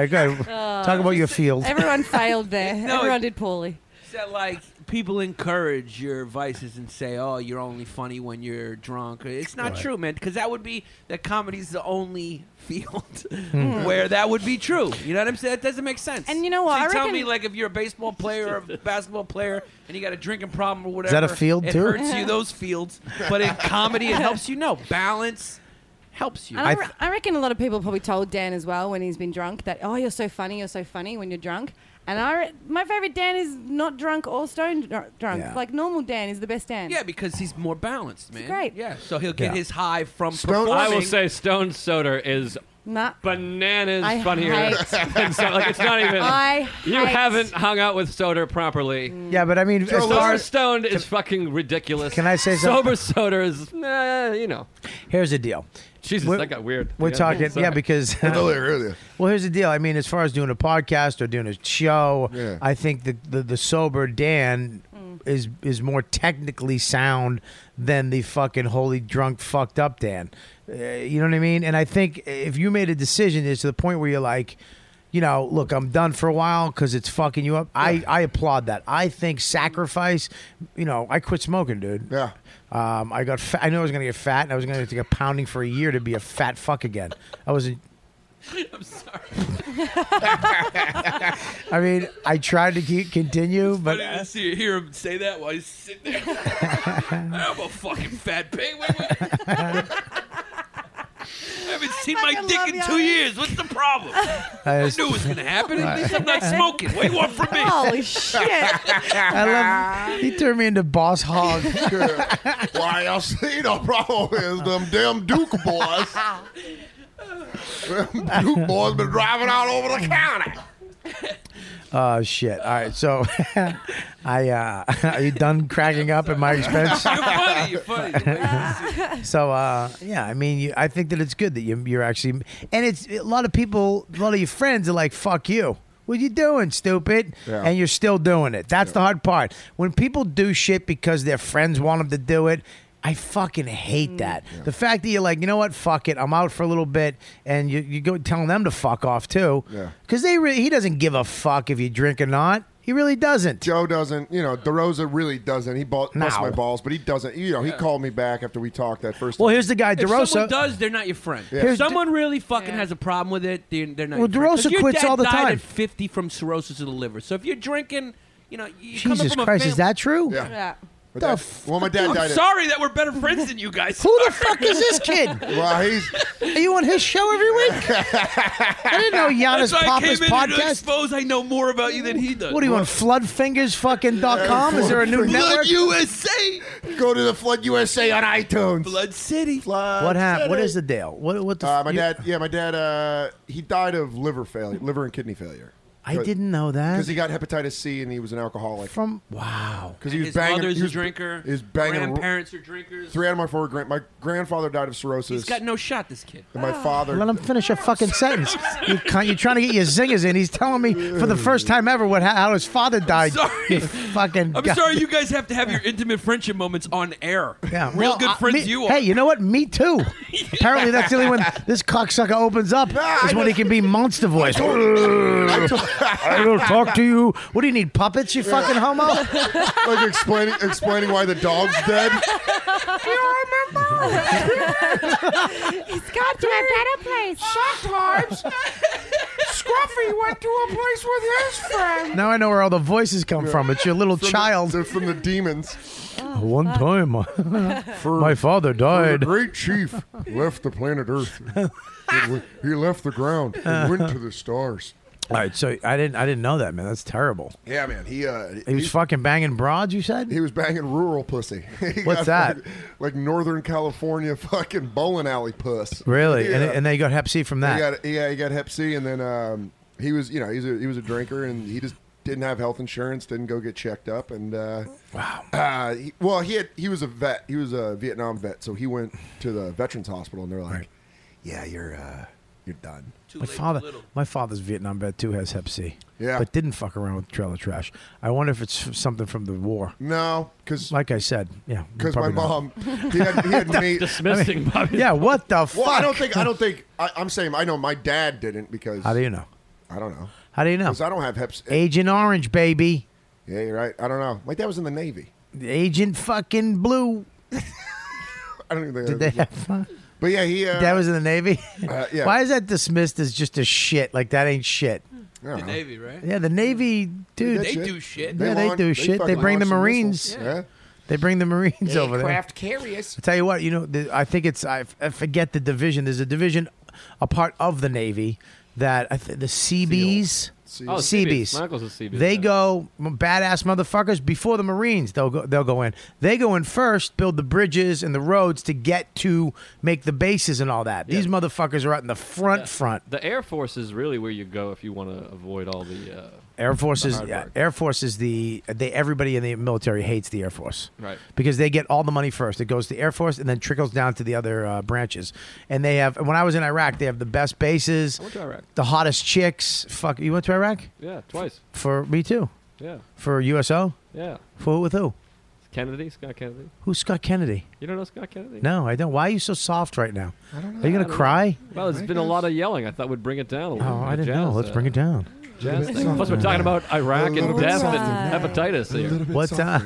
E: right, go ahead.
I: Ah,
E: Talk about your field.
I: Everyone failed there.
N: No,
I: Everyone
N: it-
I: did poorly.
N: It's that like people encourage your vices and say, "Oh, you're only funny when you're drunk." It's not
L: Right.
N: true, man. Because that would be that comedy's the only field
L: Hmm.
N: where that would be true. You know what I'm saying? That doesn't make sense. And you know
I: what?
N: So you
I: I
N: tell
I: reckon-
N: me, like, if you're a baseball player or a basketball player and you got a drinking problem or
E: Is
N: whatever,
E: that a field,
N: it
E: too?
N: hurts you those fields. But in comedy, it helps you know balance. Helps you.
I: And I, re- I reckon a lot of people probably told Dan as well when he's been drunk that, oh, you're so funny, you're so funny when you're drunk. And I, re- my favorite Dan is not drunk or stone dr- drunk.
N: Yeah.
I: Like normal Dan is the best Dan.
N: yeah, because he's more balanced, man.
I: great.
N: Yeah, so he'll get
L: Yeah.
N: his high from performing.
L: I will say Stone Soder is
I: Nah.
L: bananas
I: I
L: funnier
I: hate-
L: than so, like it's not even
I: I
L: you
I: hate- Mm.
L: haven't hung out with Soder properly.
E: Yeah, but I mean, as far
L: Sober
E: as,
L: stoned is fucking ridiculous.
E: Can I say
L: sober soda is nah, you know.
E: here's the deal.
L: Jesus,
E: We're-
L: that got weird.
E: We're
L: Yeah,
E: talking,
L: sorry.
E: yeah, because Well, here's the deal. I mean, as far as doing a podcast or doing a show, I think the, the the sober Dan is is more technically sound than the fucking holy drunk fucked up Dan. Uh, you know what I mean? And I think if you made a decision, it's to the point where you're like. You know, look, I'm done for a while because it's fucking you up. I, I applaud that. I think sacrifice. You know, I quit smoking, dude.
K: Yeah.
E: Um, I got. Fat, I knew I was gonna get fat, and I was gonna take a pounding for a year to be a fat fuck again. I wasn't.
N: I'm sorry.
E: I mean, I tried to keep continue,
N: But
E: but
N: I didn't see, hear him say that while he's sitting there. I'm a fucking fat pig. Wait, wait. I haven't seen my dick in two years. What's the problem?
E: I
N: knew it was gonna happen. At least I'm not smoking. What do you want from me?
I: Holy shit!
E: I love. He turned me into boss hog.
K: Why I see the problem is them damn Duke boys. them Duke boys been driving all over the county.
E: Oh shit! All right, so I uh, are you done cracking up at my expense?
J: You're funny, you're funny.
E: so uh, yeah, I mean, you, I think that it's good that you, you're actually, and it's a lot of people, a lot of your friends are like, "Fuck you." What you doing, stupid?
J: Yeah.
E: And you're still doing it. That's the hard part. When people do shit because their friends want them to do it, I fucking hate that. The fact that you're like, you know what, fuck it, I'm out for a little bit, and you, you go telling them to fuck off too.
K: Yeah.
E: Because they re- he doesn't give a fuck if you drink or not. He really doesn't.
K: Joe doesn't. You know, DeRosa really doesn't. He ball- busts
E: No.
K: my balls, but he doesn't. You know, he called me back after we talked that first.
E: Well,
K: time.
E: here's the guy,
N: If someone does, they're not your friend.
K: Yeah.
N: If
K: Here's
N: someone really fucking has a problem with it, they're, they're not.
E: Well,
N: your friend. 'Cause
E: DeRosa
N: your
E: quits
N: dad
E: all the
N: died
E: time.
N: At Fifty from cirrhosis of the liver. So if you're drinking, you know, you coming
E: Jesus
N: from
E: Christ,
N: a
E: is that true?
N: Yeah.
E: The f-
K: well, my dad
N: I'm
K: died. at-
N: sorry that we're better friends than you guys.
E: Who the fuck is this kid?
K: Well, he's.
E: Are you on his show every week? I didn't know
N: That's
E: Giannis
N: why I came
E: Papa's
N: in here to
E: podcast.
N: expose I know more about you than he does.
E: What do you want? Floodfingersfucking.com? Is there a new
K: Flood
E: network?
K: USA. Go to the Flood USA on iTunes. Flood
N: City.
K: Flood.
E: What happened? What
K: City.
E: is the deal? What what the?
K: Uh,
E: f-
K: my
E: you-
K: dad. Yeah, my dad. Uh, he died of liver failure, liver and kidney failure.
E: I didn't know that.
K: because he got hepatitis C and he was an alcoholic.
E: From wow,
K: because he was
N: His
K: banging.
N: mother's
K: he
N: a
K: was,
N: drinker.
K: He was banging.
N: Grandparents are drinkers.
K: Three out of my four. Grand, my grandfather died of cirrhosis.
N: He's Ah. got no shot. This kid.
K: and my father.
E: Let him finish a fucking sentence. You can't, you're trying to get your zingers in. He's telling me for the first time ever what how his father died.
N: sorry.
E: You fucking.
N: I'm
E: god-
N: sorry you guys have to have your intimate friendship moments on air.
E: Yeah,
N: real
E: well,
N: good
E: I-
N: friends
E: me-
N: you are.
E: Hey, you know what? Me too. Apparently, that's the only when this cocksucker opens up is when he can be monster voice. I will talk to you. What do you need puppets? You fucking homo.
K: like explaining explaining why the dog's dead.
J: He's got to a better place. Sometimes Scruffy went to a place with his friend.
E: Now I know where all the voices come from. It's your little
K: From the-
E: child.
K: they're from the demons.
N: Oh,
E: One time, uh, my father
K: The
E: died.
K: great chief left the planet Earth. he left the ground and went to the stars.
E: All right, so I didn't I didn't know that, man. That's terrible.
K: Yeah, man. He uh,
E: He was fucking banging broads, you said?
K: He was banging rural pussy. He
E: What's that?
K: got fucking- Like, Northern California fucking bowling alley puss.
E: Really?
K: Yeah.
E: And, and then you got Hep C from that.
K: He got, yeah, he got Hep C, and then um, he was, you know, he's a, he was a drinker, and he just didn't have health insurance, didn't go get checked up, and uh, wow. Uh, he, well, he had he was a vet, he was a Vietnam vet, so he went to the veterans hospital, and they're like, "Yeah, you're uh, you're done."
E: my father, my father's Vietnam vet too has Hep C.
K: Yeah.
E: but didn't fuck around with trailer trash. I wonder if it's f- something from the war.
K: No, because
E: like I said, yeah,
K: Because my
E: probably not.
K: mom, he had, he had me
E: I mean, Yeah, what the fuck?
K: Well, I don't think I don't think I, I'm saying I know my dad didn't because
E: How do you know?
K: I don't know
E: How do you know?
K: because I don't have Hep C.
E: Agent Orange, baby.
K: Yeah, you're right. I don't know. My dad was in the Navy.
E: Agent fucking Blue.
K: I don't even
E: Did
K: think
E: they
K: that
E: have? Fun?
K: But yeah, he. Uh,
E: That was in the Navy.
K: Uh, yeah.
E: Why is that dismissed as just a shit? Like that ain't shit.
K: The
N: Navy, right?
E: Yeah, the Navy, dude.
N: They do shit.
E: Yeah, they
N: launch-
E: do
N: they
E: shit. They
N: fucking
E: bring the
N: launch some
E: Marines.
N: missiles. Yeah.
E: They bring the Marines over there.
O: Aircraft carriers.
E: I tell you what, you know, th- I think it's I, f- I forget the division. There's a division, a part of the Navy that I th- the CBs.
L: Oh, CBs. My uncle's a CB,
E: They
L: yeah.
E: go m- badass motherfuckers before the Marines. They'll go. They'll go in. They go in first, build the bridges and the roads to get to make the bases and all that. These motherfuckers are out in the front, front.
L: The Air Force is really where you go if you want to avoid all the. Uh,
E: Air Force
L: the
E: is
L: hard
E: yeah,
L: work.
E: Air Force is the they everybody in the military hates the Air Force,
L: Right.
E: Because they get all the money first. It goes to Air Force and then trickles down to the other uh, branches. And they have when I was in Iraq, they have the best bases,
L: I went to Iraq.
E: the hottest chicks. Fuck, you went to Iraq
L: Yeah, twice.
E: for me too.
L: Yeah.
E: for USO.
L: Yeah.
E: for with who?
L: Kennedy, Scott Kennedy.
E: Who's Scott Kennedy?
L: You don't know Scott Kennedy?
E: No, I don't. Why are you so soft right now?
L: I don't know.
E: Are you
L: I
E: gonna
L: don't know.
E: cry?
L: Well, it's been a lot of yelling. I thought we'd bring it down a little.
E: Oh, I
L: The
E: didn't know.
L: jazz,
E: Let's
L: uh,
E: bring it down.
L: Jazz thing. Plus, we're talking about Iraq and death and hepatitis here.
E: What's uh,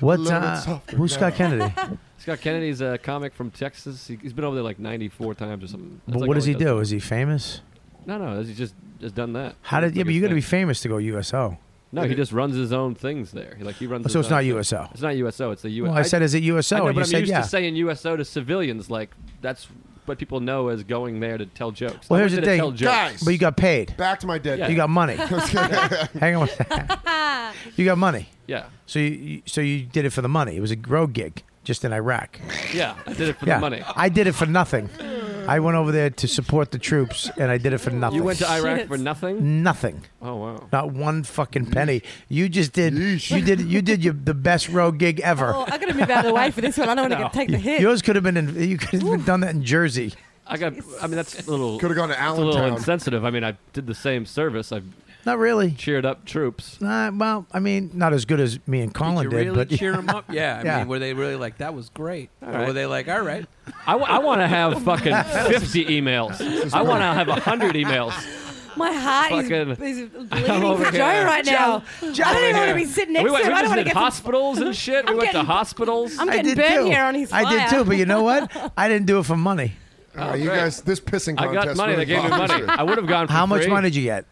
E: what's
L: little bit
E: uh,
L: softer
E: who's Scott
L: now.
E: Kennedy?
L: Scott Kennedy's a comic from Texas. He, he's been over there like 94 times or something. That's
E: But what
L: like all
E: does he do? Is he famous?
L: No, no, he's just just done that.
E: How
L: That's
E: did? Yeah,
L: the
E: but
L: biggest
E: you got to
L: thing.
E: be famous to go USO.
L: No, he just runs his own things there. He, like he runs.
E: Oh, So
L: his
E: it's not
L: own-
E: USO.
L: It's not USO. It's the U.
E: Well, I said, is it USO?
L: I know,
E: And
L: but
E: you
L: I'm
E: said,
L: used
E: yeah.
L: to saying USO to civilians. Like that's what people know as going there to tell jokes.
E: Well,
L: I
E: here's the
L: went there
E: thing,
L: to tell jokes.
E: but you got paid.
K: Back to my dead.
E: You got money. Hang on. one second. you got money.
L: Yeah.
E: So you, you so you did it for the money. It was a road gig, just in Iraq.
L: Yeah, I did it for
E: yeah.
L: the money.
E: I did it for nothing. I went over there to support the troops, and I did it for nothing.
L: You went to Iraq for nothing?
E: Nothing.
L: Oh wow.
E: Not one fucking penny. You just did. You did. You did your, the best road gig ever.
I: Oh, I gotta move out of the way for this one. I don't want to
E: No.
I: take the hit.
E: Yours could have been. In, you could have been done that in Jersey.
L: I got. I mean, that's a little.
E: Could've gone to
L: that's A little
E: Allentown.
L: insensitive. I mean, I did the same service. I
E: Not really.
L: cheered up troops.
E: Uh, well, I mean, not as good as me and Colin
L: you
E: did,
L: really
E: but
L: cheer 'em
N: up? Yeah, I mean, were they really like that was great?
L: All
N: Or
L: right.
N: were they like, all right?
L: I, w- I want to
I: Oh,
L: have fucking fifty emails. I want to have hundred emails.
I: My heart
L: Fucking-
I: is, is
L: I'm
I: bleeding
L: over
I: for Joe
L: here.
I: right now.
L: Joe-
I: I
L: Over
I: don't even want
L: here.
I: to be sitting next
L: And we went-
I: to him.
L: we
I: I don't
L: just
I: want to
L: did
I: get some-
L: hospitals and shit.
I: I'm
L: we went
I: getting-
L: to hospitals.
I: I'm
E: I
I: getting
E: did
I: burned
E: too.
I: here on his
E: I did
I: fire.
E: too, but you know what? I didn't do it for money.
K: Oh, you guys, this pissing
L: I
K: contest.
L: got money.
K: really
L: They gave me
K: bothers
L: money.
K: you.
L: I would have gone. For
E: How much
L: free.
E: money did you get?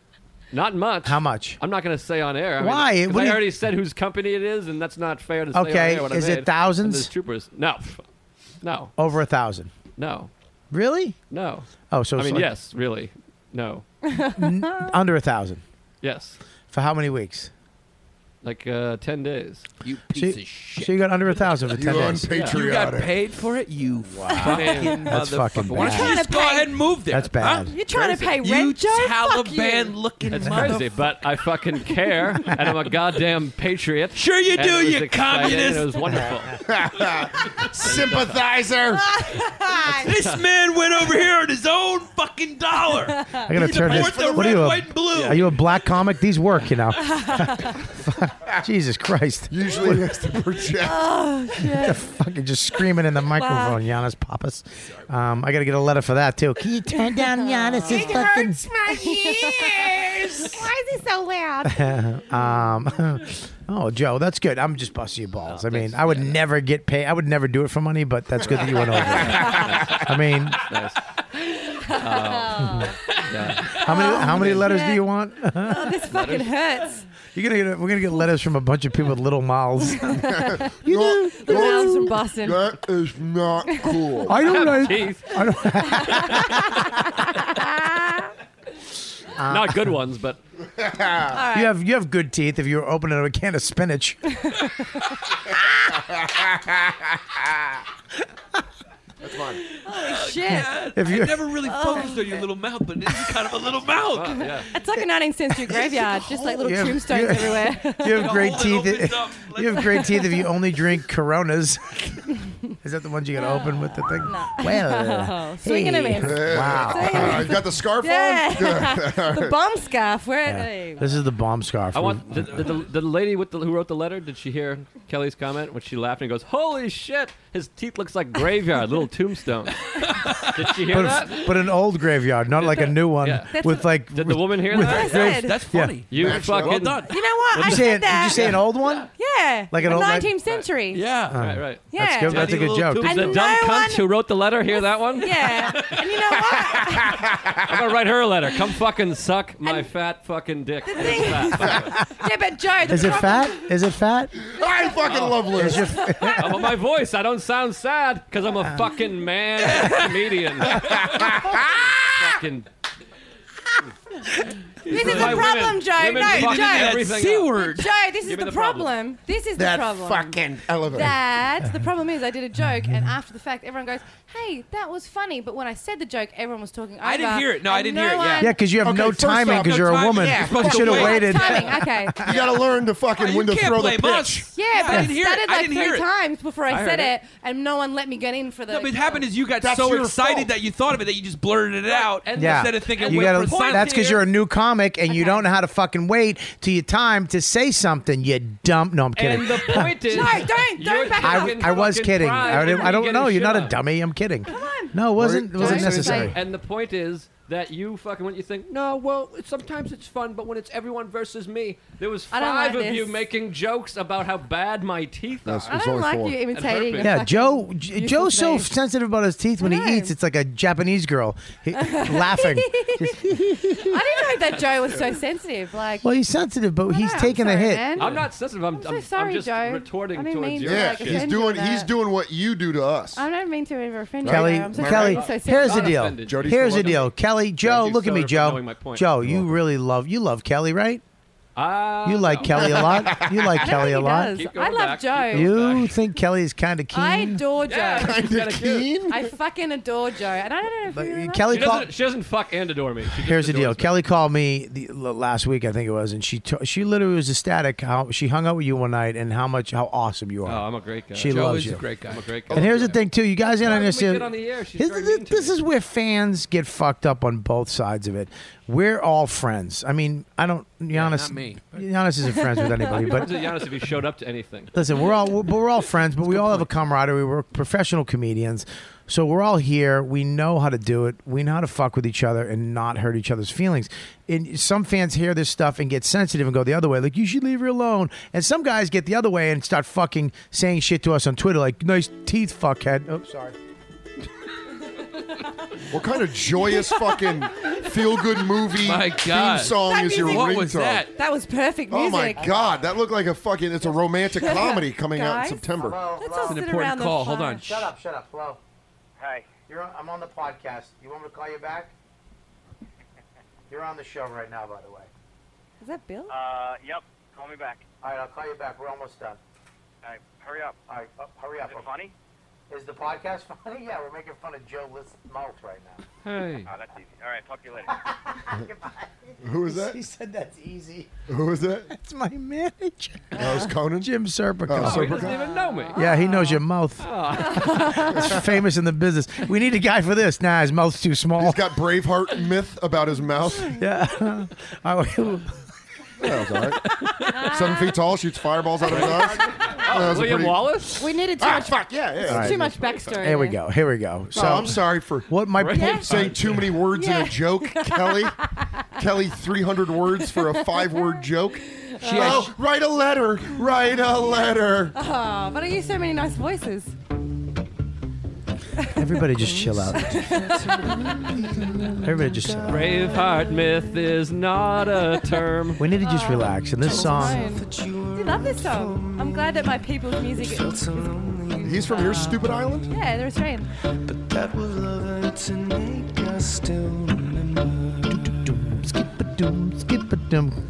L: Not much.
E: How much?
L: I'm not going to say on air. I mean,
E: Why?
L: 'cause
E: What
L: I
E: do you-
L: already said whose company it is, and that's not fair to say on
E: Okay,
L: air what I
E: is it
L: made. And
E: thousands?
L: there's troopers. No. No.
E: Over a thousand.
L: No.
E: Really?
L: No.
E: Oh, so
L: I
E: it's
L: mean,
E: like-
L: yes, really. No.
E: N- under a thousand.
L: Yes.
E: For how many weeks?
L: Like uh, 10 days.
N: You
E: so, you- so you got under a thousand for ten days.
N: You got paid for it? You fucking
E: That's
N: motherfucker.
E: fucking
N: Why don't
E: bad.
N: you just go ahead and move there?
E: That's bad.
N: Huh?
I: You're trying to pay
N: Crazy.
I: rent,
N: you
I: Joe? Fuck you.
N: Taliban looking
L: It's
N: motherfucker.
L: crazy, but I fucking care, and I'm a goddamn patriot.
N: Sure you
L: and
N: do,
L: it was
N: you
L: exciting, and It was
N: communist.
L: wonderful.
K: Sympathizer.
N: this man went over here on his own fucking dollar.
E: I gotta turn this.
N: The
E: What are
N: red,
E: you? A,
N: white, and blue.
E: Are you a black comic? These work, you know. Jesus Christ!
K: Usually he has to project.
I: Oh,
E: The
I: shit.
E: fucking just screaming in the microphone, Giannis Papas. Um, I gotta get a letter for that too. Can you turn down Giannis's
J: It
E: fucking?
J: hurts my ears. Why is he so loud?
E: um, oh, Joe, that's good. I'm just busting your balls. I mean, I would never get paid. I would never do it for money, but that's good that you went over. it. I mean,
L: Nice. Oh.
E: how many how many
I: Oh,
E: letters do
I: shit.
E: you want?
I: Oh, this fucking hurts.
E: You're gonna get, we're gonna get letters from a bunch of people with little mouths.
I: you do. The mouths from Boston.
K: That is not cool.
E: I don't know.
L: Teeth.
E: I don't.
L: Not good ones, but
E: You have you have good teeth. If you were opening up a can of spinach,
K: That's fine.
I: Holy shit.
E: If you-
N: I never really
L: Oh.
N: focused on your little mouth, but this is kind of a little mouth.
I: It's like a 19th century graveyard, just like little
E: You have-
I: tombstones
E: you have-
I: everywhere.
E: you have great teeth. you have great teeth if you only drink Coronas. Is that the ones you gotta open with the thing? Well,
I: Swing and a
E: hey.
I: miss.
E: Wow.
K: you got the scarf
I: Yeah.
K: on?
I: the bomb scarf. Where it
E: This is the bomb scarf.
L: I want the, the, the, the lady with the, who wrote the letter. Did she hear Kelly's comment when she laughed and goes, "Holy shit, his teeth looks like graveyard, little tombstone." Did she hear
E: but,
L: that?
E: but an old graveyard, not like a new one
L: That's
E: with like.
L: Did the woman hear
E: with
L: that?
E: grave- yeah.
L: You
E: Matched up.
I: You
L: fucking
I: know what?
E: Did
I: I
E: you say
I: said
E: it- did
I: that.
E: you say an old one?
I: Yeah.
E: Like an
I: the
E: old-
I: 19th century.
N: Yeah.
L: Right, right.
I: Yeah. That's good-
E: that's a good joke.
L: Did the
I: And
L: dumb
I: no
L: cunt
I: one-
L: who wrote the letter hear that one?
I: Yeah. And you know what?
L: I'm gonna write her a letter. Come fucking suck my fat fucking dick. It's fat.
I: Yeah, but Joe, the
E: Is it
I: problem-
E: fat? Is it fat?
K: I fucking love Liz.
L: I'm on my voice. I don't sound sad because I'm a fucking man comedian. fucking.
I: This is the
L: Why women-
I: problem, Joe.
L: women
I: no,
L: fucking
I: Joe.
L: everything C up. word.
I: Joe, this is
L: Give
I: the,
L: me the
I: problem.
L: problem.
I: This is
K: That
I: the problem.
K: fucking elevator.
I: That the problem is, I did a joke, and after the fact, everyone goes, "Hey, that was funny." But when I said the joke, everyone was talking over.
N: I didn't hear it. No,
I: and
N: I didn't hear it, yeah.
I: one-
E: Yeah, because you have
K: Okay,
E: no
K: first
E: timing
K: off,
E: because
K: no
E: you're a
K: timing.
E: woman.
K: Yeah,
E: you
K: fuck
E: should have
K: away.
E: waited.
I: Timing. Okay.
K: You gotta learn to fucking when to throw the pitch.
I: Yeah,
N: Yeah,
I: but
N: I
I: I,
N: didn't hear it.
I: started
N: I
I: like
N: didn't
I: three
N: hear it.
I: times before I,
N: I heard
I: said it.
N: it.
I: and no one let me get in for the.
N: No, but it happened is you got
K: That's
N: so
K: your
N: excited
K: fault.
N: that you thought of it that you just blurted it out and
E: Yeah,
N: instead of thinking
E: you
N: wait
E: gotta-
N: for a
E: that's because you're a new comic and you don't know how to fucking wait till your time to say something. You dump. No, I'm kidding.
L: And the point is,
I: No, don't- don't
L: you're
I: back up.
E: I,
L: fucking
E: I was
L: fucking
E: kidding.
L: pride
E: I,
L: when
E: didn't- I
L: you
E: don't
L: get
E: know.
L: his
E: You're
L: shit
E: not a
L: up.
E: dummy. I'm kidding. Come on. No, it wasn't. It wasn't
L: Right?
E: necessary.
L: And the point is that you fucking went. You think no. Well, it's, sometimes it's fun, but when it's everyone versus me, there was
I: I
L: five
I: don't
L: of
I: like
L: you
I: this.
L: making jokes about how bad my teeth are.
I: I don't like you imitating. a
E: Yeah,
I: fucking
E: Joe. J-
I: useless
E: Joe's so
I: name.
E: sensitive about his teeth when he eats. It's like a Japanese girl he, laughing.
I: I didn't know that Joe was so sensitive. Like,
E: Well, he's sensitive, but he's
I: know, I'm
E: taking a
I: sorry,
E: hit.
I: man.
L: I'm not sensitive. I'm, I'm,
I: so sorry,
L: I'm just
I: Joe.
L: retorting
I: I didn't
L: towards
I: mean
L: you.
I: to,
K: Yeah,
I: like,
K: he's
I: offend
K: doing.
I: you with
K: He's
I: that.
K: doing what you do to us.
I: I don't mean to ever offend you.
E: Kelly,
I: Joe. I'm so
E: Kelly,
I: sorry. I'm so
E: here's the
I: sensitive.
E: deal.
L: offended. Jody's
E: Here's
L: still
E: the deal, Kelly. Joe,
L: you,
E: look at
L: sir,
E: me,
L: for
E: Joe.
L: knowing my point.
E: Joe, you really love you love Kelly, right?
L: Uh,
E: You like Kelly a lot. You like
I: I know
E: Kelly
I: he
E: a lot.
I: does. Keep going I love back, keep Joe. going
E: You think Kelly is kind of keen?
I: I adore Joe.
E: Yeah, she's Kinda kinda cute.
I: I fucking adore Joe, and I don't know if you remember-
E: Kelly
L: she, doesn't,
E: called-
L: she doesn't fuck and adore me. She just
E: Here's the deal.
L: adores me.
E: Kelly called me the, l- last week, I think it was, and she to- she literally was ecstatic how she hung out with you one night and how much how awesome you
L: Oh,
E: are.
L: I'm a great guy.
E: She
L: Joe
E: loves
L: is
E: you.
L: a great guy. I'm a great guy.
E: And here's the thing too, you guys gotta
L: Why didn't we
E: understand.
L: get on the air? She's
E: Here's
L: very
E: the- this, is where fans get fucked up on both sides of it. We're all friends. I mean, I don't. Giannis,
L: not me.
E: Giannis isn't friends with anybody,
L: I'd be
E: but
L: honest if he showed up to anything.
E: Listen, we're all we're, we're all friends, but we all have a camaraderie. We're professional comedians, so we're all here. We know how to do it. We know how to fuck with each other and not hurt each other's feelings. And some fans hear this stuff and get sensitive and go the other way, like you should leave her alone. And some guys get the other way and start fucking saying shit to us on Twitter, like nice teeth, fuckhead. Oh, sorry.
K: What kind of joyous fucking feel-good movie
N: My God.
K: theme song
N: That
K: is your
N: music- What
K: ringtone?
N: was that?
I: That was perfect
K: Oh
I: music.
K: my God, that looked like a fucking. It's a romantic comedy coming out in
I: Guys?
K: September.
I: Let's all sit around the fire.
E: Shut up. Shut up. Hello. Hey, you're. On, I'm on the podcast. You want me to call you back? You're on the show right now, by the way.
I: Is that Bill?
E: Uh, yep. Call me back. All right, I'll call you back. We're almost done. All right, hurry up. All right, uh, hurry up. Is it funny? Is the podcast funny? Yeah, we're making fun of Joe List mouth right now.
L: Hey.
Q: Oh, that's easy. All right, talk to you later.
K: Who is that?
E: He said that's easy.
K: Who was that?
E: That's my manager.
K: That was Conan.
E: Jim Serpico.
K: Oh,
L: Oh, he doesn't even know me.
E: Yeah, he knows your mouth. He's famous in the business. We need a guy for this. Nah, his mouth's too small.
K: He's got Braveheart myth about his mouth.
E: Yeah.
K: that was all right. Seven feet tall, shoots fireballs out of his eyes. That was a
L: William
K: pretty-
L: Wallace?
I: We needed too
K: Ah,
I: much.
K: fuck, yeah, yeah.
I: Too
K: All right.
I: much backstory.
E: Here we go. Here we go. So
K: oh, I'm sorry for
E: What my
I: Right? Yeah.
K: saying too many words in
I: Yeah.
K: a joke, Kelly. Kelly, 300 words for a five-word joke.
I: She
K: oh,
I: has-
K: write a letter. Write a letter.
I: Oh, but I use so many nice voices.
E: Everybody just chill out. Everybody just chill out.
L: Braveheart myth is not a term.
E: We need to just relax. And this
I: Oh,
E: song,
I: You love this song. I'm glad that my people's music. Is,
K: He's from your stupid island?
I: yeah, they're Australian.
J: But that was love to make us still remember.
E: doom, skip a doom.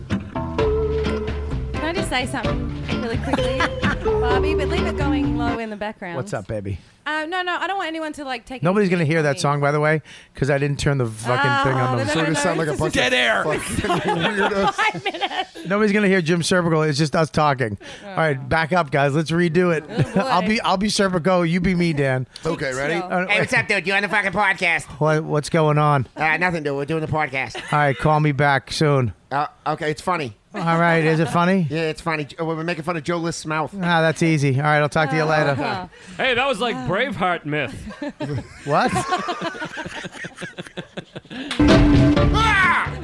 I: Can I just say something really quickly, Barbie? But leave it going low in the background.
E: What's up, baby?
I: Um, no, no, I don't want anyone to like take.
E: Nobody's gonna
I: anything
E: hear
I: from
E: that
I: me.
E: song, by the way, because I didn't turn the fucking thing
I: Oh,
E: on.
I: no, no,
E: The
I: no, no, it's just- Five minutes.
E: Nobody's gonna hear Jim Serpico. It's just us talking. All right, back up, guys. Let's redo it. I'll be I'll be Serpico. You be me, Dan.
K: Okay, ready?
E: Uh,
O: Hey, what's up, dude? You on the fucking podcast?
E: what, what's going on?
O: Uh, nothing, dude. We're doing the podcast.
E: All right, call me back soon.
O: Uh, okay, it's funny.
E: All right, is it funny?
O: Yeah, it's funny. Uh, We're making fun of Joe List's mouth.
E: Ah, that's easy. All right, I'll talk to
R: Uh,
O: Oh,
E: you later.
L: Hey, that was like Braveheart myth.
E: What?
I: Ah!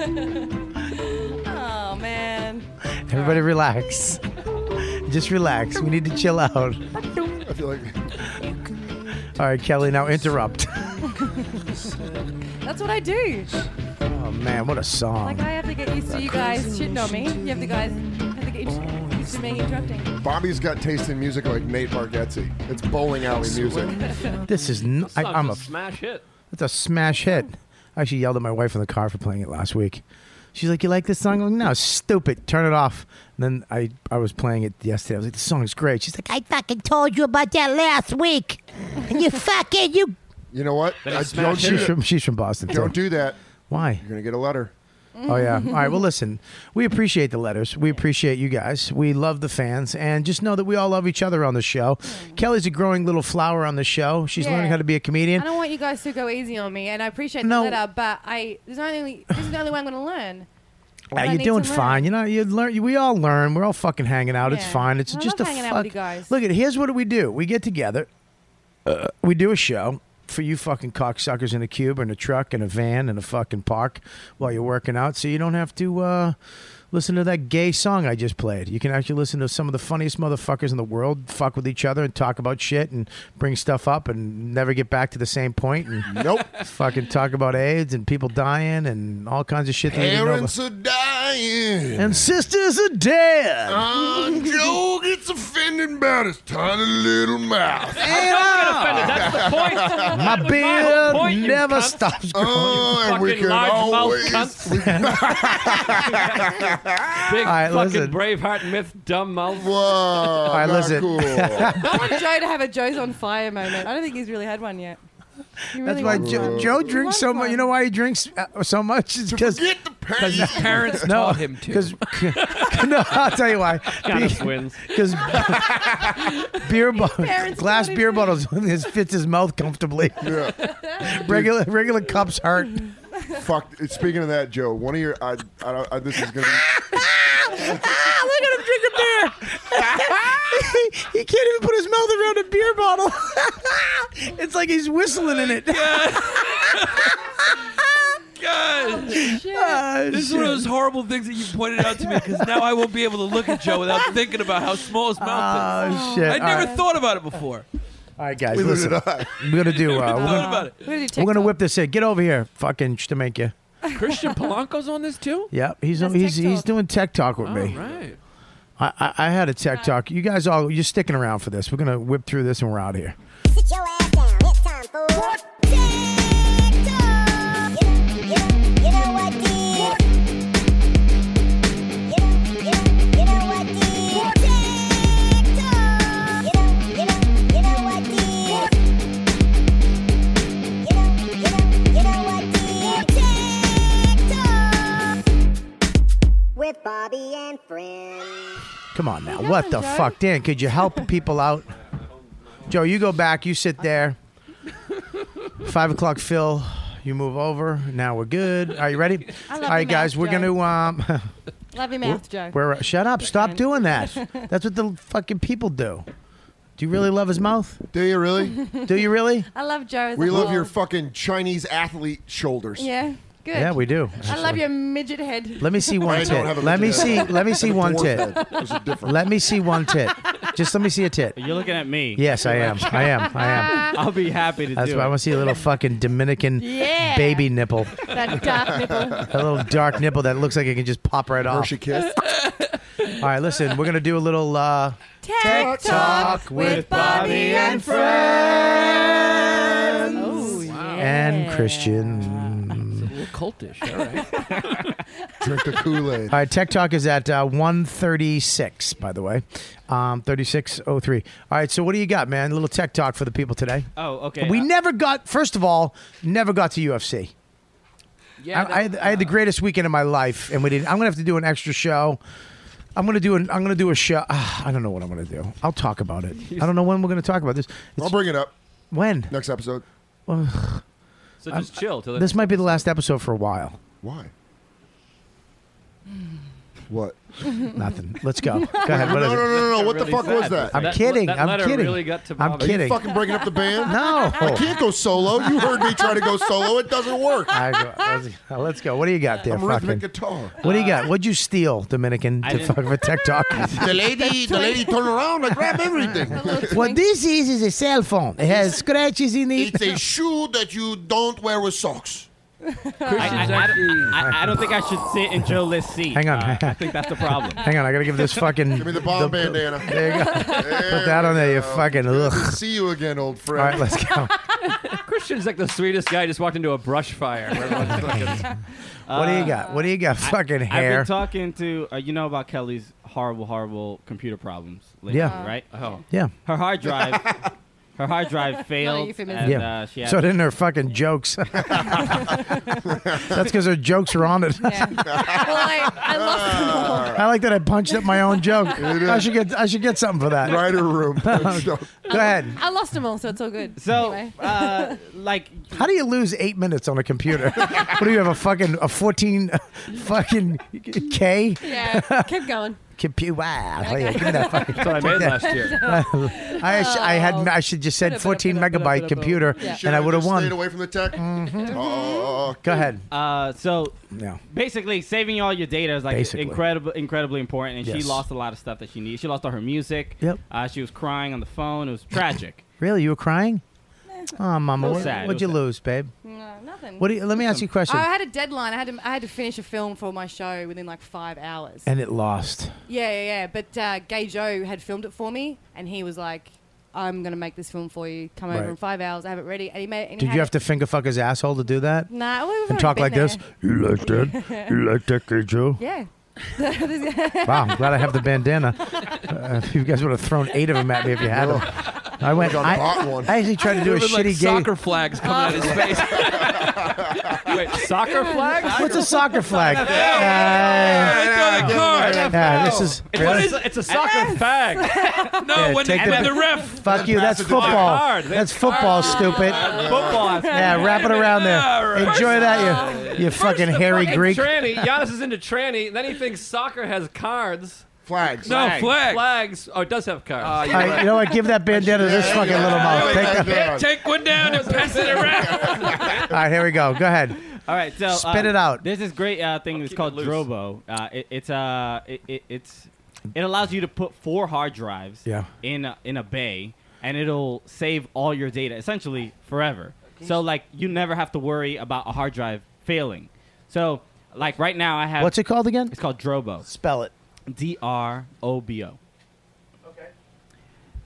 I: oh man.
E: Everybody relax. Just relax. We need to chill out.
K: I feel like
E: All right, Kelly, now interrupt.
I: That's what I do.
E: Oh man, what a
I: Like
E: song.
I: I have to get used to you guys shitting on me. You have to guys have to get used- used to me interrupting.
K: Bobby's got taste in music like Nate Bargatze. It's bowling alley music.
E: This is n- I, I'm a
L: smash hit.
E: it's a smash hit. I actually yelled at my wife in the car for playing it last week. She's like, "You like this song?" I'm like, "No, it's stupid. Turn it off." And then I I was playing it yesterday. I was like, "This song's great." She's like, "I fucking told you about that last week, and you fucking you."
K: You know what?
E: Then
K: Uh,
E: it's
K: don't
E: smash
K: do
E: hit. She's from- she's from Boston, too.
K: Don't do that.
E: Why?
K: You're gonna get a letter.
E: Oh yeah. All right. Well, listen. We appreciate the letters. We appreciate you guys. We love the fans, and just know that we all love each other on the show. Kelly's a growing little flower on the show. She's
I: Yeah.
E: learning how to be a comedian.
I: I don't want you guys to go easy on me, and I appreciate
E: No.
I: the letter, but I there's only this is the only way I'm going to learn.
E: Ah,
I: I
E: you're
I: need
E: doing
I: to learn.
E: fine. You know, you learn. We all learn. We're all fucking hanging out. It's
I: Yeah.
E: fine. It's
I: I
E: just
I: love
E: a
I: hanging
E: fuck.
I: out with you guys.
E: Look at here's what we do. We get together. Uh, we do a show for you fucking cocksuckers in a cube, in a truck, in a van, in a fucking park while you're working out, so you don't have to uh, listen to that gay song I just played. You can actually listen to some of the funniest motherfuckers in the world fuck with each other and talk about shit and bring stuff up and never get back to the same point. And
K: nope,
E: fucking talk about AIDS and people dying and all kinds of shit. That we didn't know about.
K: Parents are dying.
E: And sisters are dead.
K: Uh, Joe gets offended about his tiny little mouth.
J: Hey,
K: That's the point.
E: My beard never stops growing.
K: Oh, and we
L: Fucking
K: can
L: large mouth
K: always.
L: Big
E: All right,
L: fucking
E: listen.
L: Braveheart myth, dumb mouth.
K: Whoa. All
E: right, listen.
I: I want Joe to have a Joe's on fire moment. I don't think he's really had one yet. He
E: That's
I: really
E: why
I: wants
E: Joe,
I: one.
E: Joe drinks so much. You know why he drinks uh, so much? It's because
N: His parents taught him to.
E: Because no, I'll tell you why.
N: Giannis wins.
E: Because beer bottle,
J: parents
E: glass
J: taught him
E: beer bottles his fits his mouth comfortably. regular regular cups hurt.
K: Fuck. Speaking of that, Joe, one of your. I, I, don't- I, this is going to be.
E: Ah, Look at him drinking beer. he, he can't even put his mouth around a beer bottle. it's like he's whistling in it.
N: God.
E: Ah,
N: this is
E: shit.
N: one of those horrible things that you pointed out to me because now I won't be able to look at Joe without thinking about how small his mouth is.
E: Oh, shit.
N: I
E: All
N: never
E: right.
N: thought about it before.
E: All right, guys,
N: We were
E: listen.
N: not.
E: We're gonna do. Uh,
N: Thought
E: we're,
N: about it.
E: gonna, we're gonna whip this in. Get over here, fucking Jamaica.
N: Christian Polanco's on this too.
E: Yep, he's he's he's doing tech talk with me.
N: All right.
E: I, I I had a tech talk. You guys all you're sticking around for this. We're gonna whip through this and we're out of here.
J: Sit your ass down. It's time for what? TikTok. You know, you know, you know what did? You know, you know, you know what did? TikTok. You know, you know, you know what did? You know, you know, you know what did? TikTok. With Bobby and friends.
E: Come on now, what the fuck, Dan? Could you help people out? Joe, you go back. You sit there. Five o'clock, Phil. You move over. Now we're good. Are you ready?
I: I love
E: All right,
I: your
E: guys,
I: mouth,
E: we're
I: Joe.
E: gonna um.
I: Love your mouth, Joe.
E: We're, we're- shut up! Stop doing that. That's what the fucking people do. Do you really love his mouth?
K: Do you really?
E: Do you really?
I: I love Joe. as
K: We
I: a
K: love
I: whole.
K: your fucking Chinese athlete shoulders.
I: Yeah, good.
E: Yeah, we do.
I: I love your midget head.
E: Let me see one
K: I don't have a
E: tit. Let me
K: midget
E: see.
K: head.
E: Let me see
K: I have a
E: one
K: dwarf
E: tit.
K: head. There's a difference.
E: Let me see one tit. Just let me see a tit.
R: You're looking at me.
E: Yes, I am. I am. I am.
R: I'll be happy to
E: That's
R: do
E: why I
R: it.
E: want to see a little fucking Dominican
R: Yeah.
E: baby nipple.
I: That dark nipple.
E: A little dark nipple that looks like it can just pop right off.
K: Hershey kiss.
E: All right, listen, we're gonna do a little uh,
J: Tech Talk with Bobby and friends. Oh,
E: and Christian.
N: A little cultish. All right.
K: Drink the Kool Aid.
E: All right, Tech Talk is at uh, 136, by the way. Um, 3603. All right, so what do you got, man? A little Tech Talk for the people today.
R: Oh, okay.
E: We
R: Uh,
E: never got, first of all, never got to UFC.
R: Yeah,
E: I, I, had, I had the greatest weekend of my life, and we didn't. I'm gonna have to do an extra show. I'm gonna do an. I'm gonna do a show. Ah, I don't know what I'm gonna do. I'll talk about it. I don't know when we're gonna talk about this.
K: I'll bring it up.
E: When?
K: Next episode.
E: Ugh.
L: So just chill till the
E: This
L: next
E: might be the last episode for a while.
K: Why? What?
E: Nothing. Let's go. Go ahead.
K: No,
E: What is
K: no,
E: it?
K: no, no, no. What the fuck was that?
E: I'm kidding. I'm kidding. I'm
K: Are you
E: kidding.
K: fucking breaking up the band?
E: No.
K: I can't go solo. You heard me try to go solo. It doesn't work.
E: I go, let's- let's go. What do you got there,
K: I'm
E: fucking?
K: rhythmic guitar.
E: What do you got? What'd you steal, Dominican,
K: I
E: to
K: didn't-
E: fuck with Tech Talk?
K: The lady, the lady turned around and grabbed everything.
E: what this is is a cell phone. It has scratches in it.
K: It's a shoe that you don't wear with socks.
R: I, I- I don't- I- I don't think I should sit in Joe List's seat.
E: Hang on.
R: Uh, I think that's the problem.
E: Hang on, I gotta give this fucking.
K: Give me the bomb bandana.
E: There you go. Put that on there, you fucking ugh.
K: See you again, old friend.
E: All right, let's go.
L: Christian's like the sweetest guy. Just walked into a brush fire. where everyone's fucking-
E: What
K: Uh,
E: do you got? What do you got? Fucking hair.
R: Uh, I've been talking to uh, you know about Kelly's horrible, horrible computer problems. Lately,
E: Yeah.
R: Right. Oh.
E: Yeah.
R: Her hard drive. her hard drive failed.
I: euphemism.
R: and,
E: yeah.
R: uh, she had
E: so didn't her fucking jokes. That's because her jokes are on it.
I: Well, I, I lost them all.
E: I like that I punched up my own joke. I should get I should get something for that.
K: Writer room.
E: Go ahead.
I: I lost them all, so it's all good.
R: So,
I: Anyway.
R: uh, like,
E: How do you lose eight minutes on a computer? what do you have a fucking a fourteen uh, fucking K?
I: yeah, keep going.
E: Computer. Wow. Oh, yeah, give me that fucking.
R: That's what I
E: take
R: made
E: that.
R: last year.
E: I, sh- I
I: Oh.
E: had I should just said fourteen megabyte computer,
K: You should
E: and I
K: have
E: would have
K: just Stayed
E: won.
K: away from the tech. Oh,
E: Go ahead.
R: Uh, so
E: No.
R: basically, saving all your data is like
E: Basically.
R: incredible, incredibly important. And
E: Yes.
R: she lost a lot of stuff that she needed. She lost all her music.
E: Yep.
R: Uh, she was crying on the phone. It was tragic.
E: Really, you were crying? Oh, Mama,
R: Feel
E: what,
R: sad.
E: what'd you
R: Feel sad.
E: lose, babe?
I: No, nothing. Oh,
E: What do you, let me ask you a question.
I: I had a deadline. I had to, I had to finish a film for my show within like five hours.
E: and it lost.
I: Yeah, yeah, yeah. But uh, Gay Joe had filmed it for me, and he was like, "I'm gonna make this film for you. Come
E: Right.
I: over in five hours. I have it ready." And he made. And he
E: Did
I: had
E: you
I: it-
E: have to finger fuck his asshole to do that?
I: Nah, well, we've
E: and
I: already
E: talk
I: been
E: like this.
I: there.
E: You like that? You like that, Gay Joe?
I: Yeah.
E: Wow,
I: wow.
E: I'm glad I have the bandana. Uh, you guys would have thrown eight of them at me if you had them. I went.
K: Would've
E: I,
K: bought one.
E: I actually tried to do a
N: There were, like,
E: shitty game.
N: soccer flags coming out of his face.
L: Wait, soccer flags?
E: What's a soccer flag?
L: Yeah,
E: Uh,
L: throw the card.
E: yeah, this is.
L: It's, what is, it's a soccer fag.
E: Yeah, take the- Fuck you. That's football.
L: Hard.
E: That's football, stupid.
L: Football.
E: Yeah, wrap it around there. Enjoy that, you you fucking hairy
L: Fucking
E: Greek.
L: Tranny. Giannis is into tranny. Then he thinks soccer has cards.
K: Flags.
N: No, flags.
L: Flags. Oh, it does have cards.
E: All right, you know what? Give that bandana to this fucking little mouth. Take that.
N: Take one down and pass it around.
E: All right, here we go. Go ahead.
R: All right, so
E: Spit
R: uh,
E: it out.
R: There's this great uh, thing that's called Drobo. Uh, it, it's uh, it, it, it's it allows you to put four hard drives
E: Yeah.
R: in a, in a bay, and it'll save all your data essentially forever. So like you never have to worry about a hard drive failing. So like right now I have
E: What's it called again?
R: It's called Drobo.
E: Spell it.
R: D R O B O. Okay.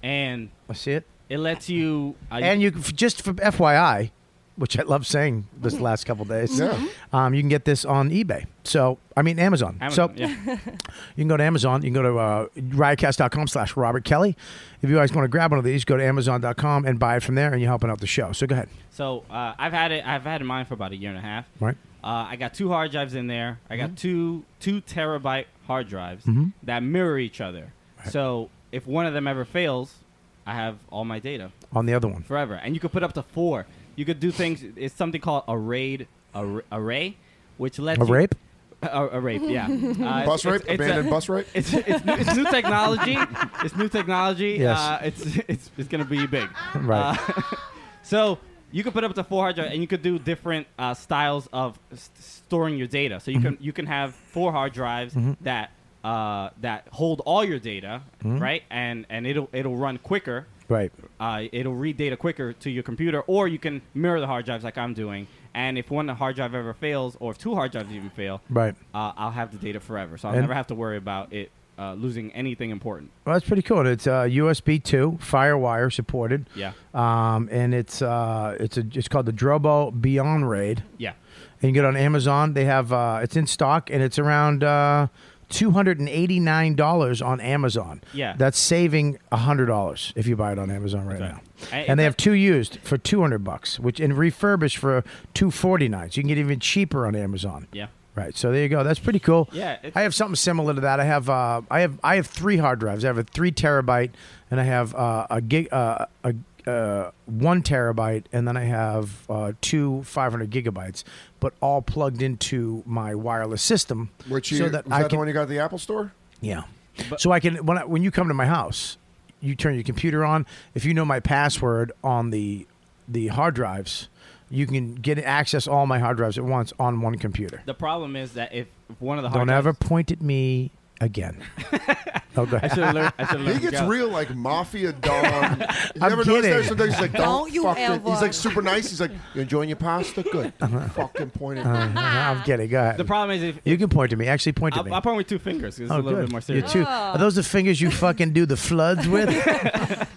R: And
E: I see it.
R: It lets you uh,
E: And you f- just for FYI, which I love saying this
R: Mm-hmm.
E: last couple days,
R: Yeah.
E: um, you can get this on eBay. So I mean Amazon. so
R: Amazon, yeah.
E: you can go to Amazon. You can go to uh, riotcast.com slash Robert Kelly. If you guys want to grab one of these, go to Amazon.com and buy it from there, and you're helping out the show. So go ahead.
R: So uh, I've had it. I've had mine for about a year and a half.
E: Right.
R: Uh, I got two hard drives in there. I got
E: Mhm.
R: two two terabyte hard drives
E: Mhm.
R: that mirror each other. So if one of them ever fails, I have all my data
E: On the other one.
R: forever. And you could put up to four. You could do things. It's something called a raid ar- array, which lets
E: A
R: you-
E: rape?
R: A, a rape, yeah. Uh,
K: Bus rape? Abandoned bus rape?
R: It's, it's, new, it's new technology. It's new technology.
E: Yes.
R: Uh, it's it's it's gonna be big.
E: Right.
R: Uh, so you could put up to four hard drives, and you could do different uh, styles of s- storing your data. So you
E: Mm-hmm.
R: can you can have four hard drives
E: Mhm.
R: that uh, that hold all your data,
E: Mhm.
R: right? And and it'll it'll run quicker
E: Right.
R: uh, it'll read data quicker to your computer, or you can mirror the hard drives like I'm doing. And if one hard drive ever fails, or if two hard drives even fail,
E: Right.
R: uh, I'll have the data forever. So I'll
E: And-
R: never have to worry about it uh, losing anything important.
E: Well, that's pretty cool. And It's uh, USB two FireWire supported.
R: Yeah.
E: Um, and it's uh, it's a, it's called the Drobo Beyond Raid.
R: Yeah.
E: And you get it on Amazon. They have uh, it's in stock and it's around uh, two hundred and eighty nine dollars on Amazon.
R: Yeah.
E: That's saving hundred dollars if you buy it on Amazon right now.
R: I-
E: and they have two used for two hundred bucks, which and refurbished for two forty nine. So you can get even cheaper on Amazon.
R: Yeah.
E: Right. So there you go. That's pretty cool.
R: Yeah, it's-
E: I have something similar to that. I have uh, I have I have three hard drives. I have a three terabyte, and I have uh, a gig uh, a uh, one terabyte, and then I have uh, two five hundred gigabytes, but all plugged into my wireless system.
K: Which you,
E: so that
K: was
E: I
K: that the
E: can
K: one you got at the Apple store?
E: yeah. so I can when I, when you come to my house, you turn your computer on. If you know my password on the the hard drives, you can get access all my hard drives at once on one computer.
R: The problem is that if if one of the hard
E: Don't
R: drives,
E: ever point at me again. oh, go ahead.
K: He gets real like mafia Don. You
E: I'm
K: ever notice that?
E: kidding.
K: Sometimes he's like, don't,
E: Don't you
K: fuck it."
E: ever.
K: He's like super nice. He's like, you enjoying your pasta? Good. Fucking point at
E: Uh, I'm kidding. Go ahead.
R: The problem is if
E: you can point to me. Actually, point to
R: I'll,
E: me.
R: I'll point with two fingers. 'cause It's a
E: oh,
R: little
E: good.
R: bit more
E: Your
R: serious.
E: two- Are those the fingers you fucking do the floods with?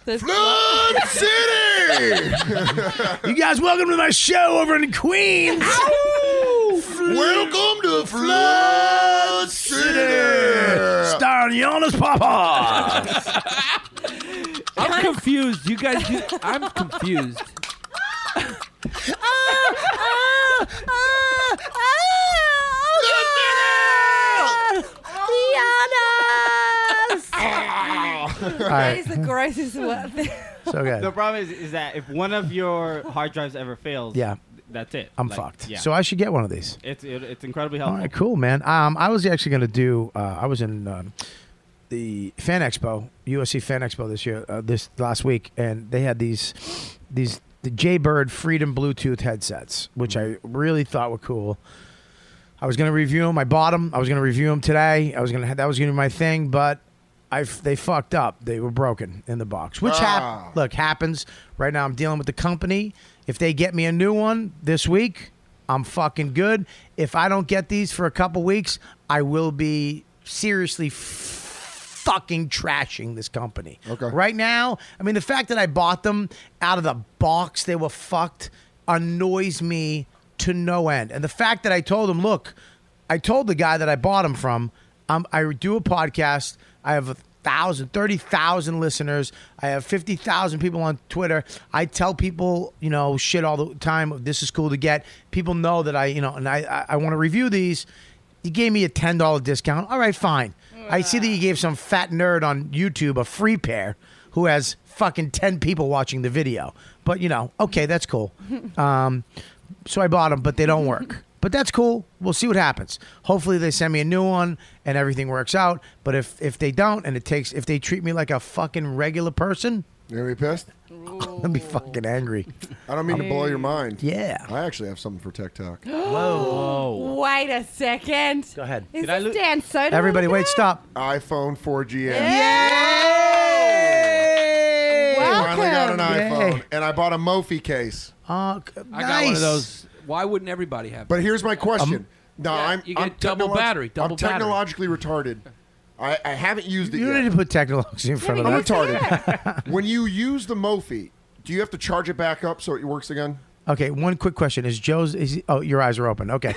K: Flood City!
E: you guys, welcome to my show over in Queens.
K: Welcome to Flood City!
E: Starring Jonas Papa.
N: I'm confused. You guys, do, I'm confused.
I: That is the grossest word.
E: So good.
R: The problem is, is that if one of your hard drives ever fails,
E: Yeah.
R: that's it.
E: I'm
R: Like,
E: fucked.
R: Yeah.
E: So I should get one of these.
R: It's it, it's incredibly
E: All
R: helpful.
E: right, cool, man. Um, I was actually going to do. Uh, I was in um, the Fan Expo, USC Fan Expo this year, uh, this last week, and they had these these the Jaybird Freedom Bluetooth headsets, which I
R: Mm-hmm.
E: really thought were cool. I was going to review them. I bought them. I was going to review them today. I was going to that was going to be my thing, but I f- they fucked up. They were broken in the box, which
K: Ah.
E: hap- look happens. Right now, I'm dealing with the company. If they get me a new one this week, I'm fucking good. If I don't get these for a couple weeks, I will be seriously f- fucking trashing this company. Okay. Right now, I mean, the fact that I bought them out of the box, they were fucked, annoys me to no end. And the fact that I told him, look, I told the guy that I bought them from, um, I do a podcast. I have a thousand, thirty thousand listeners. I have 50,000 people on Twitter. I tell people, you know, shit all the time. This is cool to get. People know that I, you know, and I, I, I want to review these. You gave me a $10 discount. All right, fine. I see that you gave some fat nerd on YouTube a free pair who has fucking 10 people watching the video. But, you know, okay, that's cool. Um, so I bought them, but they don't work. But that's cool. We'll see what happens. Hopefully they send me a new one and everything works out. But if if they don't and it takes if they treat me like a fucking regular person,
K: you gonna be pissed.
E: I'm gonna be fucking angry.
K: I don't mean to blow your mind.
E: Yeah.
K: I actually have something for Tech Talk.
I: Whoa. Wait a second. Go ahead. Is
K: Did I
I: this
K: lo-
I: Dan Soderbergh?
E: stop.
K: iPhone 4GS.
I: Yay!
K: Finally got an
N: Welcome.
K: iPhone. And I bought a Mophie case.
E: Oh,
N: I got one of those. Why wouldn't everybody have?
K: But here's my question. no,
N: Yeah,
K: I'm
N: you get
K: I'm
N: double
K: technolog-
N: battery, double
K: I'm technologically retarded. I, I haven't used it
E: You
K: yet.
E: need to put technology in front
K: I'm
E: of us.
K: retarded. when you use the Mophie, do you have to charge it back up so it works again?
E: Okay, one quick question: Is Joe's? Is he- oh, your eyes are open. Okay,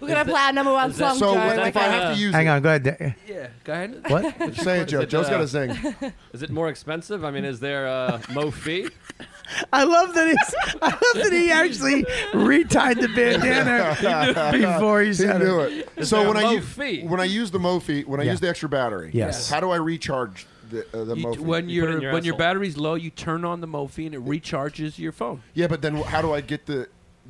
I: We're going to play our number one
K: is that-
I: song,
K: So
I: Joe.
K: when-
I: We're
K: if I
I: gonna-
K: have to use
E: hang
K: it-
E: on. Go ahead.
N: Yeah, go ahead.
E: What?
K: Say it, Joe. Joe's
L: uh,
K: got a zing.
L: Is it more expensive? I mean, is there uh, mo fee?
E: I love that he's. I love that he actually retied the bandana before he said
K: knew
E: it.
K: it. So when I u- when I use the Mophie, when I
E: Yeah.
K: use the extra battery,
E: Yes.
K: How do I recharge the uh, the
N: You-
K: Mophie?
N: when your, when your battery's low, you turn on the Mophie and it recharges your phone.
K: yeah, but then how do I get the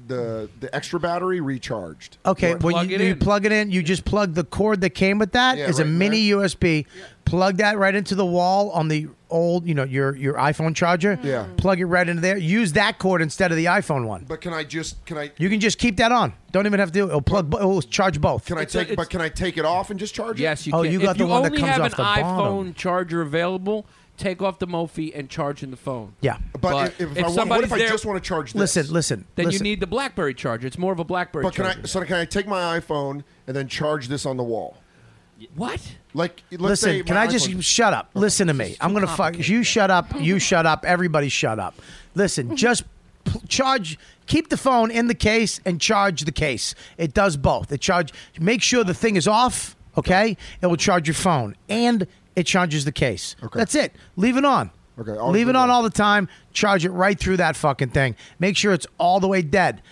K: the the extra battery recharged?
E: Okay,
K: Or
E: when
K: plug
E: you,
K: it
E: you
K: in.
E: plug it in, you just plug the cord that came with that.
K: Yeah,
E: It's
K: right
E: a
K: in
E: mini USB. Plug that right into the wall on the old, you know, your your iPhone charger.
K: Yeah.
E: Plug it right into there. Use that cord instead of the iPhone one.
K: But can I just can I
E: You can just keep that on. Don't even have to. do it. It'll plug. bo- It'll charge both.
K: can I take but can I take it off and just charge it?
N: Yes, you
E: Oh,
N: can.
E: you got
N: if
E: the
N: you
E: one that
N: only
E: comes
N: have
E: off
N: an
E: the
N: iPhone
E: bottom.
N: charger available, take off the Mophie and charge in the phone.
E: Yeah.
K: But, if, if, I want- what
N: somebody's
K: if I
N: there-
K: just want to charge this?
E: Listen, listen.
N: Then you need the BlackBerry charger. It's more of a BlackBerry
K: But can
N: charger.
K: I so can I take my iPhone and then charge this on the wall?
N: What?
K: Like let's say
E: Listen, can
K: my
E: I just
K: iPhone-
E: shut up? Listen to me. I'm gonna fuck you. Shut up. You shut up. Everybody shut up. Listen, just pl- charge. Keep the phone in the case and charge the case. It does both. It charge. Make sure the thing is off. Okay, it will charge your phone and it charges the case. Okay. That's it. Leave it on.
K: Okay, I'll
E: Leave it on all the time. Charge it right through that fucking thing. Make sure it's all the way dead.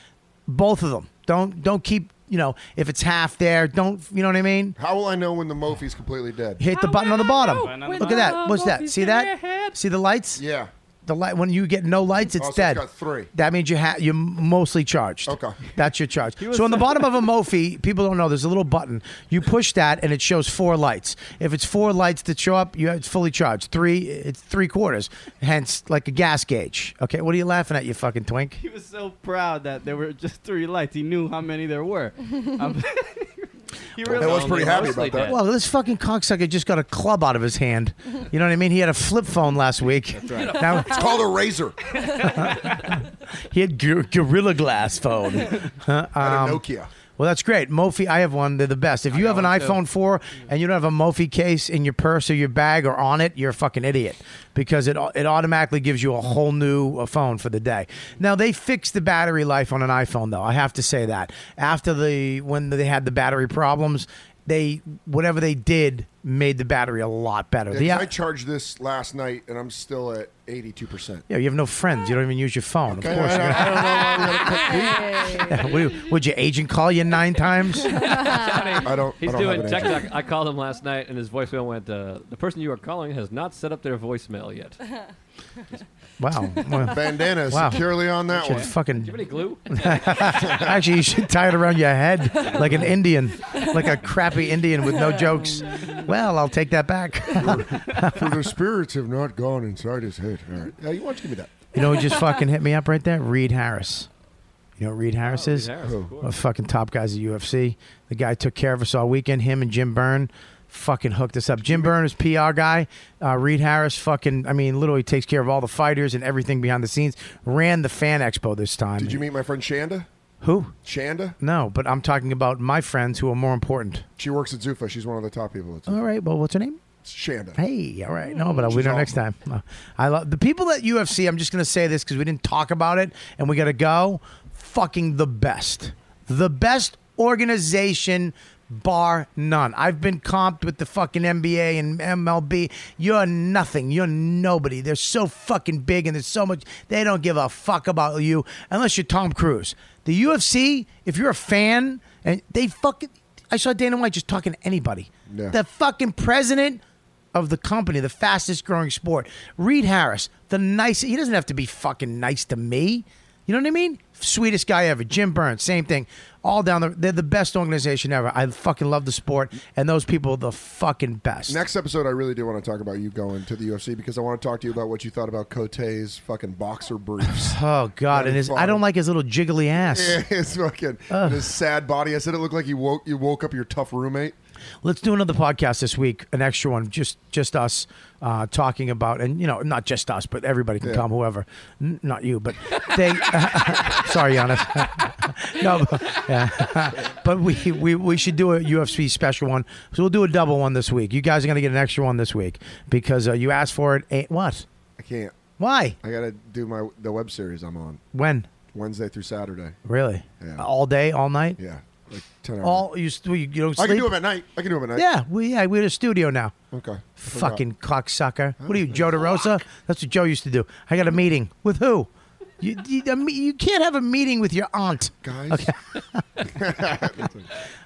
E: Both of them. Don't don't keep. You know, if it's half there, don't. You know what I mean?
K: How will I know when the Mophie's completely dead?
E: Hit the button on the bottom.
K: Oh, when
E: Look at
K: the
E: that. What's that? See that? See the lights?
K: Yeah.
E: The light when you get no lights, it's
K: Oh, so it's
E: dead.
K: got three.
E: That means you ha- you're mostly charged. Okay, that's your charge.
K: was-
E: So on the bottom of a Mophie, people don't know. There's a little button. You push that, and it shows four lights. If it's four lights that show up, you it's fully charged. Three, it's three quarters. Hence, like a gas gauge. Okay, what are you laughing at, you fucking twink?
R: He was so proud that there were just three lights. He knew how many there were. Um, he
K: Well, that was pretty happy about that.
E: Well, this fucking cocksucker just got a club out of his hand. You know what I mean? He had a flip phone last week. That's
K: right. It's called a razor.
E: he had gor- Gorilla Glass phone. Huh?
K: Had a
E: Um,
K: Nokia.
E: Well, that's great. Mophie, I have one. They're the best. If you have an
K: one, too.
E: iPhone 4 and you don't have a Mophie case in your purse or your bag or on it, you're a fucking idiot because it, au- it automatically gives you a whole new uh, phone for the day. Now, they fixed the battery life on an iPhone, though. I have to say that. After the, when they had the battery problems, they, whatever they did, made the battery a lot better.
K: Yeah,
E: The
K: 'cause
E: a-
K: I charged this last night and I'm still at 82%.
E: yeah, you have no friends. You don't even use your phone.
K: Okay,
E: of course.
K: I,
E: you're
K: don't-
E: gonna-
K: I don't know why we gotta put-
E: Yeah, would, would your agent call you nine times?
K: I don't.
L: He's
K: I don't
L: doing
K: have an
L: tech
K: answer.
L: talk. I called him last night, and his voicemail went. Uh, the person you are calling has not set up their voicemail yet.
Q: Uh,
E: Wow. Well,
K: Bandana is securely on that
E: You should
K: one.
E: Fucking.
L: Do you have any glue?
E: Actually, you should tie it around your head like an Indian, like a crappy Indian with no jokes. Well, I'll take that back.
K: For the spirits have not gone inside his head. All right. Yeah, you want to give me that?
E: you know who just fucking hit me up right there? Reed Harris. You know what Reed Harris is?
K: Oh, Harris, of
E: One of the fucking top guys at UFC. The guy took care of us all weekend. Him and Jim Byrne. fucking hooked us up. Jim Byrne is PR guy. Uh, Reed Harris, fucking, I mean, literally takes care of all the fighters and everything behind the scenes. Ran the fan expo this time.
K: Did you meet my friend Shanda?
E: Who?
K: Shanda?
E: No, but I'm talking about my friends who are more important.
K: She works at Zufa. She's one of the top people at Zufa.
E: All right. Well, what's her name?
K: Shanda.
E: Hey, all right. No, but we
K: She's
E: know next time. Uh, I love the people at UFC. I'm just gonna say this because we didn't talk about it, and we gotta go. Fucking the best, the best organization, bar none. I've been comped with the fucking NBA and MLB. You're nothing. You're nobody. They're so fucking big, and there's so much. They don't give a fuck about you unless you're Tom Cruise. The UFC. If you're a fan, and they fucking. I saw Dana White just talking to anybody.
K: Yeah.
E: The fucking president of the company, the fastest growing sport. Reed Harris, the nice. He doesn't have to be fucking nice to me. You know what I mean? Sweetest guy ever. Jim Burns, same thing. All down the. They're the best organization ever. I fucking love the sport, and those people are the fucking best.
K: Next episode, I really do want to talk about you going to the UFC because I want to talk to you about what you thought about Cote's fucking boxer briefs.
E: Oh God! And his, I don't like his little jiggly ass.
K: Yeah, his fucking and his sad body. I said it looked like you woke you woke up your tough roommate.
E: Let's do another podcast this week, an extra one, just just us uh, talking about, and you know, not just us, but everybody can
K: Yeah.
E: come, whoever, N- not you, but they. sorry, Giannis. no, but, yeah. but we, we we should do a UFC special one, so we'll do a double one this week. You guys are gonna get an extra one this week because uh, you asked for it. eh, what?
K: I can't.
E: Why?
K: I gotta do my the web series I'm on
E: When?
K: Wednesday through Saturday.
E: Really?
K: Yeah.
E: All day, all night.
K: Yeah, like ten hours.
E: All you, st- you don't
K: I
E: sleep.
K: can do them at night. I can do them at night.
E: Yeah, we yeah we're in a studio now.
K: Okay. Ah,
E: Fucking cocksucker! What are you, Joe DeRosa? That's what Joe used to do. I got a meeting with who? You you, I mean, you can't have a meeting with your aunt,
K: guys.
E: Okay.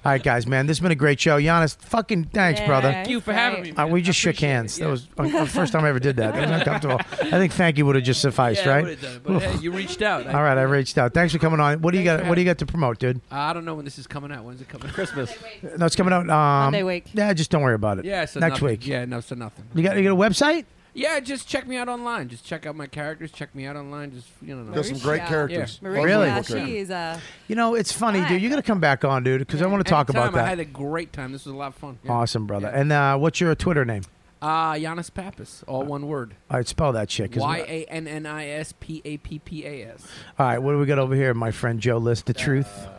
E: All right, guys, man, this has been a great show. Giannis, fucking thanks,
J: Yeah,
E: brother.
J: Thank you for having me,
E: Uh, we just shook hands. That was uh, the first time I ever did that. That was uncomfortable. I think thank you would have just sufficed,
N: Yeah, I
E: right?
N: would've done it, but, hey, you reached out. I-
E: All right, I reached out. Thanks for coming on. What do you got? What do you got to promote, dude?
N: I don't know when this is coming out. When's it coming? Christmas.
E: No, it's coming out. Um,
N: Monday week.
E: Yeah, just don't worry about it.
N: Yeah, so
E: next
N: nothing.
E: week.
N: Yeah, no, so nothing.
E: You got you got a website?
N: Yeah, just check me out online. Just check out my characters. Check me out online. Just you know,
K: There's some great characters.
N: Yeah.
I: Marisha,
E: Really?
I: she is uh,
E: You know, it's funny, dude. You got to come back on, dude, because I want to talk about
N: Anytime. I
E: that.
N: had a great time. This was a lot of fun. Yeah.
E: Awesome, brother. And uh, what's your Twitter name?
N: Uh, Giannis Pappas,
E: Uh,
N: all one word.
E: All right, spell that shit. 'cause-
N: Y a n n i s p a p p a s.
E: all right, what do we got over here, my friend Joe? List the truth.
Q: Uh,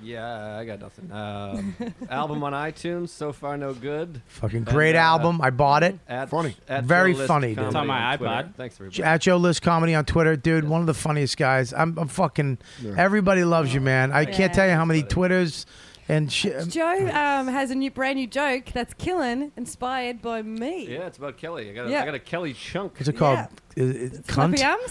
Q: Yeah, I got nothing. Um, album on iTunes, so far no good.
E: Fucking
Q: And,
E: great
Q: uh,
E: album. I bought it.
Q: At, funny. At
E: Very
Q: Joe List
E: funny, dude.
Q: Comedy
E: It's on my
Q: Twitter.
E: iPod.
Q: Thanks, everybody.
E: J- At Joe List Comedy on Twitter, dude. One of the funniest guys. I'm, I'm fucking. Everybody loves you, man. I can't tell you how many Twitters and shit.
I: Joe um, has a new brand new joke that's killing, inspired by me.
Q: Yeah, it's about Kelly. I got a,
I: Yeah.
Q: I got a Kelly chunk.
E: What's it called? Is it
I: Flappy
E: cunt.
I: arms,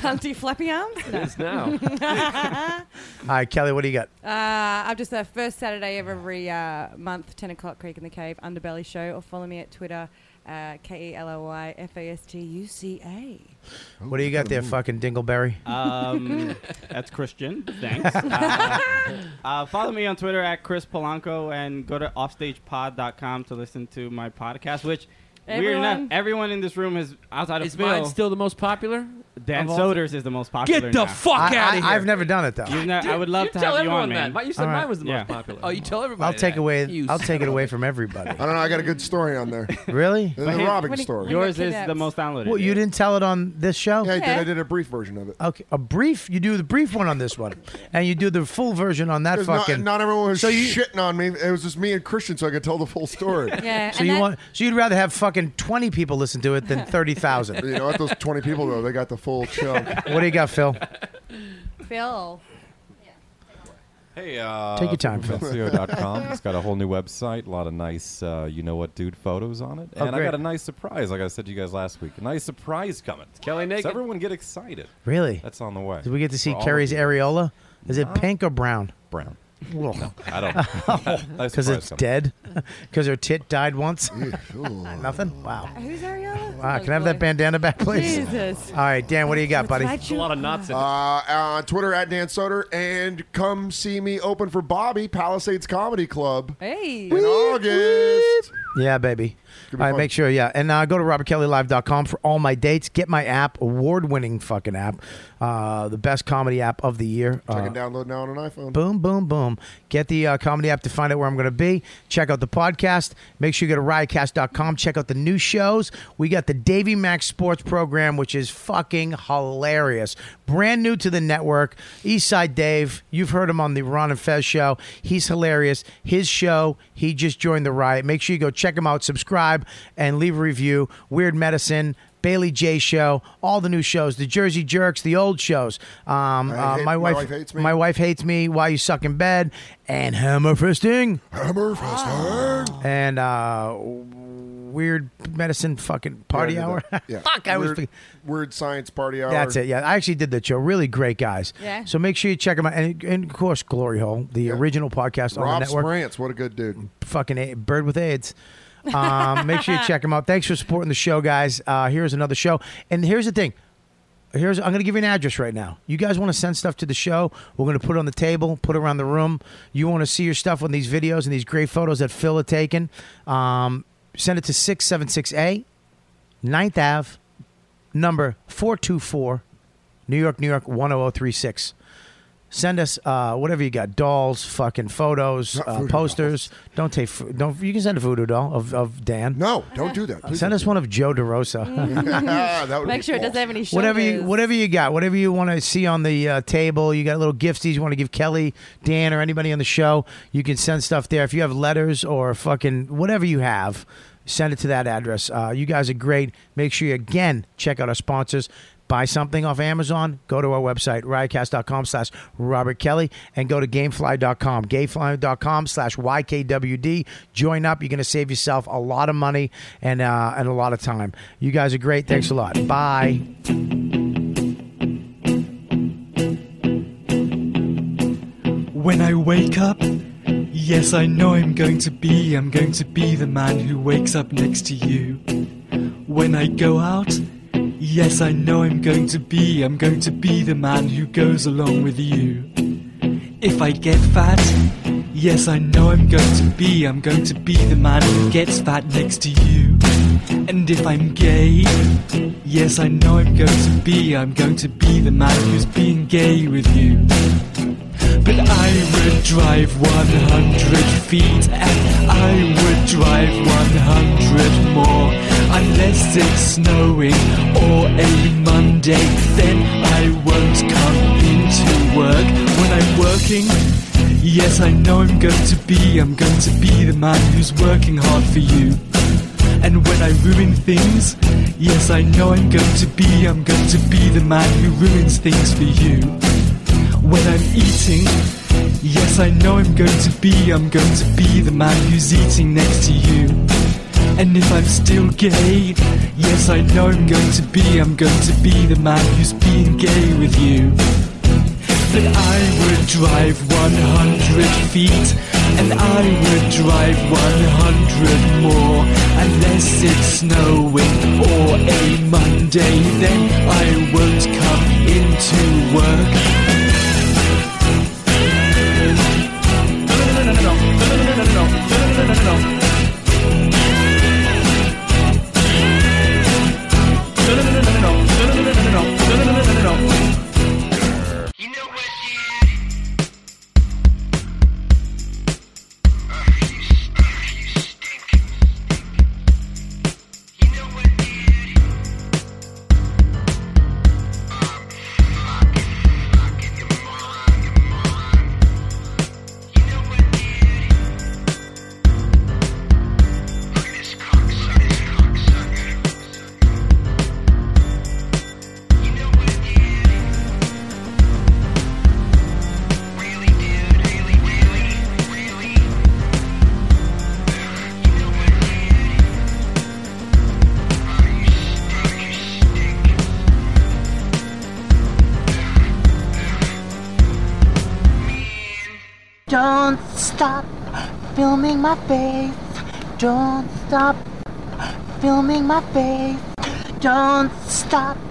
I: cunty flappy arms.
Q: It is now.
I: uh,
E: All right, Kelly, what do you got?
I: I'm just Uh, the first Saturday of every uh, month, ten o'clock, Creek in the Cave Underbelly Show, or follow me at Twitter, uh, K E L O Y F A S T U C A.
K: Oh,
E: What do you got there, fucking Dingleberry?
R: Um, that's Christian. Thanks. Uh, uh, follow me on Twitter at Chris Polanco and go to offstagepod.com to listen to my podcast, which weird enough,
N: Everyone-
R: everyone in this room is outside of
N: Is mine
R: Phil,
N: still the most popular?
R: Dan
N: of all-
R: Soders is the most popular.
N: Get the
R: now.
N: fuck I- outta I- here.
E: I've never done it though.
R: You've ne- I would love
N: you
R: to
N: tell
R: have you
N: everyone
R: on, man.
N: that. You said
E: All right.
N: mine was the
R: Yeah.
N: most popular. Oh, you tell everybody.
E: I'll take
N: that.
E: away.
N: You
E: I'll
N: son
E: take it
N: of a-
E: away from everybody.
K: I don't know. I got a good story on there.
E: Really?
K: The robbing story.
E: Well, you didn't tell it on this show.
K: Yeah, I did. I did a brief version of it.
E: Okay, a brief. You do the brief one on this one, and you do the full version on that
K: 'Cause not-
E: fucking.
K: not, everyone was shitting on me. It was just me and Christian, so I could tell the full story.
I: Yeah,
E: so you want? So you'd rather have fucking twenty people listen to it than thirty thousand.
K: You know what? Those twenty people though, they got the full chunk.
E: What do you got, Phil?
I: Phil.
Q: Hey, uh,
E: Take your time, Phil.
S: PeopleFancio.com. It's got a whole new website, a lot of nice, uh, you know what, dude photos on it.
E: Oh,
S: And I
E: great.
S: got a nice surprise, like I said to you guys last week. A nice surprise coming.
Q: Kelly naked.
S: So everyone get excited.
E: Really?
S: That's on the way.
E: Did we get to see
S: For all of
E: Carrie's
S: you.
E: areola? Is it pink or brown?
S: Brown.
E: Well,
S: I don't. Nice
E: Because
S: surprise
E: it's
S: coming.
E: dead. Because her tit died once. Nothing. Wow.
I: Who's Ariella?
E: Wow, can I have that bandana back, please?
K: Jesus.
E: All right, Dan, what do you got, buddy?
L: lot of knots
K: uh, on Twitter at Dan Soder and come see me open for Bobby Palisades Comedy Club
I: Hey.
K: in August.
E: Yeah, baby. All
K: be
E: right,
K: fun.
E: make sure, yeah. And uh, go to robertkellylive.com for all my dates. Get my app, award winning fucking app, uh, the best comedy app of the year.
K: Which I
E: Uh,
K: can download now on an iPhone.
E: Boom, boom, boom. Get the uh, comedy app to find out where I'm going to be. Check out the podcast. Make sure you go to riotcast.com. Check out the new shows. We got the Davy Max Sports Program, which is fucking hilarious. Brand new to the network. Eastside Dave, you've heard him on the Ron and Fez show. He's hilarious. His show, he just joined the riot. Make sure you go check him out, subscribe, and leave a review. Weird Medicine. Bailey J show, all the new shows, the Jersey Jerks, the old shows. Um,
K: I
E: uh, my
K: hate- My
E: wife,
K: Wife Hates Me.
E: my wife hates me. Why you suck in bed? And hammer fisting.
K: Hammer fisting.
E: And uh, weird medicine fucking party
K: Yeah, I
E: hour.
K: did that. Yeah.
E: Fuck, I was.
K: weird, Weird science party hour.
E: That's it. Yeah, I actually did that show. Really great guys.
K: Yeah.
E: So make sure you check them out, and, and of course, Glory Hole, the original podcast on the
K: Rob
E: network.
K: Sprance, what a good dude.
E: Fucking a- bird with AIDS. Um, make sure you check them out. Thanks for supporting the show, guys. Uh, here's another show, and here's the thing. Here's I'm going to give you an address right now. You guys want to send stuff to the show? We're going to put it on the table, put it around the room. You want to see your stuff on these videos and these great photos that Phil had taken? Um, send it to six seven six A, 9th Ave, number four two four, New York, New York one zero zero three six. Send us uh, whatever you got: dolls, fucking photos, uh, posters. Don't take. fo- Don't you can send a voodoo doll of, of Dan.
K: No, don't do that.
E: send us one of Joe DeRosa.
K: That would
I: Make
K: be
I: sure it doesn't
K: awesome.
I: have any shoulders.
E: Whatever you, whatever you got, whatever you want to see on the uh, table, you got little gifties you want to give Kelly, Dan, or anybody on the show. You can send stuff there. If you have letters or fucking whatever you have, send it to that address. Uh, you guys are great. Make sure you again check out our sponsors. Buy something off Amazon. Go to our website, riotcast.com slash Robert Kelly, and go to gamefly.com, gamefly.com slash YKWD. Join up. You're going to save yourself a lot of money and, uh, and a lot of time. You guys are great. Thanks a lot. Bye.
T: When I wake up, yes, I know I'm going to be, I'm going to be the man who wakes up next to you. When I go out, yes, I know I'm going to be, I'm going to be the man who goes along with you. If I get fat, yes, I know I'm going to be, I'm going to be the man who gets fat next to you. And if I'm gay, yes, I know I'm going to be, I'm going to be the man who's being gay with you. But I would drive 100 feet and I would drive 100 more. Unless it's snowing or a Monday, then I won't come into work. When I'm working, yes, I know I'm going to be, I'm going to be the man who's working hard for you. And when I ruin things, yes, I know I'm going to be, I'm going to be the man who ruins things for you. When I'm eating, yes, I know I'm going to be, I'm going to be the man who's eating next to you. And if I'm still gay, yes, I know I'm going to be, I'm going to be the man who's being gay with you. But I would drive 100 feet, and I would drive 100 more. Unless it's snowing or a Monday, then I won't come into work.
J: Don't stop filming my face. Don't stop filming my face.
C: don't stop